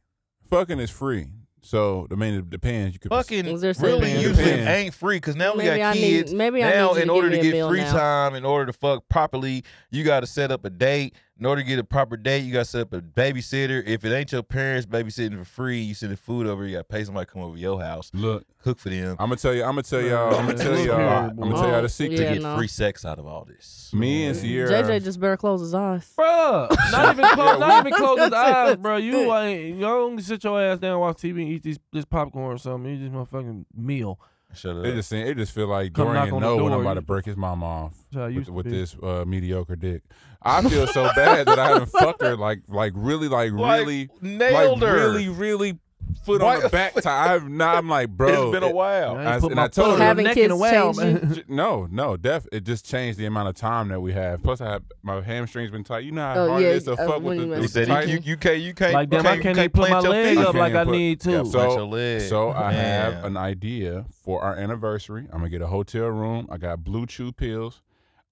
A: Fucking is free. So I mean, it depends. You could
C: Fucking
E: Was there
C: really
E: something-
C: using
A: Depends.
C: ain't free because now we
E: Maybe I
C: got
E: need-
C: kids.
E: maybe I
C: now
E: need you
C: in
E: to
C: order
E: give me
C: to
E: a
C: get
E: bill
C: free
E: now.
C: time, in order to fuck properly, you got to set up a date. In order to get a proper date, you got to set up a babysitter. If it ain't your parents babysitting for free, you sending food over. You got to pay somebody to come over to your house,
A: look.
C: cook for them.
A: I'm gonna tell you. I'm gonna tell y'all. I'm gonna
F: It's
A: tell y'all. I'm
F: terrible.
A: gonna tell y'all
E: Oh,
A: the
C: to
A: secret.
E: yeah,
C: get
E: no.
C: free sex out of all this. Mm-hmm.
A: Me and Sierra.
E: JJ just better close his eyes.
F: Bruh, not even close, not even close his eyes,
E: That's
F: bro. You ain't, you only sit your ass down, watch TV, and eat these, this popcorn or something. Eat this motherfucking meal.
C: Shut up.
A: It just seem, it just feel like
F: Come knock
A: Dorian
F: on the
A: know when
F: door,
A: I'm about
F: you-
A: to break his mom off
F: That's how I
A: with,
F: used to
A: with
F: be.
A: this uh, mediocre dick. I feel so bad that I haven't fucked her like like really like,
C: Like,
A: really
C: nailed
A: like
C: her.
A: really really foot on the back tie. I'm, not, I'm like, bro.
C: It's been a
A: it-
C: while.
A: I,
C: You put
A: and
C: my
A: I told
C: foot
A: her,
C: on your Having neck in a kids while, change man.
A: J- No, no, def. It just changed the amount of time that we have. Plus, I have, my hamstrings been tight. You know how
C: Oh,
A: hard
C: yeah,
A: it is to
C: uh,
A: fuck
C: when
A: with
C: you
A: the,
C: was- He
A: the
C: said you-
A: tight.
C: you- you can't- you can't- Like, damn,
A: you
C: I can't even put
A: plant
C: my
A: your
C: leg
A: feet.
C: up like
A: can't
C: I
A: even
C: need to. Yeah, plant your
A: So,
C: leg.
A: so I have
C: Man.
A: an idea for our anniversary. I'm gonna get a hotel room. I got blue chew pills.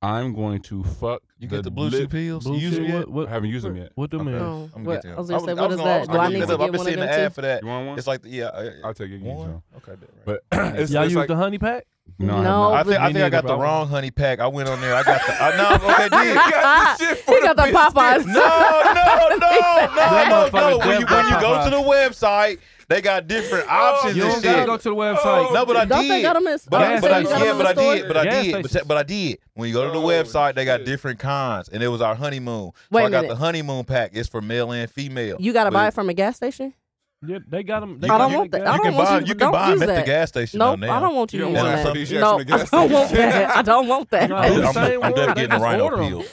A: I'm going to fuck.
C: You get the blue chew pills?
A: Blue
C: You use
A: chew?
C: them yet?
A: What, what, I haven't used them yet.
F: What them
A: Okay.
F: is?
E: Oh,
C: I'm
E: what-
C: gonna get them.
E: I was gonna say, what
C: was- was
E: is
C: gonna- I
E: that?
C: was
E: Do I
C: gonna
E: need
C: look
E: to
C: it up.
E: get
C: I've been
E: one of
C: seeing
E: them
C: the
E: too?
C: ad for that.
A: You want one?
C: It's like, the- yeah, I-
A: I'll take it.
C: one. Okay,
A: But it's,
F: Y'all
A: it's
F: use
A: like,
F: the honey pack?
A: No, I
E: No,
C: I think, I,
F: Me
C: think I got
F: neither,
C: the
F: bro.
C: wrong honey pack. I went on there. I got the. I, no, okay,
E: he
C: did.
E: got Ah, the, Popeyes.
C: No, no, no,
F: That
C: no, no.
F: motherfucker
C: When you, when you go
F: Popeyes.
C: to the website, they got different options
F: You
C: and
F: don't
C: shit.
F: gotta go to the website.
C: No, but I
E: Don't
C: did.
E: they got 'em in-
C: but I,
F: gas
C: but I,
F: stations?
C: yeah, but I
E: Gas
C: did, but I
F: stations?
C: did, but, but I did. When you go to the website, they got different kinds, and it was our honeymoon. So
E: Wait a
C: I got
E: minute.
C: the honeymoon pack. It's for male and female.
E: You gotta
C: But
E: buy it from a gas station.
F: Yeah, they got them. They
E: I
F: got
E: don't
F: them
E: want
F: at
E: that.
F: the
E: I
F: gas-
C: You
E: don't
C: can
E: want
C: buy
E: you,
C: you
E: don't
C: can buy
E: use
C: them at the
E: that.
C: gas station
E: Nope,
C: now.
E: I don't want you,
A: You don't
E: using
A: want
E: that.
A: some of these Jackson
E: no,
A: gas
E: I don't want
A: stations.
E: that. I don't want that.
F: No, the
C: I'm,
F: same
C: I'm
F: one.
C: def
F: They
C: getting the
F: just
C: rhino
F: order 'em.
C: peel.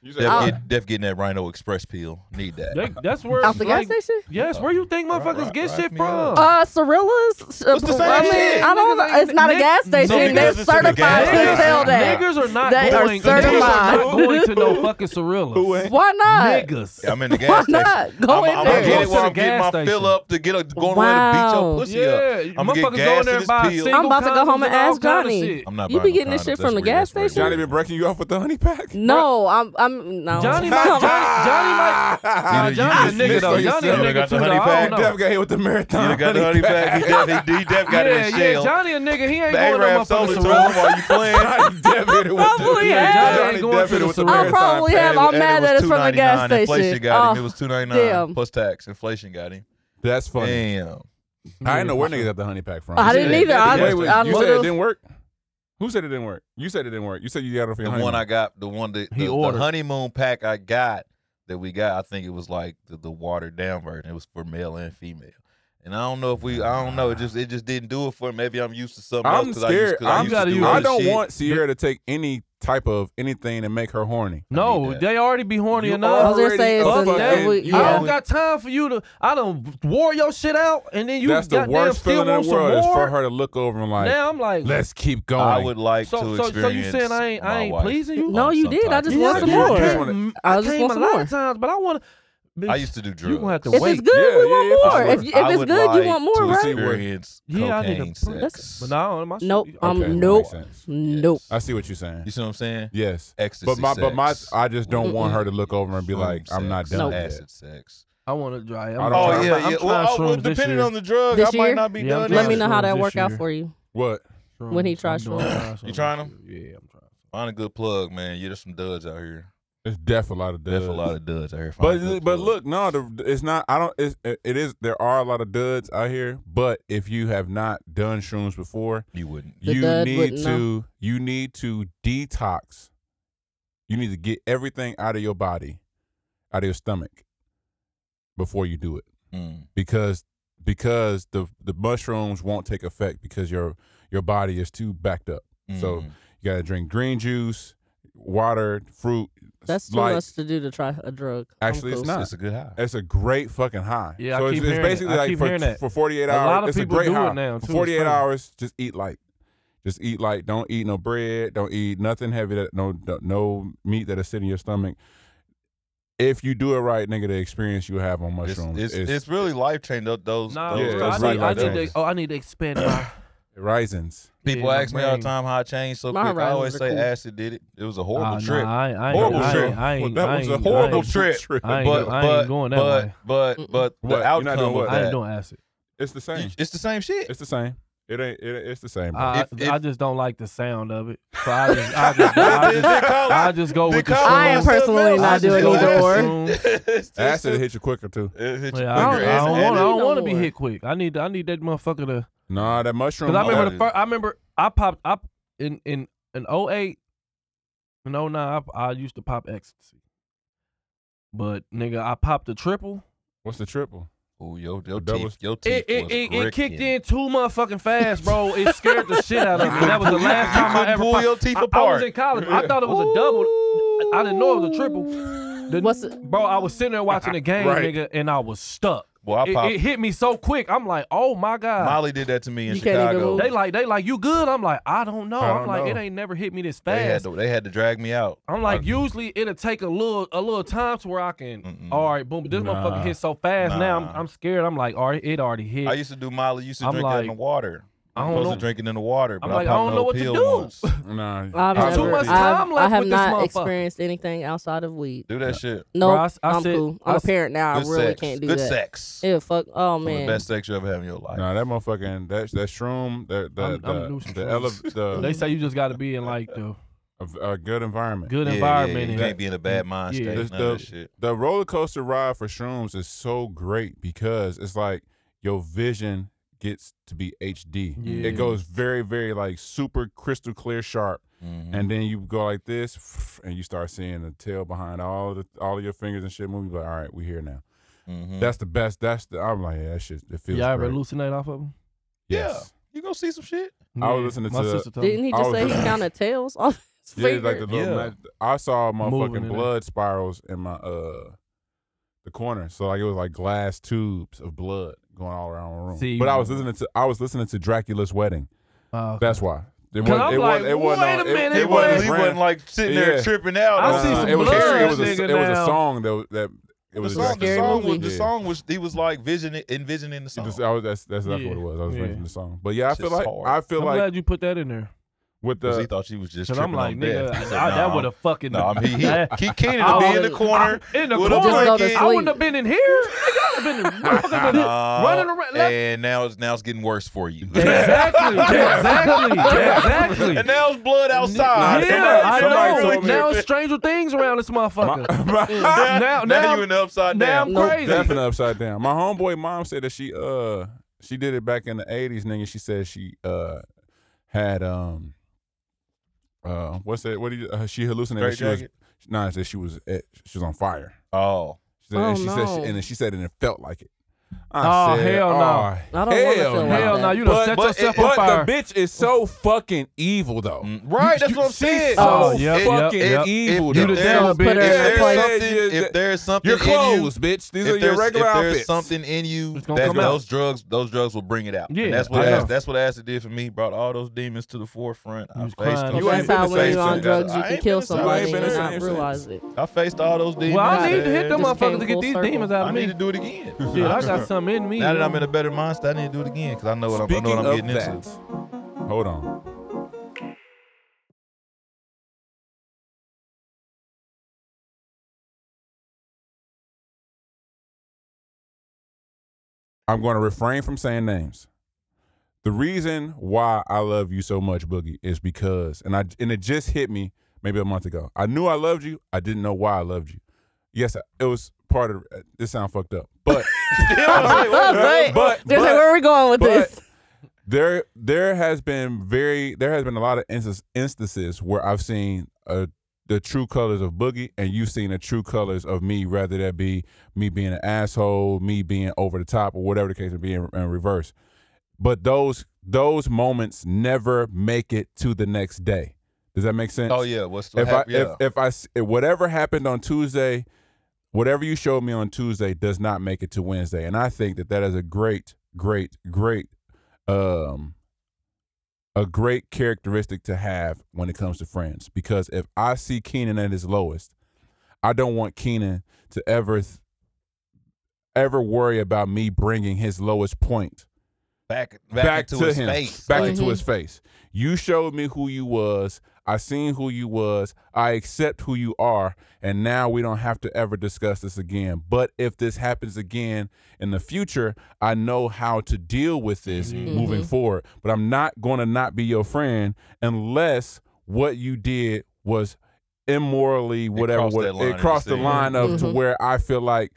A: You said-
C: Def, get, def getting that rhino express peel. Need that.
F: They, that's where
E: Out the gas
F: like,
E: station?
F: Yes, where you think motherfuckers
C: Rock-
F: get
C: rock
F: shit
C: me
F: from?
C: up.
E: Uh, Cirilla's. uh,
C: It's the same
E: I mean,
C: shit.
E: I don't. know. It's not a gas station. They're
C: because it's in the
E: certified
C: gas
E: to
C: station.
E: sell that.
F: Niggas are not
E: They are
F: going. Niggas are not
E: certified.
F: going to no fucking Cirillas.
E: Why not?
F: Niggas.
C: I'm in the
E: Why
C: gas station.
E: not? Go
C: I'm,
E: in
C: I'm
E: there.
C: gonna get
F: Go
C: it
F: to
C: where
F: the
C: I'm getting
F: gas
C: my fill
F: station.
C: up to get a, going wow. to beat your
E: Wow.
C: pussy
F: Yeah,
C: up. I'm gonna
F: motherfuckers
C: get
F: go in
C: gas
F: there
C: in
F: and
C: this
F: buy a
C: peel.
F: single
E: I'm about to go home
F: condoms
E: and
F: all
E: ask
F: kind of
E: Johnny.
F: shit.
C: I'm not
E: You be
C: buying no
E: getting this
C: condoms.
E: shit
C: That's
E: from the
C: weird.
E: gas
C: That's weird.
E: station?
A: Johnny been breaking you off with the honey pack.
E: No, I'm. I'm no.
F: Johnny might. Johnny, Johnny
A: Ah!
F: might. Nah,
C: you
F: Johnny a
C: dismissed
F: nigga though.
C: yourself.
F: Johnny a
C: You done
F: nigga
C: got the
F: too though.
C: honey
F: I
C: pack.
F: don't know.
A: Def got hit with the marathon.
C: You done got the honey pack. He def, he, he def got it in
F: Yeah,
C: his
F: yeah.
C: shell.
F: Johnny a nigga. He ain't
C: the
F: going
C: Arab
F: to no
C: sold it
F: motherfucking
C: to him
F: Cirillas.
C: while you playing.
A: Johnny Def hit it with
E: Probably
A: the
E: has.
F: Johnny ain't going
A: Def
F: to
A: hit it
F: the
A: with the
F: Cirillas.
E: I
A: marathon.
E: probably
C: And
E: have.
C: it was-
E: I'm mad
C: and it
E: that
C: was
E: it's from the gas
C: $2.99. Inflation
E: station.
C: got him. It
E: Oh,
C: was two ninety
E: damn.
C: nine plus tax. Inflation got him.
A: That's funny.
C: Damn.
A: I didn't know where niggas got the honey pack from.
E: I
C: didn't either. I-
A: wait, wait,
E: I
A: you said it
E: literally-
A: didn't work. Who said it didn't work? You said it didn't work. You said you got it off your
C: The
A: honeymoon.
C: one I got, the one that
F: He
C: the, the
F: ordered.
C: honeymoon pack I got that we got, I think it was like the, the watered down version. It was for male and female. And I don't know if we, I don't know. It just, it just didn't do it for. me. Maybe I'm used to something
A: I'm
C: else. 'cause
A: scared.
C: I
A: I'm,
C: used to, I
F: gotta
C: used to
F: use
C: do
A: I
C: other
A: don't
C: shit.
A: want Sierra to take any type of anything to make her horny.
F: No,
C: that.
F: they already be horny
A: You
E: I
F: enough.
E: was gonna say it's
F: Fuck
A: Already
E: a-
F: that.
E: it would-
A: you
F: I
E: yeah.
F: don't got time for you to. I done wore your shit out, and then you
A: That's the
F: goddamn
A: worst
F: still
A: feeling in
F: want
A: the
F: some
A: world is
F: more.
A: for her to look over and like,
F: now I'm like,
A: let's keep going.
C: I would like
F: so,
C: to
F: so, so you
C: experience.
F: saying I ain't, I
C: my
F: ain't
C: wife.
F: pleasing you?
E: No,
C: on
E: you
C: some
E: did. I
C: type
E: just
C: of
E: want
F: I
E: some
F: came-
A: more.
F: I
A: Just
E: more.
A: wanna-
E: I just
F: came
E: want
F: a
E: some
F: lot
E: more.
F: of times, but I want to.
C: I used to do drugs.
F: You gonna have to
E: If
F: wait.
E: it's good,
A: Yeah, yeah,
E: we
A: yeah,
E: want
A: for
E: more.
A: sure.
E: If, you- if
C: I
E: it's
C: would
E: good,
C: like
E: you want more,
C: to
E: right?
C: Experience
F: Yeah, I need to
C: cocaine
F: prove-
C: sex.
F: But no, my shit-
E: Nope. Um,
A: Okay,
E: nope.
A: that makes sense.
E: Nope.
A: I see what you're saying.
C: You see what I'm saying?
A: Yes.
C: Ecstasy.
A: But my, but my,
C: sex.
A: I just don't want her to look over and be like, I'm not
C: Sex,
A: done
E: Nope.
A: yet.
C: Acid sex.
F: I want to dry.
A: I
F: I'm,
A: don't
C: Oh
A: try-
F: trying-
C: yeah,
F: I'm
C: yeah.
F: trying
C: Well, I- well,
F: shrooms this
C: depending
F: year.
C: on the drug,
E: This
C: I might
E: year?
C: not be
F: Yeah, I'm
C: done.
F: trying
E: Let
C: Let
E: me know how
F: shrooms
E: that
F: this
E: work out
F: year.
E: for you.
A: What?
E: When he tries
F: I'm doing
E: shrooms.
F: dry
C: You
F: shrooms.
C: trying 'em?
F: Yeah, I'm trying.
C: Find a good plug, man. Yeah, there's some duds out here.
A: It's def a lot of
C: There's
A: duds.
C: a lot of duds out here. Find a
A: But
C: good
A: but
C: plug.
A: look, no, the, it's not. I don't. It's, it is. There are a lot of duds out here. But if you have not done shrooms before,
C: you wouldn't.
E: The
A: you
E: dud
A: need
E: wouldn't
A: to.
E: know.
A: You need to detox. You need to get everything out of your body, out of your stomach, before you do it,
C: Mm.
A: because because the the mushrooms won't take effect because your your body is too backed up. So
C: Mhm.
A: you gotta drink green juice, water, fruit.
E: That's too
A: like-
E: much to do to try a drug. I'm
A: Actually, it's
E: cool.
A: not.
C: It's a good high.
A: It's a great fucking high.
F: Yeah, I
A: so it's,
F: keep
A: it's
F: hearing it.
A: basically
F: I
A: like
F: keep
A: for,
F: hearing that.
A: for 48
F: A
A: hours.
F: lot of
A: it's
F: people
A: a great
F: do it
A: high.
F: now, too. It's
A: For 48
F: crazy.
A: hours, just eat light. Just eat light. Don't eat no bread. Don't eat nothing heavy. That no no- no meat that'll sit in your stomach. If you do it right, nigga, the experience you have on
C: It's,
A: mushrooms
C: it's,
A: is
C: it's really life changing. Those, those,
F: No,
C: those,
A: Yeah,
F: bro, I
A: it's
F: need,
A: right
F: I
A: like
F: need
A: that.
F: to. Oh, I need to expand my.
A: horizons.
C: people
F: yeah, my
C: ask me all the
F: brain.
C: time how I changed so
E: My
C: quick. I
E: horizons
C: always
E: are
C: say
E: cool.
C: acid did it. It was a horrible
F: Ah,
C: trip.
F: Nah, I, I ain't,
C: Horrible
F: I ain't,
C: trip.
F: I ain't,
A: Well,
F: I
A: that was
F: ain't,
A: a horrible
F: I ain't,
C: trip.
F: I ain't,
C: but
F: go- I ain't
C: but
F: going that
C: but,
F: way.
C: but
E: Mm-mm.
C: but
A: What?
C: the
A: You're not
C: outcome
A: doing
C: of
A: what?
F: I
C: that,
F: ain't doing acid.
A: It's the same.
C: you- it's the same shit.
A: It's the same. It ain't. It, it's the same. bro.
F: I,
C: If- if-
F: I just don't like the sound of it, so I just, I just, I just,
C: Did Colin-
F: I just go
C: did
F: with the
C: Colin-
F: shrooms.
E: I am personally
F: I
E: not
F: just
E: doing
F: go with the
E: either or.
F: shrooms.
C: It's- it's-
A: Acid will hit you quicker too.
C: it hit you
F: Yeah, I
C: quicker.
F: don't,
C: It's-
F: I don't
C: and
F: want, I
C: it-
F: don't
E: no
F: want to be
E: more.
F: hit quick. I need, I need that motherfucker to.
A: Nah, that mushroom.
F: Because I
C: Oh,
F: remember
C: yeah.
F: the first, I remember I popped up in in in 08 and 09, I, I used to pop ecstasy. But nigga, I popped a triple.
A: What's the triple?
C: Ooh, your, your
A: That was-
C: teeth, your teeth
F: It it,
C: was
F: it, it
C: gricking.
F: kicked in too motherfucking fast, bro. It scared the shit out of me. That was the last
C: You
F: time I
C: couldn't
F: ever
C: pull
F: popped.
C: your teeth
F: I- I,
C: apart.
F: was in college. I thought it was a double. I didn't know it was a triple. The-
E: What's it-
F: bro? I was sitting there watching the game,
A: Right.
F: nigga, and I was stuck.
C: Well, I
F: it,
C: popped.
F: it hit me so quick. I'm like, oh my god.
C: Molly did that to me in Chicago.
F: They like they like you good. I'm like I don't know.
C: I
F: I'm
C: don't
F: like it
C: know.
F: ain't never hit me this
C: They had
F: fast.
C: to, they had to drag me out.
F: I'm like usually it'll take a little a little time to where I can. all right, boom. But this motherfucker
C: Nah.
F: hit so fast. Now I'm,
C: Nah.
F: I'm scared. I'm like, all right, it already hit.
C: I used to do Molly. Used to
F: I'm
C: drink that in the
F: like,
C: water.
F: I
C: I'm
F: don't
C: supposed
F: know.
C: to drink it in the water, but
F: I'm like, I
C: popped
F: don't
C: no
F: know what to
C: pill
F: do.
C: once.
A: Nah,
E: I've
C: Popped
E: never-
C: no pill.
E: I've,
F: time left
E: I have
F: with this
E: not
F: motherfucker.
E: experienced anything outside of weed.
C: Do that shit.
E: No,
C: Bro, I s- I
E: I'm
C: said-
E: cool. I'm
C: I
E: a
C: s-
E: parent now. I
C: good
E: really
C: sex.
E: can't do
C: Good
E: that.
C: sex.
E: Ew, fuck. Oh
C: One of
E: man.
C: the best sex you ever had in your life.
A: Nah, that motherfucking that that shroom, that the
F: I'm-
A: the,
F: I'm new to
A: the,
F: drugs.
A: ele- the
F: they say you just got to be in like the
A: a, a uh, good environment.
F: Good Yeah, yeah, environment yeah. You and-
C: can't be in a bad mind state,
A: This-
C: none of
A: the,
C: that shit.
A: the roller coaster ride for shrooms is so great because it's like your vision gets to be HD.
C: Yeah.
A: It goes very, very like super crystal clear sharp. And then you go like this, and you start seeing the tail behind all the all of your fingers and shit moving. You're Like, all right, we here now.
C: Mm.
A: That's the best. That's the. I'm like, yeah, that shit. It feels.
F: y'all ever
A: great.
F: hallucinate off of them.
A: Yes.
C: You gonna see some shit?
A: I was
F: Yeah,
A: listening
F: my
A: to.
F: sister told
E: Didn't he
A: I
E: just
A: was-
E: say he counted tails off his
A: Yeah,
E: finger?
A: it's like the little.
C: Yeah.
A: ma- I saw
F: Moving
A: motherfucking
F: in it.
A: blood spirals in my uh, the corner. So like it was like glass tubes of blood going all around the room.
F: See,
A: but I was
F: you-
A: listening to I was listening to Dracula's Wedding.
F: Oh, okay.
A: That's why. It
F: 'Cause I'm like, wait a
A: on-
F: minute,
A: it, it wasn't,
F: wait.
C: He
A: random.
C: wasn't, like, sitting there tripping out
F: I
A: Nah,
F: see some
A: it was,
F: blood,
A: It was a,
F: nigga,
A: it was
F: now.
A: a song that that it was
C: the song, the
A: Dracula's
C: song was
A: Wedding.
C: the
A: Yeah.
C: song was he was like visioning envisioning the
A: It
C: song.
A: just- I was, that's that's exactly what it was. I was
F: Yeah.
A: reading the song, but yeah, I
C: It's
A: feel
C: just
A: like
C: hard.
A: I feel
F: I'm
A: like
F: glad you put that in there.
A: with
C: Because he
A: the
C: thought she was just.
F: Cause I'm
C: tripping
F: like,
C: on
F: nigga,
C: death. He said,
F: I- that
C: nah,
F: would've fucking-
C: No, I'm, he, he,
F: that-
C: he keen to be in the corner.
F: I, in the
C: with a
E: Just go to
F: corner.
C: blanket.
F: I wouldn't have been in here. Nigga, I'd have been motherfucker been
C: Nah,
F: running around. left-
C: and now it's now it's getting worse for you.
F: Exactly, exactly,
C: and
F: exactly.
C: now it's blood outside.
F: yeah, I
C: Somebody-
F: know.
C: somebody really
F: now
C: can't-
F: it's Stranger Things around this motherfucker.
C: now,
F: now, now,
C: you in the upside
F: now
C: down.
F: I'm
C: world.
F: crazy.
A: Definitely upside down. My homeboy mom said that she uh she did it back in the eighties, nigga. She said she uh had um uh what's that? What do you? Uh, she hallucinated.
C: Straight
A: She was,
C: jacket?
A: nah, that she was at, she was on fire.
C: Oh,
A: She said,
E: Oh,
A: and she said,
E: no.
A: she, and then she said, and it felt like it.
F: Oh, hell no.
A: "Oh,
E: I don't wanna
A: hell
E: feel
A: no.
E: like Hell that. no,
F: you done set
A: but,
F: yourself
A: it-
F: on
A: but
F: fire.
A: the bitch is so fucking evil, though.
C: Mm, right. That's
A: You-
C: what I'm
A: she's
C: saying.
A: So
F: Oh, yep,
A: fucking
F: yep, yep.
A: evil.
F: You
A: though.
F: the devil,
E: Put her in
C: If
E: her
C: there's
E: place.
C: something, if there's something,
A: Your clothes,
C: in you,
A: bitch. These
C: if
A: are your
C: there's-
A: regular
C: if there's
A: outfits.
C: something in you,
F: It's gonna
C: that-
F: come out.
C: those drugs, those drugs will bring it out.
F: Yeah,
C: and that's what
F: I
C: acid,
F: know.
C: that's what acid did for me. Brought all those demons to the forefront. I
F: was
C: faced
F: crying.
C: them.
A: You
E: That's
A: ain't been
E: how
A: the
E: when
A: same
E: you're on
A: since.
E: drugs,
C: I
E: you can
C: ain't
E: kill
C: been the same
E: somebody
A: since.
E: and
A: I ain't
E: not
A: been the
E: realize
A: same
E: it.
C: I faced all those demons.
F: Well, I need to
C: man.
F: hit them
E: Just
F: motherfuckers
E: came
F: to get
E: full
F: these
E: circle.
F: demons out
C: I
F: of
C: need
F: me.
C: to do it again.
F: Shit, I got something in me.
C: Now that I'm in a better mindset, I need to do it again because I know what I'm, I know
A: Speaking
C: what I'm
A: of
C: getting
A: that,
C: into.
A: hold on. I'm going to refrain from saying names. The reason why I love you so much, Boogie, is because, and I and it just hit me maybe a month ago. I knew I loved you. I didn't know why I loved you. Yes, it was part of. This sound fucked up, but
E: Right.
A: but- but-
E: Just like, where are we going with
A: but-
E: this?
A: there there has been very there has been a lot of instance, instances where I've seen uh the true colors of Boogie and you've seen the true colors of me, rather that be me being an asshole, me being over the top, or whatever the case may be in, in reverse. But those those moments never make it to the next day. Does that make sense?
C: Oh yeah, what's what
A: if I
C: hap- yeah.
A: if, if I s- if whatever happened on Tuesday, whatever you showed me on Tuesday does not make it to Wednesday, and I think that that is a great, great, great, um, a great characteristic to have when it comes to friends. Because if I see Keenan at his lowest, I don't want Keenan to ever, th- ever worry about me bringing his lowest point
C: back back,
A: back,
C: into
A: to
C: his
A: him,
C: face,
A: back
C: like,
A: into his face. You showed me who you was. I seen who you was. I accept who you are, and now we don't have to ever discuss this again. But if this happens again in the future, I know how to deal with this
C: Mm-hmm.
A: moving forward. But I'm not going to not be your friend unless what you did was immorally whatever
C: crossed
A: what-
C: that line in
A: it
C: the
A: crossed the
C: sea.
A: line of to
E: Mhm.
A: where I feel like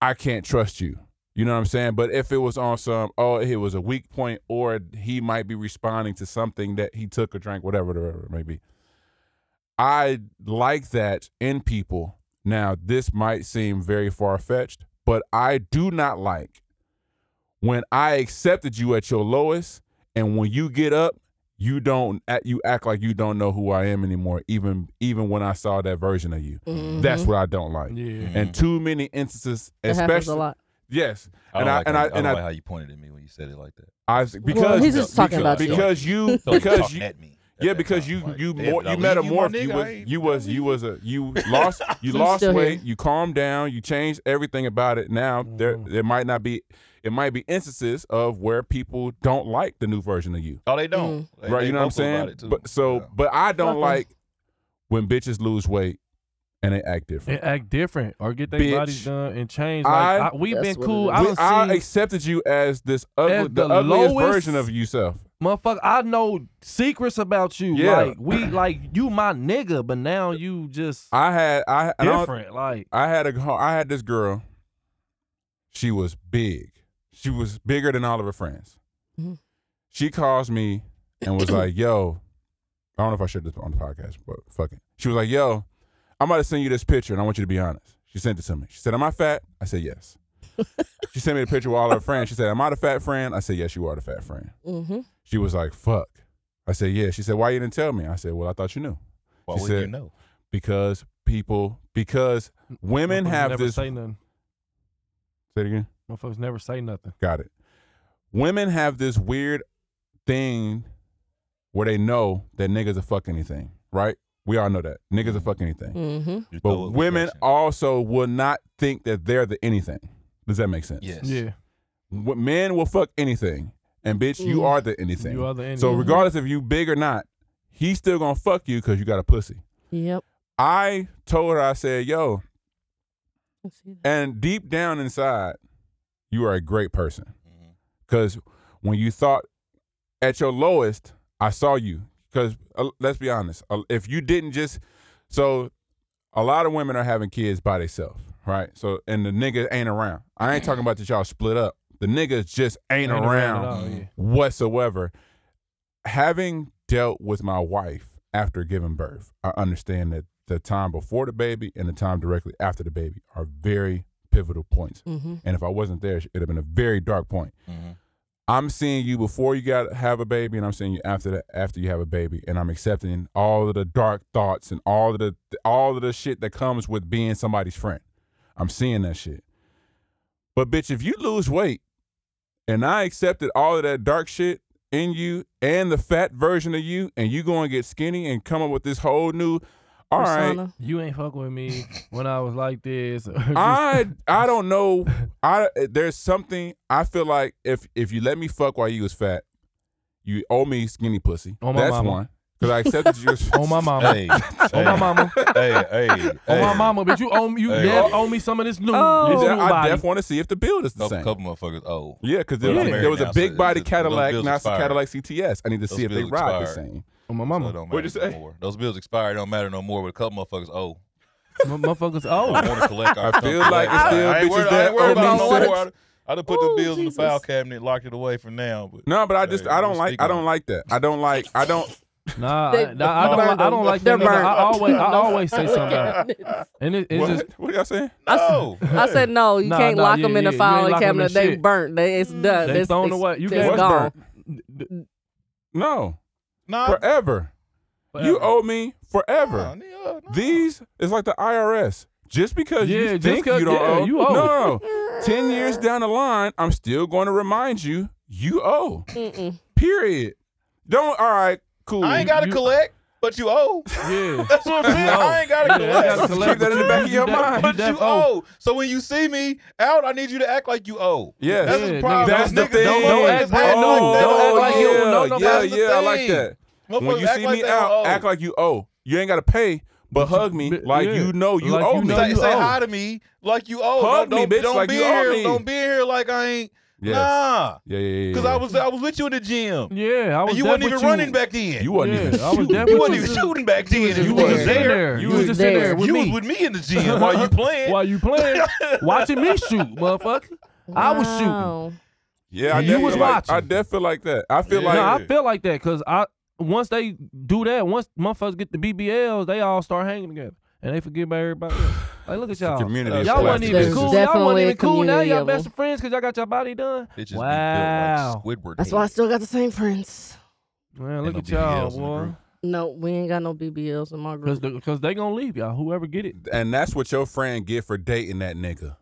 A: I can't trust you. You know what I'm saying? But if it was on some, oh, it was a weak point, or he might be responding to something that he took or drank, whatever, whatever it may be. I like that in people. Now, this might seem very far fetched, but I do not like when I accepted you at your lowest, and when you get up, you don't act, you act like you don't know who I am anymore. Even even when I
C: Mm-hmm.
A: saw that version of you, that's what I don't like.
F: yeah.
A: And too many instances,
E: It Mm-hmm. happens a
A: especially
E: lot.
A: Yes,
C: I
A: and
C: don't
A: I
C: like
A: and
C: how,
A: I
C: you- I
A: and
C: don't like how
A: I
C: you pointed at me when you said it like that.
A: I
C: Well,
A: because
C: he's just talking about you.
A: because you
C: So he
A: because
C: talked
A: you
C: at me
A: yeah because you you
C: "Damn,
A: more
C: did I
A: you
C: leave you, my
A: metamorphed you
C: nigga? I
A: was
C: ain't-
A: you was you was a you lost you
C: I'm
A: lost
C: still
A: weight
C: here.
A: you calmed down you changed everything about it now there there might not be it might be instances of where people don't like the new version of you
C: Oh, they don't. They-
A: right
C: they
A: you know what I'm
C: vocal about
A: saying
C: it, too.
A: but so but I don't
F: Fuck 'em.
A: like when bitches lose weight and they act different
F: and act different or get their
A: Bitch.
F: bodies done and change. Like, I, we've been cool. I
A: We-
F: don't
A: I
F: see
A: accepted you as this ugly,
F: As
A: the,
F: the
A: ugliest
F: lowest-
A: version of yourself.
F: motherfucker. I know secrets about you.
A: Yeah.
F: Like we like you my nigga, but now you just
A: I had I and I don't-
F: different. like
A: I had a girl- I had this girl. She was big. She was bigger than all of her friends.
E: Mhm.
A: She calls me and was like, "Yo, I don't know if I should this on the podcast, but fuck it." She was like, "Yo, I'm about to send you this picture, and I want you to be honest." She sent it to me. She said, "Am I fat?" I said, "Yes." she sent me the picture with all her friends. She said, "Am I the fat friend?" I said, "Yes, you are the fat friend."
E: Mm-hmm.
A: She was like, "Fuck." I said, "Yeah." She said, "Why you didn't tell me?" I said, "Well, I thought you knew."
C: Why
A: she
C: wouldn't
A: said,
C: you know?
A: Because people, because women
F: motherfuckers
A: have
F: never
A: this.
F: say nothing.
A: Say it again.
F: Motherfuckers never say nothing.
A: Got it. Women have this weird thing where they know that niggas are fuck anything, right? We all know that niggas are
F: Mm.
A: fuck anything.
E: Mhm.
C: You throw it
A: But
C: with
A: women also will not think that they're the anything. Does that make sense?
C: Yes.
F: Yeah.
A: Wh- Men will fuck anything, and bitch, you
F: Mm.
A: are the anything.
F: You are the mm-hmm.
A: So
F: anything.
A: regardless if you big or not, he's still gonna fuck you because you got a pussy.
E: Yep.
A: I told her, I said, yo, and deep down inside, you are a great person.
F: Mm-hmm.
A: Because when you thought at your lowest, I saw you. Because uh, let's be honest, uh, if you didn't just, so a lot of women are having kids by themselves, right? So, and the nigga ain't around. I ain't talking about that y'all split up. The niggas just ain't,
F: Ain't around
A: around,
F: at all, yeah.
A: whatsoever. Having dealt with my wife after giving birth, I understand that the time before the baby and the time directly after the baby are very pivotal points.
E: Mhm.
A: And if I wasn't there, it'd have been a very dark point. I'm seeing you before you got have a baby, and I'm seeing you after the, after you have a baby, and I'm accepting all of the dark thoughts and all of the all of the shit that comes with being somebody's friend. I'm seeing that shit. But bitch, if you lose weight, and I accepted all of that dark shit in you and the fat version of you, and you going to get skinny and come up with this whole new. All right,
F: You ain't fucking with me when I was like this.
A: I I don't know. I there's something I feel like if if you let me fuck while you was fat, you owe me skinny pussy.
F: On my
A: That's
F: mama. Oh,
A: one. Because I accepted you. as-
F: On my mama.
C: Hey,
F: On my
C: hey,
F: mama.
C: Hey, hey,
F: On
C: hey.
F: my mama, but you owe me, you
C: Hey.
F: def- owe me some of this new,
A: Yeah,
F: this new
A: I
F: body.
A: def want to see if the build is the
C: Couple,
A: same.
C: couple motherfuckers. Oh,
A: Yeah, because
C: But
A: there, was
C: I'm
A: a-
C: married
A: there was
C: now,
A: a
C: so
A: big body
C: it's- it's- those
A: Cadillac,
C: bills
A: now it's a
C: expired.
A: Cadillac CTS. I need to
C: Those
A: see if they
C: bills
A: ride the
C: expired.
A: same.
F: On my
C: So it
F: mama.
C: don't
A: What'd you
C: matter
A: say?
C: no more. Those bills expired. Don't matter no more. But a couple motherfuckers. Oh,
F: M- motherfuckers,
C: I
F: oh.
C: want to collect. our
A: I feel
C: stuff.
A: like it's still
C: I ain't
A: bitches
C: worried, I
A: that
C: ain't worried
A: owe
C: about
A: me
C: no more.
A: sex.
C: I done put the bills in the file cabinet, locked it away for now. But
A: No, but I just
C: Hey,
A: I don't
C: you
A: like
C: speak
A: I
C: on
A: don't
C: it.
A: like that. I don't like I don't.
F: Nah,
E: They-
F: I, nah, I don't,
E: burned
F: I don't
E: them.
F: like
E: They're
F: that. nigga. I
E: burned.
F: always, I
E: No.
F: always say something. about it. And it, it's
A: what,
F: just,
A: what y'all saying?
C: no,
E: I said no. You
F: Nah,
E: can't
F: nah,
E: lock
F: yeah,
E: them in
F: yeah,
E: the
F: you ain't
E: filing
F: lock 'em in
E: cabinet. They
F: shit.
E: burnt. They, it's done.
F: they
E: it's,
F: thrown
E: it's,
F: away. You
E: it's
F: can't-
A: What's
E: gone.
A: burnt?
F: d- d-
A: No,
C: nah,
A: forever. You
F: whatever.
A: owe me forever.
C: nah, nigga, nah.
A: These is like the IRS. Just because
F: Yeah,
A: you
F: just
A: think
F: 'cause-
A: you don't
F: yeah,
A: owe,
F: you owe.
A: No, no, no. ten years down the line, I'm still going to remind you you owe.
E: Mm-mm.
A: Period. Don't. All right. Cool.
C: I ain't got to
F: you-
C: collect, but you owe.
F: yeah.
C: That's what I'm saying. I ain't got to
F: Yeah, I gotta
C: collect.
F: collect,
A: Keep that in the
F: but
A: back of
F: you oh,
A: your
F: def-
A: mind.
C: But you
F: def-
C: owe. So when you see me out, I need you to act like you owe.
A: Yes.
C: That's
F: Yeah,
C: the
F: nigga,
C: problem.
A: That's the
C: Niggas
A: thing. Oh,
C: don't
F: Don't
C: act
F: act
C: like
F: brand new.
C: they
F: Don't act
C: owe.
F: like you don't know
A: yeah,
F: nobody.
A: yeah,
C: That's the
A: yeah. I like
C: thing.
A: that. When
C: Motherfuckers
A: you
C: act
A: see
C: like
A: me
C: they
A: out,
C: owe.
A: act like you owe. You ain't got to pay, but hug me
F: but-
A: like
F: yeah,
A: you know you
F: like
A: owe
F: you
A: me.
F: know
C: say,
F: you
C: say
F: owe.
C: hi to me like you owe.
A: Hug
C: don't,
A: me,
C: don't,
A: bitch,
C: don't
A: like
C: be
A: you owe
C: here.
A: me.
C: Don't be here like I ain't.
A: Yes.
C: Nah.
A: Yeah, yeah, yeah.
C: Because I was I was with you in the gym.
F: Yeah, I was
C: and
F: def
C: you wasn't
F: with
C: even
F: you.
C: running back then.
A: You wasn't
F: Yeah,
A: even.
F: I was
A: shooting.
F: definitely-
C: You
F: You
C: wasn't
F: was
C: even
F: just-
C: shooting back then.
F: You
C: You
F: was
C: was
F: just in
C: there.
F: there.
A: You
F: You
A: was
F: was just in
E: there.
F: there with
C: You was
F: me.
C: with me in the gym while you playing.
F: While you playing, watching me shoot, motherfucker. I was shooting.
E: Wow.
A: Yeah, I
F: You
A: def
F: was
A: feel like, I
F: watching.
A: def feel like that. I feel
C: Yeah.
A: like
F: no, I feel like that because I once they do that, once motherfuckers get the BBLs, they all start hanging together and they forget about everybody. else. Like, look at y'all.
A: community is
F: Y'all wasn't
A: plastic.
F: even
E: There's
F: cool. Y'all wasn't
E: definitely a
F: even cool. Now
E: community
F: y'all
E: of
F: best
E: them.
F: of friends because y'all got your body done.
C: Bitches be built
F: wow.
C: like Squidward.
E: That's why I
C: heads.
E: still got the same friends.
F: Man, look
C: no
F: at y'all,
C: BBLs in the
F: boy.
C: group.
E: No, we ain't got no BBLs in my
F: Because
E: group.
F: they, going to leave y'all, whoever get it.
A: and that's what your friend get for dating that nigga.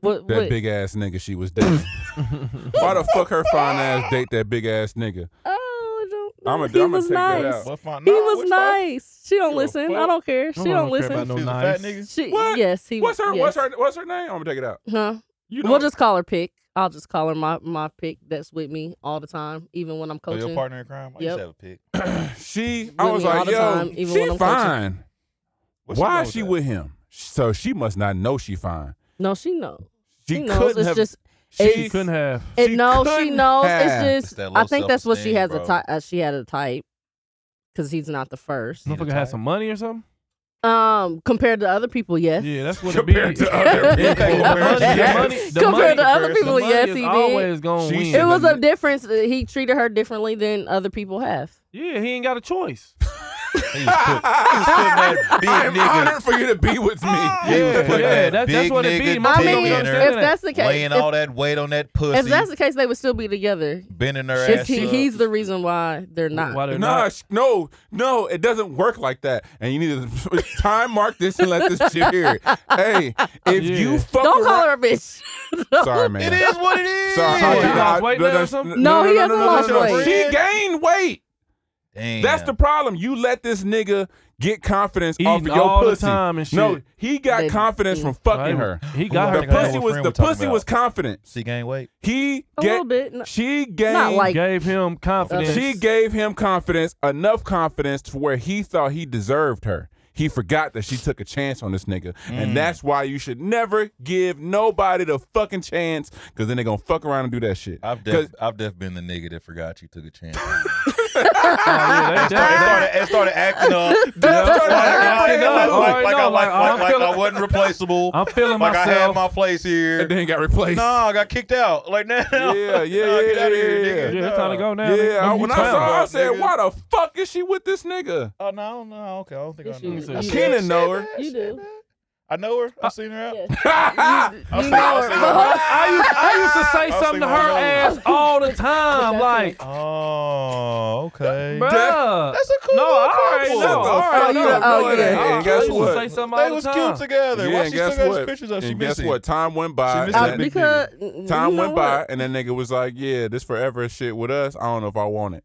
E: What,
A: that
E: what?
A: big ass nigga she was dating. Why the fuck her fine ass date that big ass nigga?
E: Oh, I don't know.
A: I'm gonna
E: he
A: I'm
E: was
A: take
E: nice.
A: that out.
E: he was nice. She don't listen. I don't care. She
A: I
E: don't,
A: don't care
E: listen.
A: about no She's a fat nice. nigga?
E: She,
A: What?
E: Yes, he.
A: What's her?
E: Yes.
A: What's her? What's her name? I'm gonna take it out.
E: Huh?
A: You
E: we'll just call her pick. I'll just call her my my pick. That's with me all the time, even when I'm
C: Oh,
E: coaching.
C: your partner in crime? I used
E: Yep.
C: to have a pick.
A: She,
E: With
A: I was
E: me all
A: like,
E: the
A: yo,
E: time, even
A: she
E: when I'm coaching.
A: fine.
C: What's she
A: Why
C: doing
A: is
C: with
A: she with him? So she must not know she fine.
E: No, she knows.
A: She
E: She, knows.
A: couldn't
E: It's
A: have-
E: just.
A: she
E: it's-
A: couldn't have.
E: It,
A: She
E: no, she
A: couldn't
E: knows.
A: have.
E: It's
A: It's
E: just.
A: that
E: I
A: low
E: think that's what she has
A: self-esteem,
E: a
A: bro.
E: type. Uh, she had a type. Because he's not the first.
F: Motherfucker had some money or something?
A: Mm.
E: Um, compared to other people, yes.
F: Yeah, that's what compared it be.
E: other
F: Yeah,
E: people.
F: the money- the money- the money
E: compared to other
F: first. The
E: people,
F: money
E: yes,
F: is
E: he did.
F: always gonna She win.
E: It
F: should've
E: was a difference. uh, He treated her differently than other people have.
F: Yeah, he ain't got a choice.
A: I'm honored for you to be with me.
C: Yeah, yeah, that- that's what it be. My
E: I mean,
C: nigga
E: if that's the case,
C: laying
E: if-
C: all that weight on that pussy,
E: If that's the case, they would still be together.
C: bending her
E: It's-
C: ass.
E: he-
C: up.
E: he's the reason why they're not.
A: Nah, sh- no, no, it doesn't work like that. And you need to time mark this and let this shit hear it. Hey, if you fuck
E: Don't call
A: around-
E: her a bitch.
A: Sorry, man.
E: It is what it is.
A: Sorry,
E: Oh, he
A: I- I-
E: lost weight
A: no,
E: now or
A: no,
E: something? No, he hasn't lost weight.
A: She gained weight. That's the problem. You let this nigga get confidence off of
F: Eating
A: your
F: all the
A: pussy.
F: time and
A: No,
F: shit.
A: he got
F: They-
A: confidence from fucking her.
F: He got
A: the
F: her to go
A: pussy
F: with
A: was
F: friend
A: the
F: we talking
A: pussy was confident.
C: She gained weight.
A: He
E: A
A: ga-
E: little bit, no-
A: She gained.
E: Not like-
F: gave him confidence.
A: She gave him confidence, enough confidence to where he thought he deserved her. He forgot that she took a chance on this nigga.
C: Mm.
A: And that's why you should never give nobody the fucking chance because then they going to fuck around and do that shit.
C: I've
A: 'Cause-
C: def, I've def been the nigga that forgot you took a chance.
F: yeah,
C: it,
F: Ah!
C: started, it started acting up. It started acting up. Like, like, I, like, like, like I wasn't replaceable.
F: I'm feeling
C: like I had
F: myself.
C: my place here. And
A: then got replaced.
C: No, I got kicked out. Like now.
A: Yeah, yeah, yeah,
C: nah, get out of here,
A: yeah,
C: nigga.
A: yeah.
F: Yeah, it's time to go now.
A: Yeah,
F: nigga.
A: I-
F: You
A: when I
F: clown.
A: saw her, I said, why the fuck is she with this nigga?
C: Oh no, I don't know. Okay, I don't think I know.
A: you
C: her.
A: do. You Kenan
C: She
A: know
C: said
A: her.
C: that?
E: You do.
C: I know her. I've seen her out.
A: You
C: know her.
F: I used, I used to say
C: I'll
F: something to
C: sing my
F: her
C: nose.
F: ass all the time, like,
C: Oh, okay.
F: bruh.
C: that's a cool
F: No,
C: little
F: I already
C: couple.
F: know.
C: What the
F: I already
C: fuck?
F: know.
C: Oh,
F: I
C: yeah.
F: already
A: And
F: know. I
A: guess
F: used to
A: what?
F: say something all
C: They
F: the
C: was
F: time.
C: cute together.
A: Yeah,
C: Why
A: and
C: she still
A: guess
C: got his
A: what?
C: pictures up? She
A: And guess
C: missing.
A: what? Time went by.
C: She
A: and
C: missing that
A: that-
C: big nigga.
E: because-
A: time
E: you know
A: went by, and that nigga was like, "Yeah, this forever shit with us. I don't know if I want it."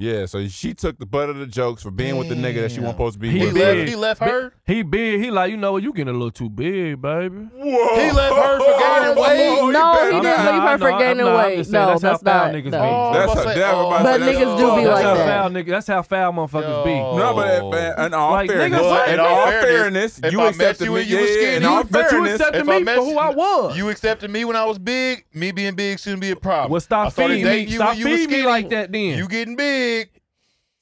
A: Yeah, so she took the butt of the jokes for being with the nigga that she wasn't supposed to be with.
C: he left her?
F: He big. He like, you know what? You getting a little too big, baby.
A: Whoa.
C: He left her for gaining
E: Oh,
C: weight.
E: you No, better he didn't not. leave her
F: I know,
E: for gaining
F: I know, I'm
E: weight.
F: just saying,
E: No,
F: that's
E: that's
F: how foul
E: not-
F: niggas be.
E: no. Oh,
A: That's a- that was my-
E: But
A: that's-
E: niggas do be
F: that's
E: like
F: how
E: that.
F: Foul nigga, that's how foul motherfuckers be.
A: No, but
C: Oh.
A: in- in all
F: Like, nigga,
A: fairness,
F: what?
A: in
F: If
A: all
F: I
C: met
A: fairness,
C: you
A: you
C: and
A: accepted
C: you
A: me.
C: was
A: yeah,
C: skinny,
A: in all
C: you- but you
A: fairness,
F: accepted
A: if I
F: me
A: met
F: for who
A: you-
F: I was.
C: You accepted me when I was big. Me being big shouldn't be a problem.
F: Well,
C: I
F: stop
C: started
F: feeding me.
C: dating you
F: stop
C: when you was
F: feeding me
C: skinny.
F: like that. Then
C: You getting big.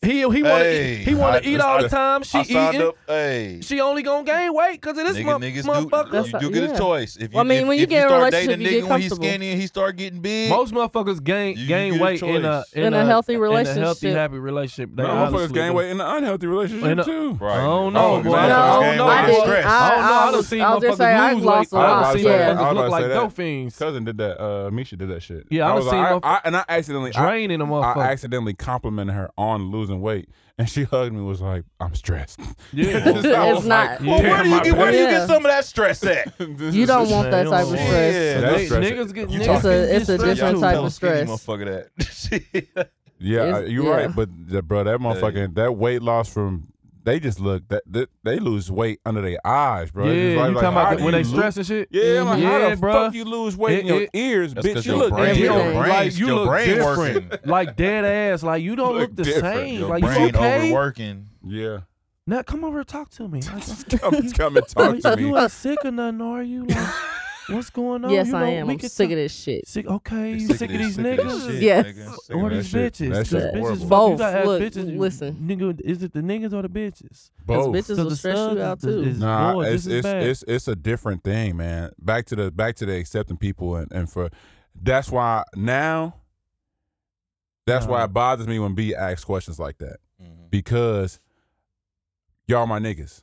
F: he he want to
C: Hey,
F: he want
C: I-
F: to eat all
C: I-
F: the time. She
C: I signed
F: eating.
C: up. Hey.
F: She only gonna gain weight because of this
C: Nigga,
F: mo-
C: niggas
F: motherfucker.
C: do, you do get a
E: yeah.
C: choice. If you,
E: Well, I mean,
C: if,
E: when you
C: if
E: get in a
C: start dating a
E: relationship, you
C: nigga
E: get
C: when he's
E: comfortable.
C: skinny and he start getting big,
F: Most motherfuckers gain
C: You- you
F: gain
C: get a
F: weight in a
C: choice.
F: in,
E: In a healthy
F: in a
E: relationship.
F: healthy happy relationship. They
A: No,
F: honestly
A: motherfuckers gain
F: do.
A: weight in an unhealthy
F: In
A: relationship
F: a-
A: too.
C: Right.
F: I don't know,
C: Motherfuckers
F: boy.
C: gain
F: I
C: weight
F: don't
C: in
F: know.
C: stress.
F: I don't know.
C: didn't.
F: I
E: I
F: done
E: was-
F: seen
E: I was just saying,
F: motherfuckers
E: I've
F: lose weight.
E: lost a lot.
F: I done seen
E: Yeah.
F: motherfuckers look like dope fiends.
A: Cousin did that. Uh, Misha did that shit.
F: Yeah, I
A: was
F: done
A: like,
F: seen
A: I, I, and I accidentally I-
F: Draining a motherfucker.
A: I accidentally complimented her on losing weight, and she hugged me. Was like, "I'm stressed." So I
F: Yeah.
A: was
E: It's
A: like,
E: not-
C: Well, where do
A: "Damn,
C: you
A: my
C: get where do you
E: bad.
C: get some of that stress at?
A: bad."
E: You don't want that type of stress.
C: Yeah,
A: that's
F: Niggas-
A: stressing.
F: niggas get
C: You
F: niggas
C: talking-
E: It's a- it's a
F: get stressed
E: different
F: too.
E: type
C: Tell
E: of
C: skinny
E: stress.
C: motherfucker that.
A: Yeah,
E: It's-
A: you're
E: yeah.
A: right. But the, bro, that motherfucking that weight loss from they just look that, that they lose weight under their eyes, bro.
F: Yeah,
A: It's just
F: you
A: like- like,
F: talking
A: how
F: about
A: do
F: when
A: you
F: they
A: lo-
F: stress and shit?
A: Yeah, I'm like, how
F: Yeah,
A: the
F: bruh.
A: fuck you lose weight in
F: It-
A: your
F: it-
A: ears,
C: That's
A: bitch?
C: 'cause
A: You
C: your
A: look
C: brain-
A: different.
C: your brain-
F: like you
C: your
F: look
C: brain working.
F: different, like dead ass. Like you don't
A: Look
F: look, the
A: different.
F: same.
C: Your
F: like you
C: brain
F: okay?
C: overworking.
A: Yeah,
F: Now come over and talk to me. Like,
A: come, come and talk to
F: you
A: me.
F: ain't sick or nothing, are you? Like, what's going on?
E: Yes,
F: You
E: I
F: know,
E: am.
F: we
E: I'm
F: could
E: sick
F: talk-
E: of this shit.
F: Sick. Okay, you
C: You're
F: sick, of these
C: this
F: niggas?
C: shit,
E: Yes.
C: nigga. Sick of
F: Or
C: that
F: these
C: shit.
F: bitches?
A: that shit's
F: These
A: horrible.
F: bitches
E: Both.
F: You gotta ask
E: Look,
F: bitches.
E: listen.
F: nigga, is it the niggas or the bitches?
A: Both.
E: Because bitches
F: So
E: will
F: the
E: stress
F: studs
E: you
F: is
E: out
F: the-
E: too.
F: is-
A: Nah,
F: Boy,
A: it's
F: this is
A: it's,
F: bad.
A: it's it's a different thing, man. Back to the back to the accepting people and, and for that's why now that's why it bothers me when B asks questions like that. Because y'all my niggas.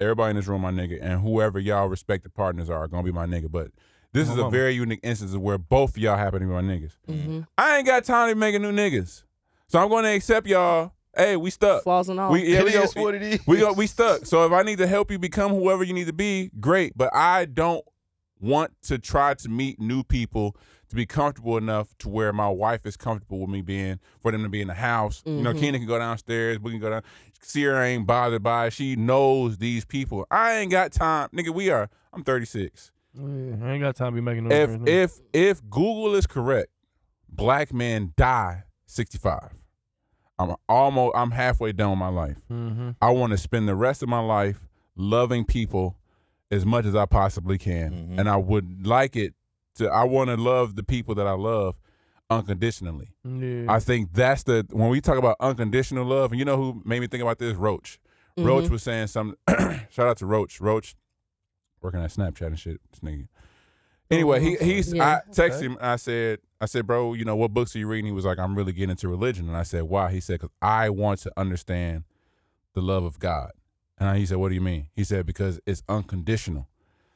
A: Everybody in this room my nigga and whoever y'all respected partners are gonna be my nigga. But this
F: My
A: is a
F: mama.
A: very unique instance of where both of y'all happen to be my niggas.
E: hmm
A: I ain't got time to be making new niggas. So I'm gonna accept y'all. Hey, we stuck.
E: Flaws and all.
A: We, yeah,
C: It
A: we go-
C: is what it is.
A: We go, we stuck. So if I need to help you become whoever you need to be, great. But I don't want to try to meet new people to be comfortable enough to where my wife is comfortable with me being for them to be in the house. You know,
C: Mhm.
A: Kena can go downstairs, we can go down. Sierra ain't bothered by it. She knows these people. I ain't got time, nigga. We are. I'm 36.
F: I ain't got time to be making no
A: If
F: difference.
A: if if Google is correct, black men die 65. I'm almost. I'm halfway done with my life.
F: Mhm.
A: I want to spend the rest of my life loving people as much as I possibly can. And I would like it to I want to love the people that I love unconditionally.
F: Yeah.
A: I think that's the when we talk about unconditional love, and you know who made me think about this? Roach. Roach
C: Mhm.
A: was saying something. shout out to Roach. Roach working at Snapchat and shit. This nigga. Anyway, he he's
C: Yeah,
A: I texted
C: okay.
A: him. I said, I said, bro, you know what books are you reading? He was like, I'm really getting into religion. And I said, why? He said, because I want to understand the love of God. And I- he said, what do you mean? He said, because it's unconditional.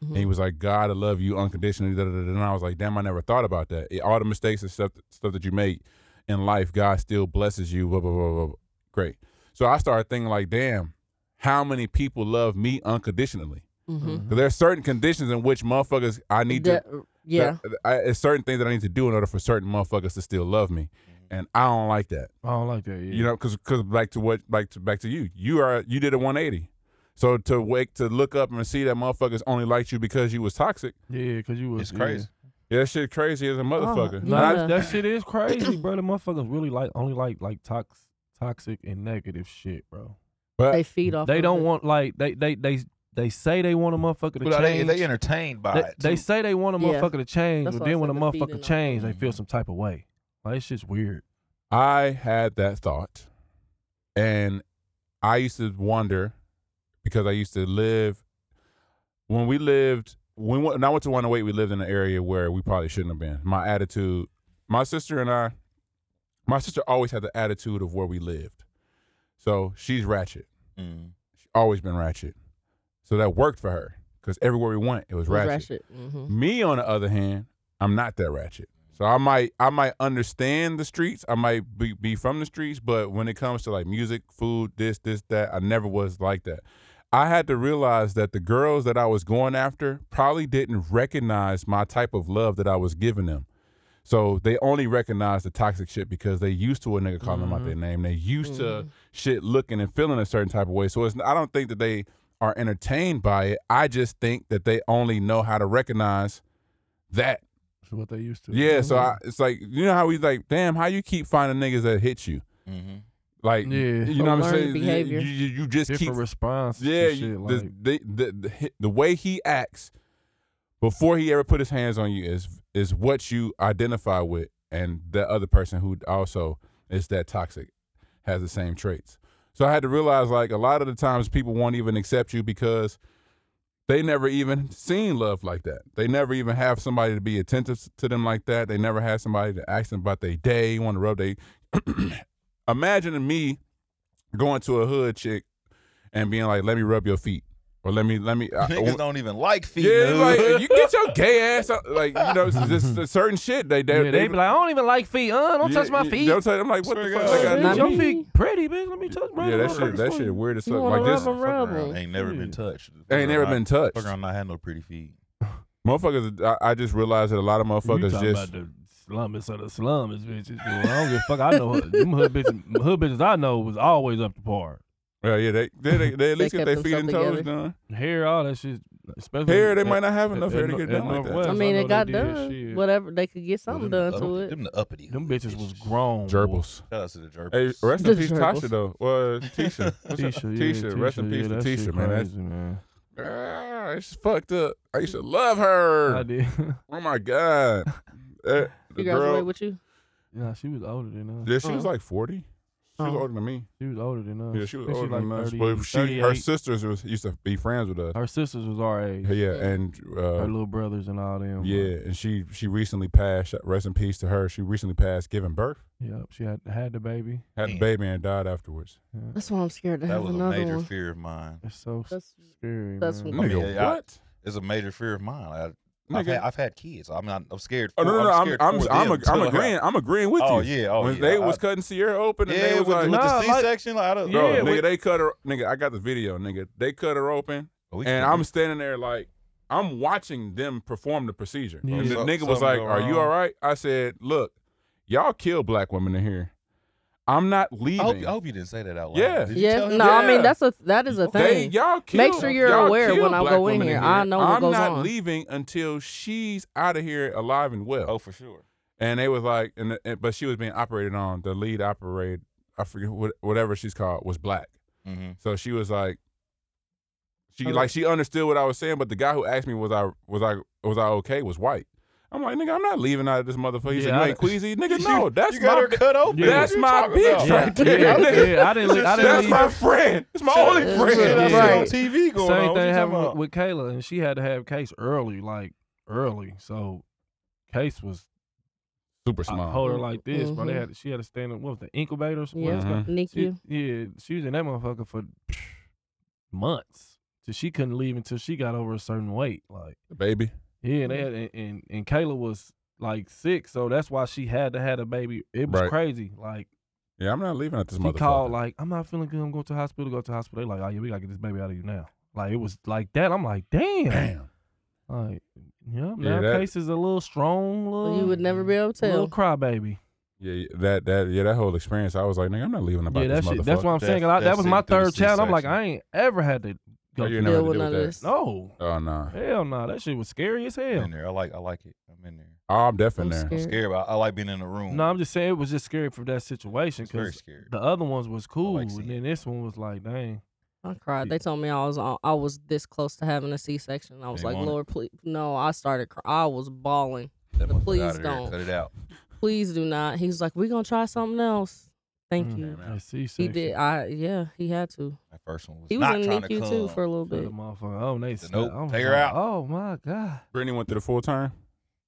A: And he was like, God, I love you unconditionally. da, da, da, da. And I was like, damn, I never thought about that. It- all the mistakes and stuff, stuff that you make in life, God still blesses you. Blah, blah, blah, blah, blah. Great. So I started thinking like, damn, how many people love me unconditionally?
E: Mhm.
A: There's certain conditions in which motherfuckers I need
E: That-
A: to.
E: yeah.
A: that- I, it's certain things that I need to do in order for certain motherfuckers to still love me, and I don't like that.
F: I don't like that. Yeah.
A: You know, because because back to what back to back to you. You are you did a 180. So to wake to look up and see that motherfuckers only liked you because you was toxic.
F: Yeah, because you was
A: It's crazy. Yeah, that shit crazy as a
F: Oh,
A: motherfucker.
F: nah, that- that shit is crazy, bro. The motherfuckers really like only like like tox, toxic and negative shit, bro.
A: But
E: They feed off
F: They
E: of
F: don't
E: it.
F: want like they they they they say they want a motherfucker to
C: Well, they-
F: change.
C: they entertained by
F: They,
C: it,
F: they
C: too.
F: say they want a
C: Yeah.
F: motherfucker to change,
C: That's
F: but
C: why I
F: then when a
C: said the feeding
F: motherfucker
C: off.
F: change, they feel some type of way. Like it's just weird.
A: I had that thought, and I used to wonder because I used to live when we lived when, we- when I went to 108. We lived in an area where we probably shouldn't have been. My attitude, my sister and I, my sister always had the attitude of where we lived, so she's ratchet. She always been ratchet, so that worked for her because everywhere we went, it was
E: Was
A: ratchet.
E: ratchet, mhm.
A: Me, on the other hand, I'm not that ratchet. So I might I might understand the streets. I might be, be from the streets, but when it comes to like music, food, this, this, that, I never was like that. I had to realize that the girls that I was going after probably didn't recognize my type of love that I was giving them. So they only recognize the toxic shit because they used to a nigga calling them out their name. They used to shit looking and feeling a certain type of way. So it's I don't think that they are entertained by it. I just think that they only know how to recognize that.
F: That's what they used to.
A: Yeah, so
F: Mm-hmm.
A: I, it's like you know how we like, damn, how you keep finding niggas that hit you, like you know what I'm
F: Learned
A: saying? You-
F: behavior.
A: You, you, you just
F: Different
A: keep
F: response to
A: Yeah,
F: shit,
A: you-
F: like-
A: the, the, the, the hi- the way he acts before he ever put his hands on you is is what you identify with, and the other person who also is that toxic has the same traits. So I had to realize like a lot of the times people won't even accept you because they never even seen love like that. They never even have somebody to be attentive to them like that. They never had somebody to ask them about their day, want to rub they. Imagine me going to a hood chick and being like, "Let me rub your feet," or "Let me, let me." I- I
C: Niggas
A: want-
C: don't even like feet.
A: yeah,
C: dude.
A: like you get your gay ass out. Like you know, it's just a certain shit. They they,
F: Yeah, they, be like, I don't even like feet. Uh, don't
A: Yeah,
F: touch my
A: yeah,
F: feet.
A: don't touch- I'm like, what the
F: Swear to
A: fuck
F: God.
A: that got to
F: Bitch,
A: do
F: Your
A: with me?
F: feet pretty, bitch. Let me touch. bro.
A: yeah, that
F: Motherfuckers
A: shit that
F: feet.
A: shit weird as
F: You
A: fuck.
F: wanna
A: Like this,
F: rub 'em, rub 'em.
C: Ain't never been touched.
A: Ain't never been touched.
C: Fucker, I'm not had no pretty feet.
A: motherfuckers. I, I just realized that a lot of
F: You
A: motherfuckers
F: talking
A: just
F: about the slummest of the slummest bitches. Boy. I don't give a fuck. I know her- them hood bitches. Hood bitches I know was always up to par.
A: yeah yeah they they, they, they at least get
F: kept
A: their feet and
F: themselves
A: toes
F: together.
A: done.
F: Hair, all that shit. Especially
A: Hair, they
F: at-
A: might not have
F: at-
A: enough
F: at
A: hair to
F: Nor-
A: get
F: at
A: done like that.
F: Northwest,
E: I mean,
F: know
E: it got
F: they did
E: done.
F: shit.
E: Whatever they could get something done to it.
C: Them the uppity.
F: Them bitches was grown.
A: Gerbils.
C: Shout out to the gerbils.
A: Hey, rest
F: The
A: in peace,
F: gerbils.
A: Tasha though. Well, Tisha, What's up?
F: Tisha, yeah,
A: Tisha, rest in
F: Tisha,
A: peace
F: yeah,
A: to
F: that shit
A: Tisha, man. That's,
F: crazy, man.
A: Ah, it's fucked up. I used to love her.
F: I did.
A: Oh my god. Uh, the
E: You graduated
A: girl.
E: with you?
F: Nah, she was older than us.
A: Yeah, she was like forty. She
F: Oh.
A: was older than me.
F: She was older than us.
A: Yeah, she was
F: I think
A: older than
F: Oh, like
A: us.
F: 30,
A: But she, her
F: 38.
A: sisters was, used to be friends with us.
F: Her sisters was our age.
A: Yeah, and uh,
F: her little brothers and all them.
A: yeah, and she she recently passed. Rest in peace to her. She recently passed, giving birth,
F: Yep. She had had the baby.
A: had the baby, and died afterwards.
E: That's why I'm scared to
C: That
E: have
C: was a
E: another
C: major
E: one.
C: fear of mine.
F: It's so
E: That's-
F: scary.
E: that's
C: I
F: man.
C: mean, I-
A: what?
C: it's a major fear of mine. I, I've,
A: Nigga.
C: had, I've had kids. I'm not. I'm scared.
A: Oh no,
C: for-
A: no, no! I'm
C: scared
A: I'm
C: for
A: I'm,
C: them,
A: ag- I'm
C: too.
A: agreeing. I'm agreeing with you.
C: Oh yeah. Oh
A: when
C: yeah.
A: they
C: I-
A: was cutting Sierra open, and
C: Yeah,
A: they was
C: with the-
A: like,
C: with the Nah, like- C-section, like, I don't-
A: Bro,
C: Yeah,
A: nigga,
C: with-
A: they cut her. Nigga, I got the video. Nigga, they cut her open,
C: Oh, we-
A: and I'm standing there like, I'm watching them perform the procedure.
C: Yeah.
A: And the
C: So-
A: nigga was like,
C: something go
A: Are you all
C: wrong.
A: right? I said, Look, y'all kill black women in here. I'm not leaving.
C: I hope, I hope you didn't say that out loud.
A: Yeah.
C: Did you
E: Yeah,
C: tell him?
E: no, I mean
A: Yeah.
E: that's a that is a
A: They-
E: thing.
A: y'all kill,
E: Make sure you're
A: y'all
E: aware
A: kill
E: when I
A: black
E: go in
A: women
E: here. I know what
A: I'm
E: goes
A: not
E: on.
A: leaving until she's out of here alive and well.
C: Oh, for sure.
A: and they was like, and, and but she was being operated on. The lead operated, I forget what, whatever she's called, was black.
C: Mhm.
A: So she was like, she
C: Hello.
A: like she understood what I was saying, but the guy who asked me was I was I was I okay was white. I'm like, nigga, I'm not leaving out of this motherfucker. He said,
F: Yeah,
A: you
F: I-
A: ain't queasy, nigga.
C: You-
A: No, that's
C: you got
A: my
C: her cut open.
F: Yeah.
A: that's
C: What you
A: my
C: talking
A: bitch
C: about?
A: right
F: Yeah,
A: there.
F: yeah,
A: nigga.
F: yeah. I didn't. I didn't
A: that's
F: leave.
A: my friend. It's my only
E: Shit,
A: friend.
E: shit,
C: That's
E: Yeah.
C: right. on
E: Right.
C: TV going
F: Same
C: on.
F: thing
C: what you talking
F: happened with,
C: about?
F: with Kayla, and she had to have case early, like early. So case was
A: Super
F: I
A: small.
F: Uh, hold her like this, but They
E: Mhm.
F: had she had to stand in what was the incubator or something.
E: Yeah,
F: It's called?
E: NICU.
F: She, yeah, she was in that motherfucker for months. So she couldn't leave until she got over a certain weight. Like
A: Baby.
F: yeah, and, they had, and, and and Kayla was like sick, so that's why she had to have a baby. It was
A: Right.
F: crazy. Like
A: Yeah, I'm not leaving out this
F: she
A: motherfucker.
F: called like, I'm not feeling good. I'm going to the hospital. Go to the hospital. They like, oh yeah, we gotta get this baby out of you now. Like it was like that. I'm like, damn.
A: Damn.
F: Like
A: Yeah,
F: yeah, now
A: that-
F: case is a little strong. Little,
E: you would never be able to
F: little
E: tell.
F: crybaby.
A: Yeah, that that yeah, that whole experience. I was like, nigga, I'm not leaving about
F: Yeah,
A: this
F: that
A: motherfucker.
F: shit, that's what I'm saying.
C: That's-
F: 'cause I, that
C: that's
F: was
C: it
F: my
C: through the
F: third child. I'm like,
C: C-section.
F: I ain't ever had to go
A: Oh, you
F: through
A: never
F: that.
A: had to
E: with
A: deal
E: none
A: with
E: of
A: that.
E: this.
F: No,
A: Oh no,
F: hell no, that shit was scary as
C: I'm
F: hell.
C: in there. I like. I like it. I'm in there.
A: oh, I'm deaf in
E: I'm
A: there.
E: scared.
C: Scary, but I like being in the room.
F: No, I'm just saying it was just scary for that situation
C: It's very
F: because
C: scary.
F: the other ones was cool,
C: seeing
F: and then this one was like, dang,
E: I cried. They told me I was on, I was this close to having a C section. I was
C: They
E: like,
C: want it.
E: Lord, please. No, I started. Cry- I was bawling.
C: That
E: But
C: motherfucker
E: please
C: outta there.
E: don't.
C: Cut it out.
E: Please do not. He was like, we're gonna try something else. Thank
F: Mm,
E: you.
F: that
E: He
F: C-section.
E: did. I yeah. He had to.
C: That first one was.
E: He
C: not
E: was in
C: trying
E: NICU
C: to
E: too
C: come.
E: for a little
F: For the
E: bit.
F: motherfucker. Oh, and they snapped.
C: nope,
F: I was
C: take her
F: like,
C: out.
F: Oh my god.
A: Brittany went through the full time.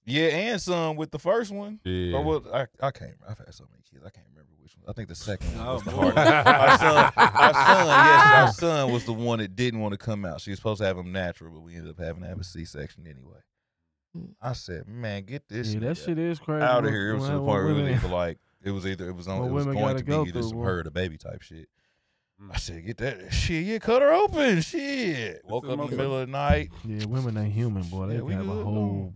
C: Yeah, and some with the first one.
A: Yeah.
C: Or what? I, I can't. I've had so many kids. I can't remember which one. I think the second one was the
F: Oh,
C: hardest. Ah. our son, our son, yes, our son was the one that didn't want to come out. She was supposed to have him natural, but we ended up having to have a C-section anyway. I said, man, get this
F: Yeah, that shit is crazy.
C: out of
F: when-
C: here. It was to
F: when-
C: the point where
F: when
C: it was
F: women-
C: either like it was either it was on
F: Well,
C: it was
F: women
C: going
F: gotta
C: to
F: go
C: be either
F: through
C: some
F: one.
C: her or the baby type shit.
A: Mm.
C: I said, get that shit. Yeah, cut her open. Shit. Woke
A: is
C: up in the
A: motherfucker.
C: middle of the night.
F: Yeah, women ain't human, boy. They
C: Yeah, we
F: have a
C: good,
F: whole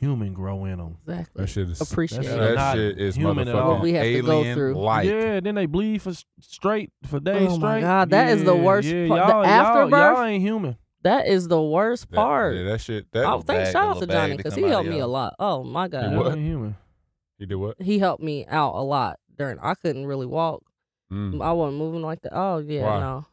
F: human grow in them.
E: Exactly.
A: That shit is
E: Appreciate
F: That's
E: it.
F: not-
A: That shit is
F: human at all.
A: motherfucking
F: What
E: we have to go
A: alien
E: through.
A: light.
F: Yeah, then they bleed for s- straight for days
E: Oh
F: straight.
E: my God, that is the worst part. The
F: y'all-
E: afterbirth?
F: Y'all, y'all ain't human.
E: That is the worst
A: That,
E: part.
A: Yeah, that shit.
E: I
A: That
E: would think shout
C: bag, the
E: out to
C: little bag
E: Johnny
C: that
E: because he
C: come out of
E: helped me
C: y'all.
E: a lot. Oh my god,
F: Y'all
A: what?
F: ain't human.
A: you did what?
E: he helped me out a lot during. I couldn't really walk.
A: Mm.
E: I wasn't moving like that. Oh yeah,
A: Why?
E: no.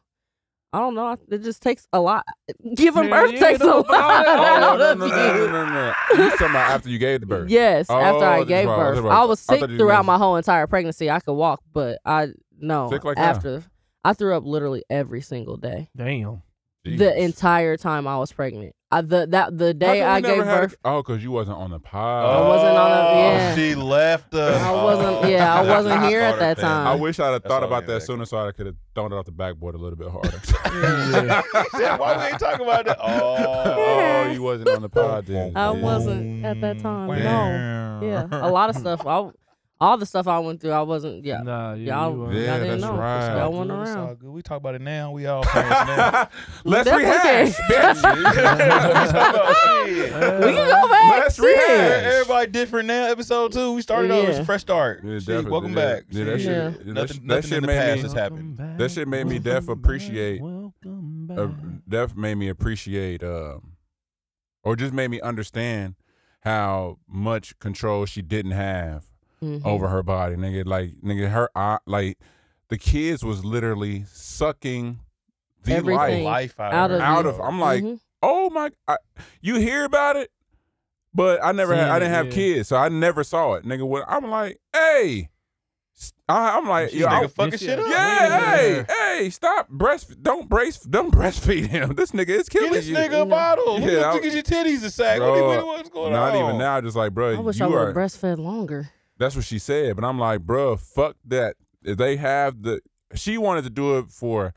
E: I don't know. It just takes a lot. Giving
F: Yeah,
E: birth
F: yeah,
E: takes a
F: no,
E: lot
F: but all that-
A: Oh,
E: out
A: no,
E: of
A: no, no, no,
E: you.
A: no, no, no. You talking about after you gave the birth?
E: Yes, after
A: Oh,
E: I
A: that's
E: gave
A: right, that's
E: birth,
A: right.
E: I was
A: I
E: sick
A: thought you
E: throughout
A: mentioned-
E: my whole entire pregnancy. I could walk, but I no
A: Sick like now.
E: after. I threw up literally every single day.
F: Damn.
A: Jesus.
E: The entire time I was pregnant. I, the that
A: How
E: the
A: come
E: day
A: we
E: I
A: never
E: gave
A: had a-
E: birth.
A: oh, cause you wasn't on the
E: I
A: pod.
E: was- wasn't on a-
C: Oh,
E: yeah.
C: She left us.
E: I wasn't- yeah, I wasn't here at that time.
A: I wish I'd have
C: That's
A: thought
C: all
A: about
C: we
A: that
C: had.
A: sooner, so I could have thrown it off the backboard a little bit harder.
F: Yeah.
C: Shit, Why we ain't talking about that? Oh,
A: oh, you wasn't on the pod then.
E: I
A: Yeah.
E: wasn't at that time. No.
C: Damn.
E: Yeah. A lot of stuff. I, all the stuff I went through, I wasn't. Yeah.
F: Nah, yeah,
E: Y'all-
F: you, uh,
A: Yeah,
E: Y'all didn't
A: that's
E: know.
A: right.
E: Y'all went
C: It's all
E: around.
C: good. We talk about it now. We all parents now.
A: Let's
E: That's okay.
A: rehash, bitch.
C: Oh, shit.
E: We can go back.
A: Let's
E: Shit.
A: rehash.
C: Everybody different now. Episode two. We started off. It's
E: Yeah.
C: a fresh start.
A: Yeah,
C: Shit,
A: definitely. Yeah.
C: welcome back.
A: Yeah, that
C: Shit.
A: shit.
E: Yeah.
A: yeah, that
C: Nothing-
A: shit- that
C: nothing
A: shit
C: in the
A: made me.
C: past has happened.
F: Welcome
A: That shit made me deaf
F: welcome
A: appreciate-
F: back, Welcome back.
A: uh, def made me appreciate um or just made me understand how much control she didn't have
E: Mhm.
A: over her body nigga like nigga her eye like the kids was literally sucking the
E: Everything.
A: life
C: Life
E: Out
C: out, of
E: of
C: her.
A: out of i'm like
E: Mhm.
A: oh my I, you hear about it but i never had,
F: Seen
A: i
F: it,
A: didn't have
F: yeah.
A: kids so i never saw it nigga what i'm like hey S- I, am like
C: She's
A: yo, I-
C: nigga fucking
F: This
C: shit
F: shit-
C: up.
A: yeah, hey,
F: Yeah.
A: hey, stop breast, don't brace, don't breastfeed him. This nigga is
C: Get
A: killing
C: this
A: you.
C: nigga a bottle.
A: Yeah,
C: Yeah,
A: I-
C: Look at your titties a sack. What do you
A: Bro,
C: mean? What's going
A: Not
C: on?
A: even now, just like,
E: I
A: bro,
E: wish I
A: you
E: would
A: are.
E: have breastfed longer.
A: that's what she said, but I'm like, bro, fuck that. If They have the. She wanted to do it for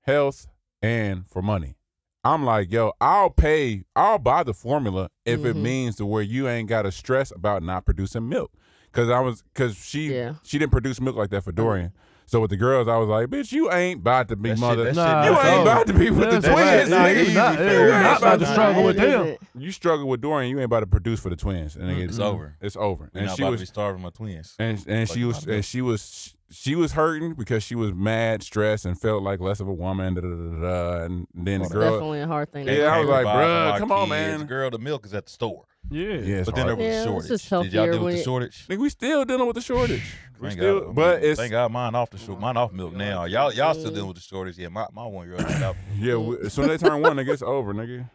A: health and for money, I'm like, yo, I'll pay, I'll buy the formula if it
E: Mm-hmm.
C: Mhm.
A: means to where you ain't got to stress about not producing milk. Cause I was, cause she she didn't produce milk like that
E: Uh-huh.
A: for Dorian. So with the girls, I was like, bitch, you ain't about to be mother.
C: that shit-
A: you
C: that's
A: ain't
C: old.
A: about to be with the
C: That's right.
A: twins.
C: Nah,
A: nigga.
C: he's
A: You
C: not-
A: ain't
C: yeah, you're not about to
A: to-
C: struggle with them.
A: You struggle with Dorian, you ain't about to produce for the twins. And
C: It's over.
A: It's over.
C: We're not about to be starving my twins.
A: And and she
C: Fucking
A: was
C: my
A: and she was she was hurting because she was mad, stressed, and felt like less of a woman. Da, da, da, da, da. And then
E: That's
A: the girl
E: definitely a hard thing to
A: Yeah, I
E: do.
A: was like,
C: Provide for
A: bruh,
C: our
A: come on,
C: kids.
A: man.
C: Girl, the milk is at the store.
F: Yeah.
A: Yeah, it's
C: but then there
A: hard.
C: was
E: Yeah,
C: a
E: it's
C: shortage.
E: just
C: Did y'all
E: healthier
C: deal with
E: with-
C: the shortage?
A: Nigga, we still dealing with the shortage. we
C: Thank
A: still,
C: God, I mean,
A: but it's
C: thank God mine off the short. Mine off milk now. Y'all y'all still dealing with the shortage? Yeah, my, my one year old. out.
A: yeah. We, as soon as they turn one, nigga, it's over, nigga.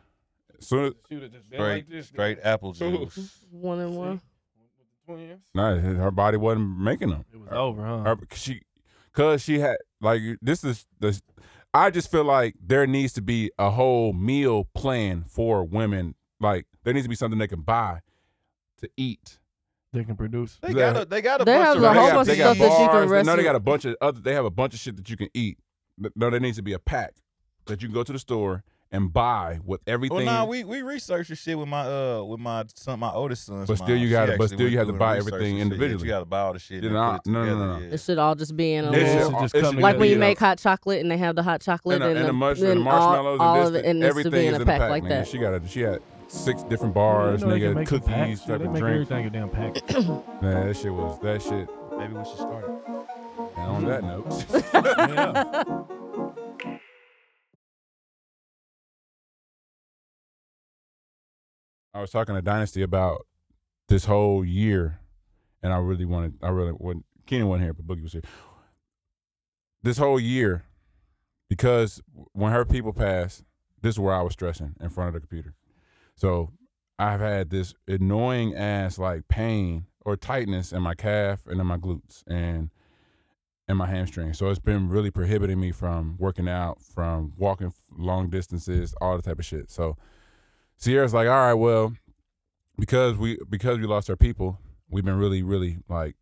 A: As soon as
C: straight straight apple juice.
E: One and one.
A: Nah, her body wasn't making them. It
F: was over, huh?
A: she, cause she had like this is the. I just feel like there needs to be a whole meal plan for women. Like there needs to be something they can buy to eat.
F: They can produce.
C: They got a they got a
E: They
C: bunch
E: have
C: of
E: a
A: They
E: whole
A: got-
E: bunch
A: they
E: of
A: got
E: stuff that you
A: bars,
E: can rest.
A: No, they got a bunch of other. They have a bunch of shit that you can eat. But No, there needs to be a pack that you can go to the store and buy with everything.
C: Well, nah, we we researched the shit with my uh with my son, my oldest son's.
A: But still
C: mom.
A: you
C: She
A: gotta- but
C: actually
A: still
C: went
A: you have
C: through
A: to
C: and
A: buy
C: researched
A: everything
C: the shit. Yeah,
A: individually.
C: You got to buy all the shit.
A: Yeah,
C: and
A: nah,
C: put it
A: no, no,
C: together,
A: no, no.
C: yeah.
E: It should all just be in a
A: It should
E: little.
A: all-
F: just
A: it
F: come
A: should
E: Like
A: be
E: when you
A: in a-
E: make hot chocolate and they have the hot chocolate
A: and, a,
E: and,
A: and
E: the,
A: a mush,
E: then
A: and the marshmallows,
E: all, all
A: and
E: of
A: this,
E: it, and this to
A: everything
E: be
A: is
E: in a pack,
A: pack
E: like
A: nigga.
E: that.
A: She got a, she had six different bars,
F: You know they can
A: nigga,
F: make a pack,
A: cookies,
F: shit. They
A: fucking
F: make
A: drinks.
F: everything a damn pack.
A: Man, that shit was that shit.
C: Maybe we should start it.
A: And on that note. I was talking to Dynasty about this whole year, and I really wanted, I really wasn't, Keenan wasn't here, but Boogie was here. This whole year, because when her people passed, this is where I was stressing in front of the computer. So I've had this annoying ass like pain or tightness in my calf and in my glutes and in my hamstring. So it's been really prohibiting me from working out, from walking long distances, all the type of shit. So Sierra's like, all right, well, because we because we lost our people, we've been really, really like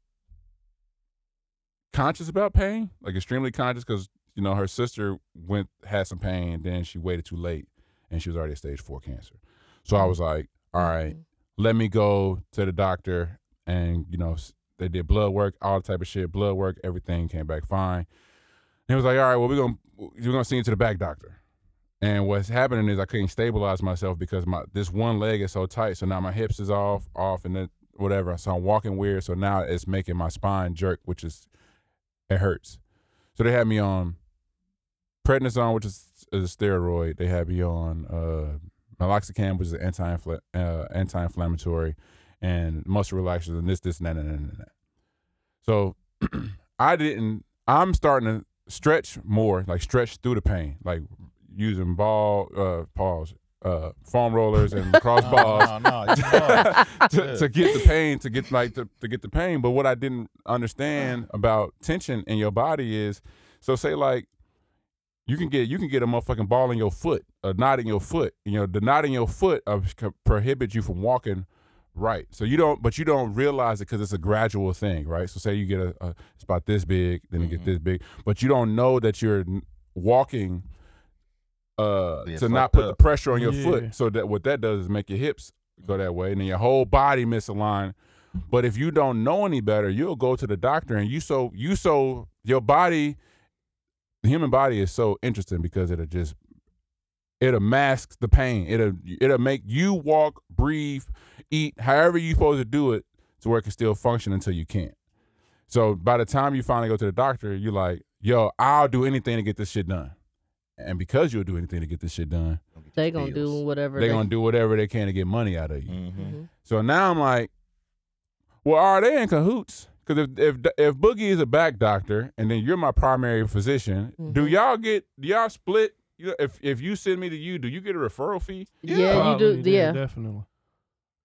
A: conscious about pain, like extremely conscious, because you know her sister went had some pain, then she waited too late, and she was already at stage four cancer. So I was like, all right, let me go to the doctor, and you know s- they did blood work, all type of shit, blood work, everything came back fine. And it was like, all right, well we're gonna we're gonna see you to the back doctor. And what's happening is I couldn't stabilize myself because my this one leg is so tight. So now my hips is off, off, and then whatever. So I'm walking weird. So now it's making my spine jerk, which is it hurts. So they had me on prednisone, which is, is a steroid. They had me on uh, meloxicam, which is an anti uh, anti-inflammatory, and muscle relaxers, and this, this, and that, and that, and that. So I didn't. I'm starting to stretch more, like stretch through the pain, like using ball, uh, paws, uh, foam rollers, and cross
C: No,
A: balls
C: no, no, you are.
A: to, to get the pain, to get like to, to get the pain. But what I didn't understand about tension in your body is, so say like you can get you can get a motherfucking ball in your foot, a knot in your foot. You know, the knot in your foot uh, co- prohibits you from walking right. So you don't, but you don't realize it because it's a gradual thing, right? So say you get a, a it's about this big, then it
C: Mm-hmm.
A: gets this big, but you don't know that you're n- walking uh
C: Being
A: to not
C: fucked
A: put the
C: up.
A: pressure on your
F: Yeah.
A: foot. So that what that does is make your hips go that way, and then your whole body misaligned. But if you don't know any better, you'll go to the doctor, and you so you so your body the human body is so interesting because it'll just it'll mask the pain. It'll it'll make you walk, breathe, eat, however you supposed to do it to where it can still function until you can't. So by the time you finally go to the doctor, you're like, yo, I'll do anything to get this shit done. And because you'll do anything to get this shit done,
E: They gonna do whatever.
A: they're
E: they-
A: gonna do whatever they can to get money out of you.
C: Mm-hmm.
E: Mm-hmm.
A: So now I'm like, well, are they in cahoots? Because if, if if Boogie is a back doctor and then you're my primary physician, do
E: Mm-hmm.
A: y'all get do y'all split? You know, if if you send me to you, do you get a referral fee?
E: Yeah, you do.
F: Probably,
E: Yeah.
F: definitely.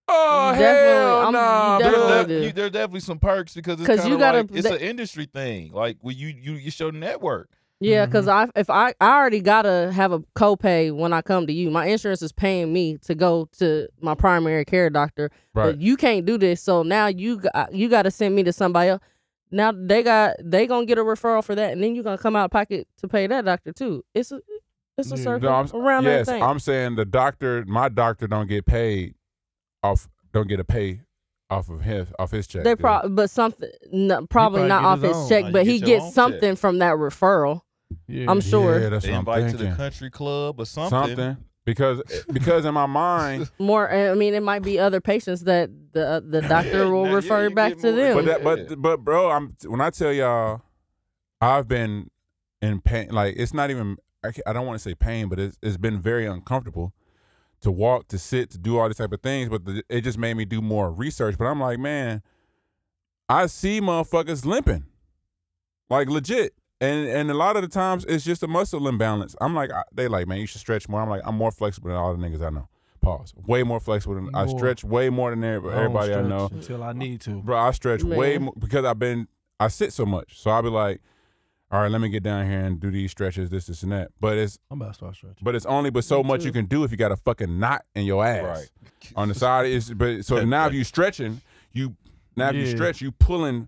A: Oh
E: You definitely-
A: hell
E: I'm- you
A: no,
E: definitely
A: bruh.
E: do.
C: You, there's definitely some perks because it's
E: 'Cause
C: kinda
E: you gotta-
C: like, it's
E: they-
C: an industry thing. Like when you you you show network.
E: Yeah,
A: Mm-hmm.
E: because I if I I already gotta have a copay when I come to you. My insurance is paying me to go to my primary care doctor,
A: Right.
E: but you can't do this. So now you got, you got to send me to somebody else. Now they got they gonna get a referral for that, and then you gonna come out of pocket to pay that doctor too. It's a, It's a
A: Yeah.
E: circle
A: No, I'm,
E: around
A: yes,
E: that thing.
A: I'm saying the doctor, my doctor, don't get paid off, don't get a pay off of his off his check.
E: they
A: do
E: pro- but something no, probably
A: probably
E: not
A: get
E: off
A: his
E: his
A: own.
E: check,
A: Like,
E: but
A: you
E: he
A: get your own
E: gets something from that referral. I'm sure.
A: Yeah, that's
C: They
A: what I'm
C: invite you to the
A: thinking.
C: country club or something.
A: because because in my mind,
E: More, I mean, it might be other patients that the uh, the doctor will refer back to them.
A: but that, but but bro, I'm when I tell y'all, I've been in pain. Like it's not even I, ca- I don't want to say pain, but it's it's been very uncomfortable to walk, to sit, to do all these type of things. But the, it just made me do more research. But I'm like, man, I see motherfuckers limping, like legit. And and a lot of the times it's just a muscle imbalance. I'm like, I, they like, man, you should stretch more. I'm like, I'm more flexible than all the niggas I know. Pause. Way more flexible than I
F: More.
A: stretch way more than everybody,
F: I don't
A: everybody I
F: stretch
A: know.
F: until I need to.
A: Bro, I stretch way
F: Man.
A: more because I've been I sit so much. So I'll be like, all right, let me get down here and do these stretches, this, this, and that. But it's
F: I'm about to start stretching.
A: but it's only but so much you can do if you got a fucking knot in your ass.
F: Right.
A: On the side is but so now if you stretching, you now if you
C: Yeah.
A: stretch, you pulling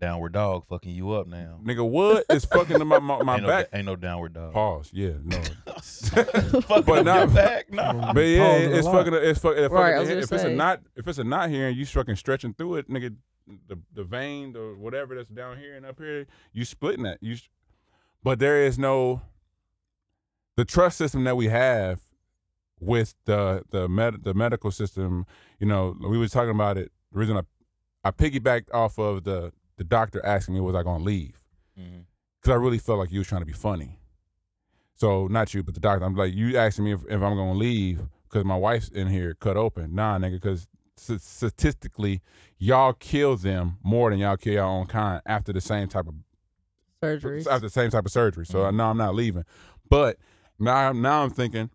C: Downward dog fucking you up now.
A: nigga what is fucking my my, my
C: ain't no-
A: back.
C: ain't no downward dog.
A: Pause. Yeah, no.
C: Fucking up your back? Nah.
A: But yeah,
C: Pause a
A: it's
C: lot.
A: fucking. It's fucking. It's
C: Right,
A: fucking
C: I was gonna
A: if it's a
C: say.
A: knot, if it's a knot here and you fucking stretching through it, nigga, the the vein, the whatever that's down here and up here, you splitting that. You, s- but there is no. The trust system that we have with the the med the medical system, you know, we was talking about it. The reason I I piggybacked off of the the doctor asking me was I gonna leave
C: Mm-hmm.
A: because I really felt like you was trying to be funny. So not you, but the doctor. I'm like, you asking me if, if I'm gonna leave because my wife's in here cut open. Nah, nigga, because statistically, y'all kill them more than y'all kill your own kind after the same type of
E: Surgeries.
A: after the same type of surgery. So I know I'm not leaving, but now I'm now I'm thinking,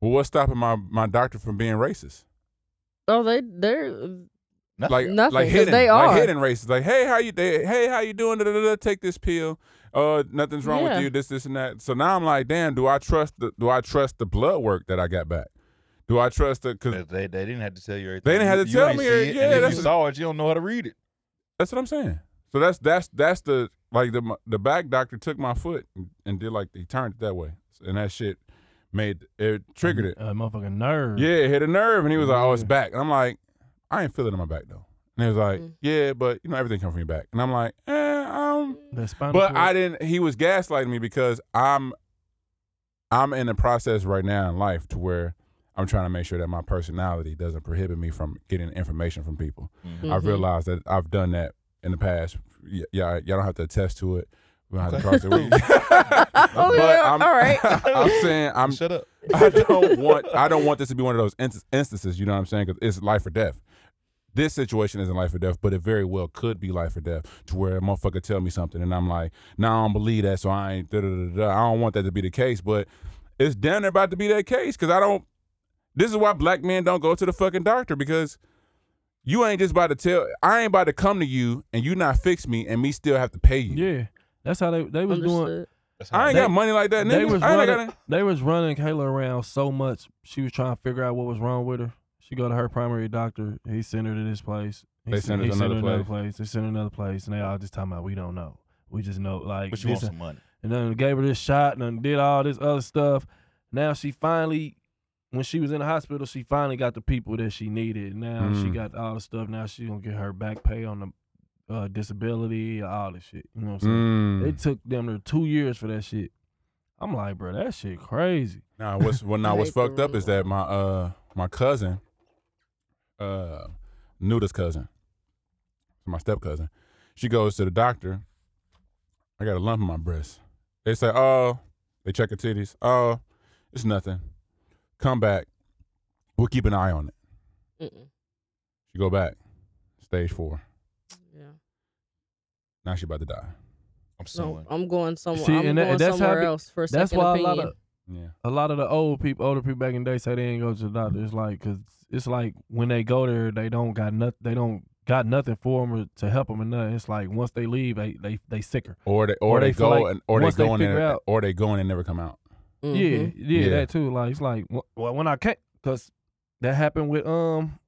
A: well, what's stopping my my doctor from being racist?
E: Oh, they they're mm-hmm.
A: Like
E: nothing.
A: like
E: 'cause
A: hidden,
E: they are
A: like hidden racist. Like, hey, how you? They, hey, how you doing? Da, da, da, da, take this pill. Uh, nothing's wrong
E: Yeah.
A: with you. This, this, and that. So now I'm like, damn. Do I trust the? Do I trust the blood work that I got back? Do I trust the? Because
C: they they didn't have to tell you everything.
A: They didn't have to
C: You- you
A: tell
C: ain't
A: me.
C: see
A: or-
C: it, and
A: yeah,
C: if
A: that's
C: you
A: a-
C: saw it. You don't know how to read it.
A: That's what I'm saying. So that's that's that's the like the the back doctor took my foot and, and did like he turned it that way, and that shit made it triggered
E: Mm-hmm.
A: it.
F: Uh, motherfucking nerve.
A: Yeah, it hit a nerve, and he was like, "Oh, it's back." And I'm like, "I ain't feeling in my back though." And he was like,
E: Mm.
A: "Yeah, but you know everything comes from your back." And I'm like, eh, um,
F: The spinal
A: but
F: cord.
A: I didn't. He was gaslighting me because I'm, I'm in the process right now in life to where I'm trying to make sure that my personality doesn't prohibit me from getting information from people.
C: Mhm.
A: I
C: Mhm.
A: realized that I've done that in the past. Y- yeah, y'all don't have to attest to it. We don't have to
C: Okay.
A: cross the
E: Oh,
A: but I'm,
C: all right.
A: I'm saying I'm
C: Shut up.
A: I don't want I don't want this to be one of those inst- instances. You know what I'm saying? Because it's life or death. This situation isn't life or death, but it very well could be life or death. To where a motherfucker tell me something, and I'm like, "Nah, I don't believe that." So I ain't. Da, da, da, da. I don't want that to be the case, but it's damn near about to be that case because I don't. This is why black men don't go to the fucking doctor because you ain't just about to tell. I ain't about to come to you and you not fix me and me still have to pay you.
F: Yeah, that's how they they was doing.
A: I ain't got money like that,
F: They
A: nigga.
F: was
A: I ain't
F: running,
A: got it.
F: they was running Kayla around so much. She was trying to figure out what was wrong with her. She go to her primary doctor. He sent her to this place. He
A: They
F: sen-
A: sent her
F: he
A: to
F: sent
A: another
F: another place. They sent her another place, and they all just talking about we don't know. We just know like.
C: But you want
F: this-
C: some money.
F: And then gave her this shot, and then did all this other stuff. Now she finally, when she was in the hospital, she finally got the people that she needed. Now she
D: Mm.
F: got all the stuff. Now she gonna get her back pay on the uh, disability, all this shit. You know what I'm saying?
A: Mm.
F: It took them near two years for that shit. I'm like, bro, that shit crazy.
A: Nah, what's well, nah, what's
F: Make
A: fucked up is that my uh my cousin, uh, Nuda's cousin, my step cousin, she goes to the doctor. I got a lump in my breast. They say, oh, they check her titties. Oh, it's nothing. Come back. We'll keep an eye on it. She go back. Stage four.
E: Yeah.
A: Now she about to die.
C: I'm
E: No, I'm going somewhere.
F: See,
E: I'm
F: and that-
E: going
F: that's how
E: somewhere
F: be-
E: else for a
F: that's
E: second
F: why
E: opinion.
F: a lot of a lot of the old people, older people back in the day say they ain't go to the doctor. It's like because it's like when they go there, they don't got nothing. They don't got nothing for them or to help them or nothing. It's like once they leave, they they they sicker
A: Or they or, they,
F: feel
A: go
F: like
A: and or they
F: once
A: go in
F: figure
A: and
F: out-
A: or they go in and never come out.
E: Mm-hmm.
F: Yeah,
A: Mhm.
F: yeah,
A: Yeah.
F: that too. Like it's like wh- well, when I came, cause that happened with um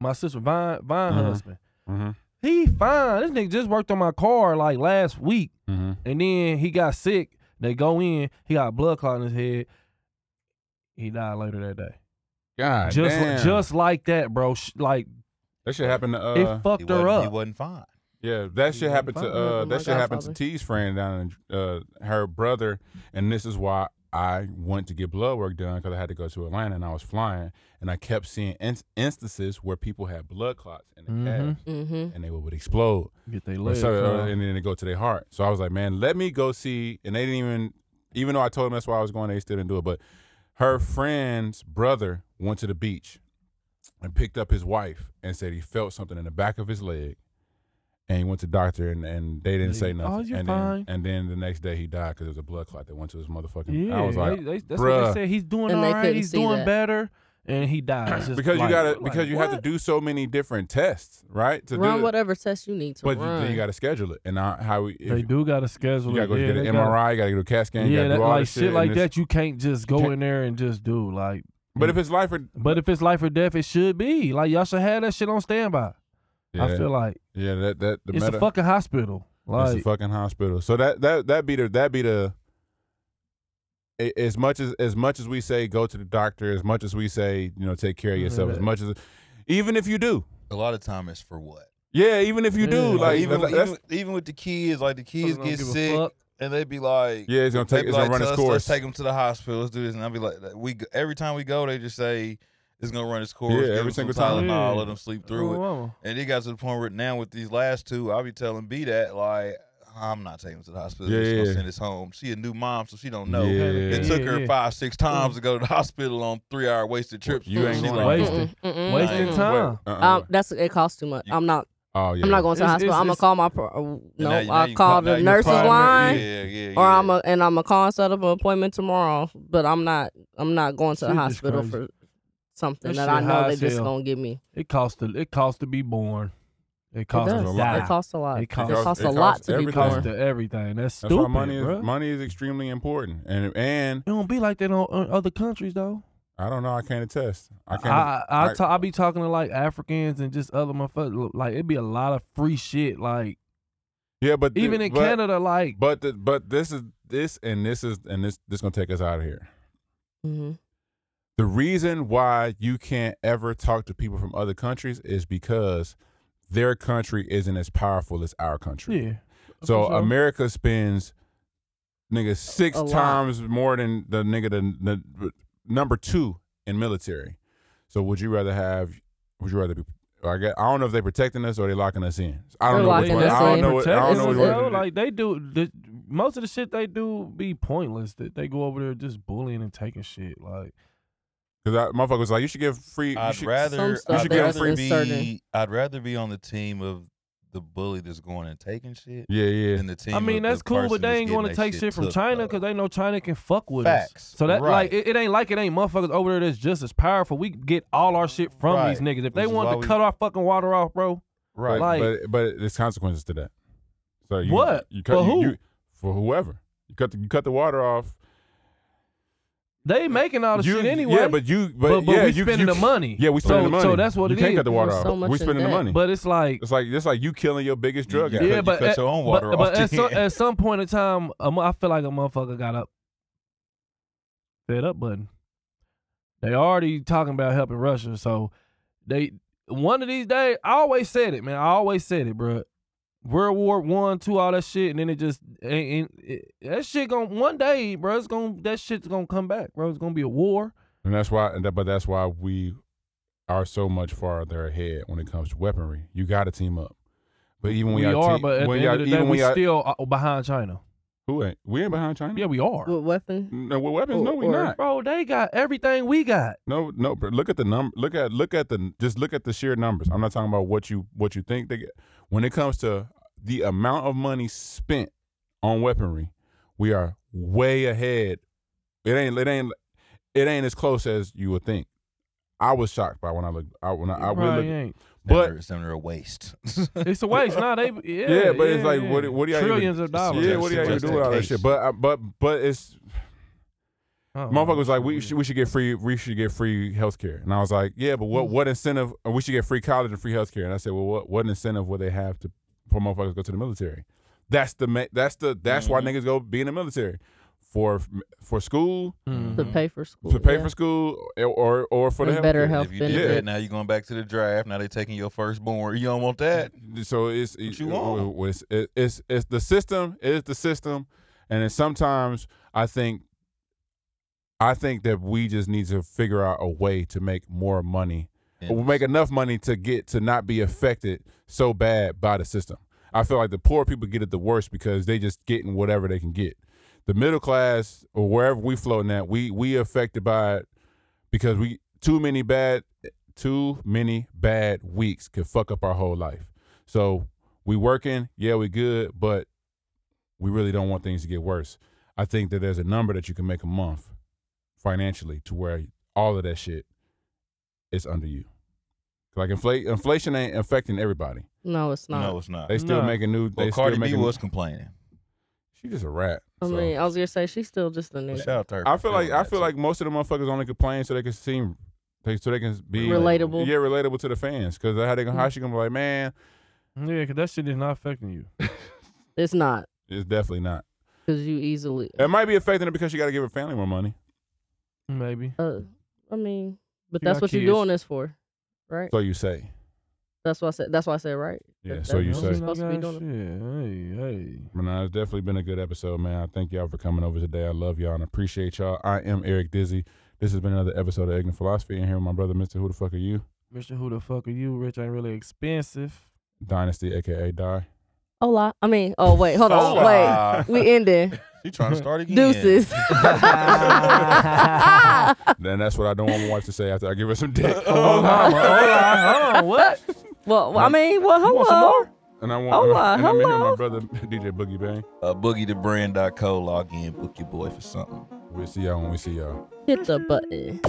F: my sister Vine Vine
A: Mhm.
F: husband.
A: Mm-hmm.
F: He fine. This nigga just worked on my car like last week,
A: Mhm.
F: and then he got sick. They go in. He got a blood clot in his head. He died later that day.
A: God
F: just
A: damn.
F: just like that, bro. Sh- Like
A: that shit happened to uh,
F: it fucked her up.
C: wasn't fine.
A: Yeah, that shit happened to
F: fucking
A: uh,
F: with my
A: that shit happened to
F: godfather.
A: T's friend down in uh, her brother, and this is why I went to get blood work done because I had to go to Atlanta and I was flying, and I kept seeing in- instances where people had blood clots in the calves,
E: Mhm.
A: and they would explode,
F: Get they
A: And
F: legs,
A: so, uh,
F: huh?
A: and then they go to their heart. So I was like, man, let me go see, and they didn't even, even though I told them that's why I was going, they still didn't do it. But her friend's brother went to the beach and picked up his wife and said he felt something in the back of his leg and he went to doctor and, and they didn't say
F: They-
A: nothing.
F: "Oh, you're
A: and,
F: fine."
A: Then, and then the next day he died because it was a blood clot that went to his motherfucking.
F: Yeah,
A: I was like,
F: they- they- that's
A: bruh.
F: what they said. He's doing
E: And they
F: all right.
E: couldn't
F: He's
E: see
F: doing
E: that.
F: better, and he dies. It's
A: because
F: like-
A: you gotta
F: like,
A: because you have to do so many different tests, right? To
E: run
A: do it.
E: whatever test you need to
A: But you-
E: run.
A: then you gotta schedule it, and I, how we, if
F: They
A: you-
F: do got to schedule.
A: you gotta go
F: it. Yeah,
A: get an
F: they
A: MRI,
F: gotta-
A: you gotta go to CAT scan, you
F: yeah,
A: gotta do
F: that,
A: all
F: like
A: this shit,
F: shit
A: and
F: like
A: it's-
F: that. You can't just go
A: can't-
F: in there and just do like.
A: But if it's life or
F: But if it's life or death, it should be like y'all should have that shit on standby.
A: Yeah.
F: I feel like
A: yeah, that that the
F: it's
A: meta,
F: a fucking hospital.
A: it's
F: Like
A: a fucking hospital. So that that that be the that be the a- as much as as much as we say go to the doctor, as much as we say you know take care of yourself, as much as even if you do,
C: A lot of time it's for what?
A: yeah, even if you do,
C: Like,
A: like
C: even,
A: even, that's,
C: even, even with the kids, like the kids
F: don't
C: get
F: give a
C: sick
F: fuck.
C: and they be like,
A: yeah, it's gonna take
C: they be
A: it's gonna run
C: like, "Tell
A: its
C: us,
A: course.
C: Let's take them to the hospital. Let's do this, and I'll be like, like, we go- every time we go, they just say it's gonna run its course.
A: Yeah,
C: give
A: every
C: them some
A: single time.
C: Tylenol,
F: Yeah.
C: let them sleep through it.
F: Wow.
C: And it got to the point where now with these last two, I'll be telling B that like. I'm not taking him to the hospital. Yeah,
A: Yeah,
C: just gonna
A: yeah.
C: send us home. She a new mom, so she don't know.
A: Yeah.
C: It took her
F: Yeah.
C: five, six times to go to the hospital on three hour wasted trips.
A: You ain't
C: She
A: going
C: like,
A: nowhere.
F: wasting,
E: Mm-mm.
F: wasting
C: Mm-mm.
F: time.
A: Uh-uh.
E: um, that's it costs too much. I'm not.
A: oh yeah,
E: I'm not going to the
F: It's-
E: hospital. I'm
F: it's-
E: gonna
F: it's-
E: call my pro- uh, no.
C: now you- now
E: I'll
C: you
E: call
C: call- now
E: the
C: you
E: nurse's
C: call her-
E: line,
C: Yeah, yeah,
E: or
C: yeah.
E: I'm a, and I'm gonna call and set up an appointment tomorrow. But I'm not. I'm not going to the
F: Shit is
E: hospital
F: crazy.
E: for something
F: That
E: that,
F: shit
E: I know
F: high
E: they
F: as
E: just
F: hell.
E: gonna give me.
F: It costs to it costs to be born. It costs
E: it
F: to
E: does.
F: die.
E: It costs a lot.
F: It
E: It costs,
F: costs-
A: it
E: a lot
A: costs
E: to be
A: everything.
E: born.
F: costs to everything. That's
A: That's
F: stupid,
A: why money is
F: bruh.
A: money is extremely important, and and
F: It don't be like that on, on other countries though.
A: I don't know, I can't attest. I can't.
F: I I, I,
A: I-
F: ta- I be talking to like Africans and just other motherfuckers. Like it'd be a lot of free shit. Like
A: yeah, but
F: even in
A: but-
F: Canada, like
A: but the, but this is this and this is and this this gonna take us out of here.
E: hmm
A: The reason why you can't ever talk to people from other countries is because their country isn't as powerful as our country.
F: yeah.
A: So
F: For sure.
A: America spends nigga six
E: A lot.
A: times more than the nigga the, the number two in military. So would you rather have? Would you rather be? I guess, I don't know if they're protecting us or they locking us in. I don't know.
E: They're
A: which
E: locking
A: one-
E: us
A: I don't
E: in.
A: know. what- I don't
E: Protecting
A: know.
E: us,
A: which
F: Bro,
A: one-
F: like they do the, most of the shit they do be pointless. That they go over there just bullying and taking shit. Like
A: Because that motherfucker was like, you should give free. you
C: I'd
A: should-
E: Some
C: rather
E: stuff
C: I'd
A: there is
C: rather
E: certain-
C: be I'd rather be on the team of the bully that's going and taking shit
A: Yeah, yeah.
C: than the team.
F: I mean,
C: of
F: that's
C: the
F: cool,
C: person
F: but they
C: that's
F: ain't going to
C: getting their
F: take shit from
C: took,
F: China
C: though.
F: because they know China can fuck with
C: Facts.
F: us. So that
C: Right.
F: like it, it ain't like it ain't motherfuckers over there that's just as powerful. We get all our shit from
C: Right.
F: these niggas. If
C: Which
F: they
C: is
F: wanted
C: why
F: to
C: we-
F: cut our fucking water off, bro.
A: Right,
F: Like-
A: but but there's consequences to that. So you,
F: What?
A: You cut,
F: For
A: you-
F: who?
A: you- for whoever. You cut the, you cut the water off.
F: They making all the
A: you,
F: shit anyway.
A: Yeah, but you but,
F: But- but
A: yeah,
F: we
A: you,
F: spending
A: you-
F: the money.
A: Yeah, we spending
F: So-
A: the money.
F: so that's what
A: you
F: it
A: can't
F: is.
A: cut the water
E: There's
A: off.
E: so much
A: we
E: in
A: spending the
E: that.
A: money.
F: But it's like
A: it's like it's like you killing your biggest drug
C: You-
A: addict.
C: cut-
F: yeah, but
C: cut
F: at,
C: your own
F: but-
C: water
F: but,
C: off
F: at,
C: then.
F: some, at some point in time, a mo- I feel like a motherfucker got up. That up button. They already talking about helping Russia, so they one of these days. I always said it, man. I always said it, bruh. World War One, two, all that shit, and then it just and, that shit gonna one day, bro. It's gonna that shit's gonna come back, bro. It's gonna be a war.
A: and that's why. and that- But that's why we are so much farther ahead when it comes to weaponry. You got to team up. But even when
F: we
A: y'all
F: are,
A: te-
F: but at the
A: when
F: end
A: y'all,
F: of the day,
A: even when
F: we
A: y'all,
F: still uh, behind China.
A: who ain't we ain't behind China.
F: Yeah, we are.
E: With weapon,
A: No, with weapons, no, we
E: Or-
A: not.
F: Bro, they got everything we got.
A: No, no. But look at the number. Look at look at the just look at the sheer numbers. I'm not talking about what you what you think they get. When it comes to the amount of money spent on weaponry, we are way ahead. It ain't it ain't it ain't as close as you would think. I was shocked by when I looked. I when I, I
F: Probably
A: would look,
F: ain't.
A: but
C: Send her- send her a waste.
F: It's a waste. nah, they yeah.
A: yeah, but it's like
F: yeah.
A: what what do y'all
F: trillions
A: even,
F: of dollars?
A: Yeah, what do y'all even
C: Just
A: do
C: in
A: with all that
C: case.
A: shit? But I, but but it's
F: Oh,
A: Motherfucker was like, we
F: shit.
A: should, we should get free we should get free healthcare, and I was like, yeah, but
E: Hmm.
A: what what incentive? Or we should get free college and free healthcare, and I said, well, what what incentive would they have
E: Mm-hmm.
A: to for motherfuckers to go to the military? That's the ma- that's the that's why niggas go be in the military for for school
E: To pay for school.
A: Mm-hmm. to pay
E: yeah.
A: for school or or, or for the
E: And better
A: healthcare.
E: health
C: If you did that, now you're going back to the draft. Now they're taking your firstborn. You don't want that.
A: So it's
C: you
A: it-
C: want?
A: it- It's, it- it's it's the system. It is the system, and then sometimes I think I think that we just need to figure out a way to make more money, or make enough money to get to not be affected so bad by the system. I feel like the poor people get it the worst because they just getting whatever they can get. The middle class or wherever we floating at, we we affected by it because we too many bad too many bad weeks could fuck up our whole life. So we working, yeah, we good, but we really don't want things to get worse. I think that there's a number that you can make a month financially to where all of that shit is under you. Like inflate, inflation ain't affecting everybody.
E: No, it's not.
C: No, it's not.
A: They still making new. They
C: Well, Cardi
A: still making,
C: B was complaining.
A: She just a rat.
E: I mean, I was gonna say she's still just a nigga.
A: I feel like I feel like most of the motherfuckers only complain so they can seem, they, so they can be
E: Relatable. Mm.
A: Yeah, relatable to the fans because how they gonna how she gonna be like, man,
F: Yeah, because that shit is not affecting you.
E: It's not
A: it's definitely not.
E: because you easily.
A: It might be affecting her because she got to give her family more money.
F: Maybe.
E: Uh, I mean, but
F: You
E: that's
F: got
E: what
F: kids.
E: you're doing this for, right?
A: So you say.
E: that's what I said. That's why I said right.
A: Yeah,
E: That-
A: so
E: that's
A: you
E: what
A: say.
E: you're supposed to be doing.
F: Yeah, hey, hey.
A: But nah, it's definitely been a good episode, man. I thank y'all for coming over today. I love y'all and appreciate y'all. I am Eric Dizzy. This has been another episode of Ignorant Philosophy. And here with my brother, Mr. Who the fuck are you?
F: Mister, who the fuck are you? Rich ain't really expensive.
A: Dynasty, aka Die.
E: Hola. I mean, oh wait, hold on,
A: Hola.
E: wait. We ending.
C: She trying to start again.
E: Deuces.
A: Then that's what I don't want my wife to say after I give her some dick.
F: Hold on, what?
E: Well, well, I mean, well, hello.
A: And I want
E: Hola,
A: and I'm here with
E: hello.
A: my brother, DJ Boogie Bang.
C: Uh, boogie the brand.co. Log in, book your boy for something.
A: We'll see y'all when we see y'all.
E: Hit the button.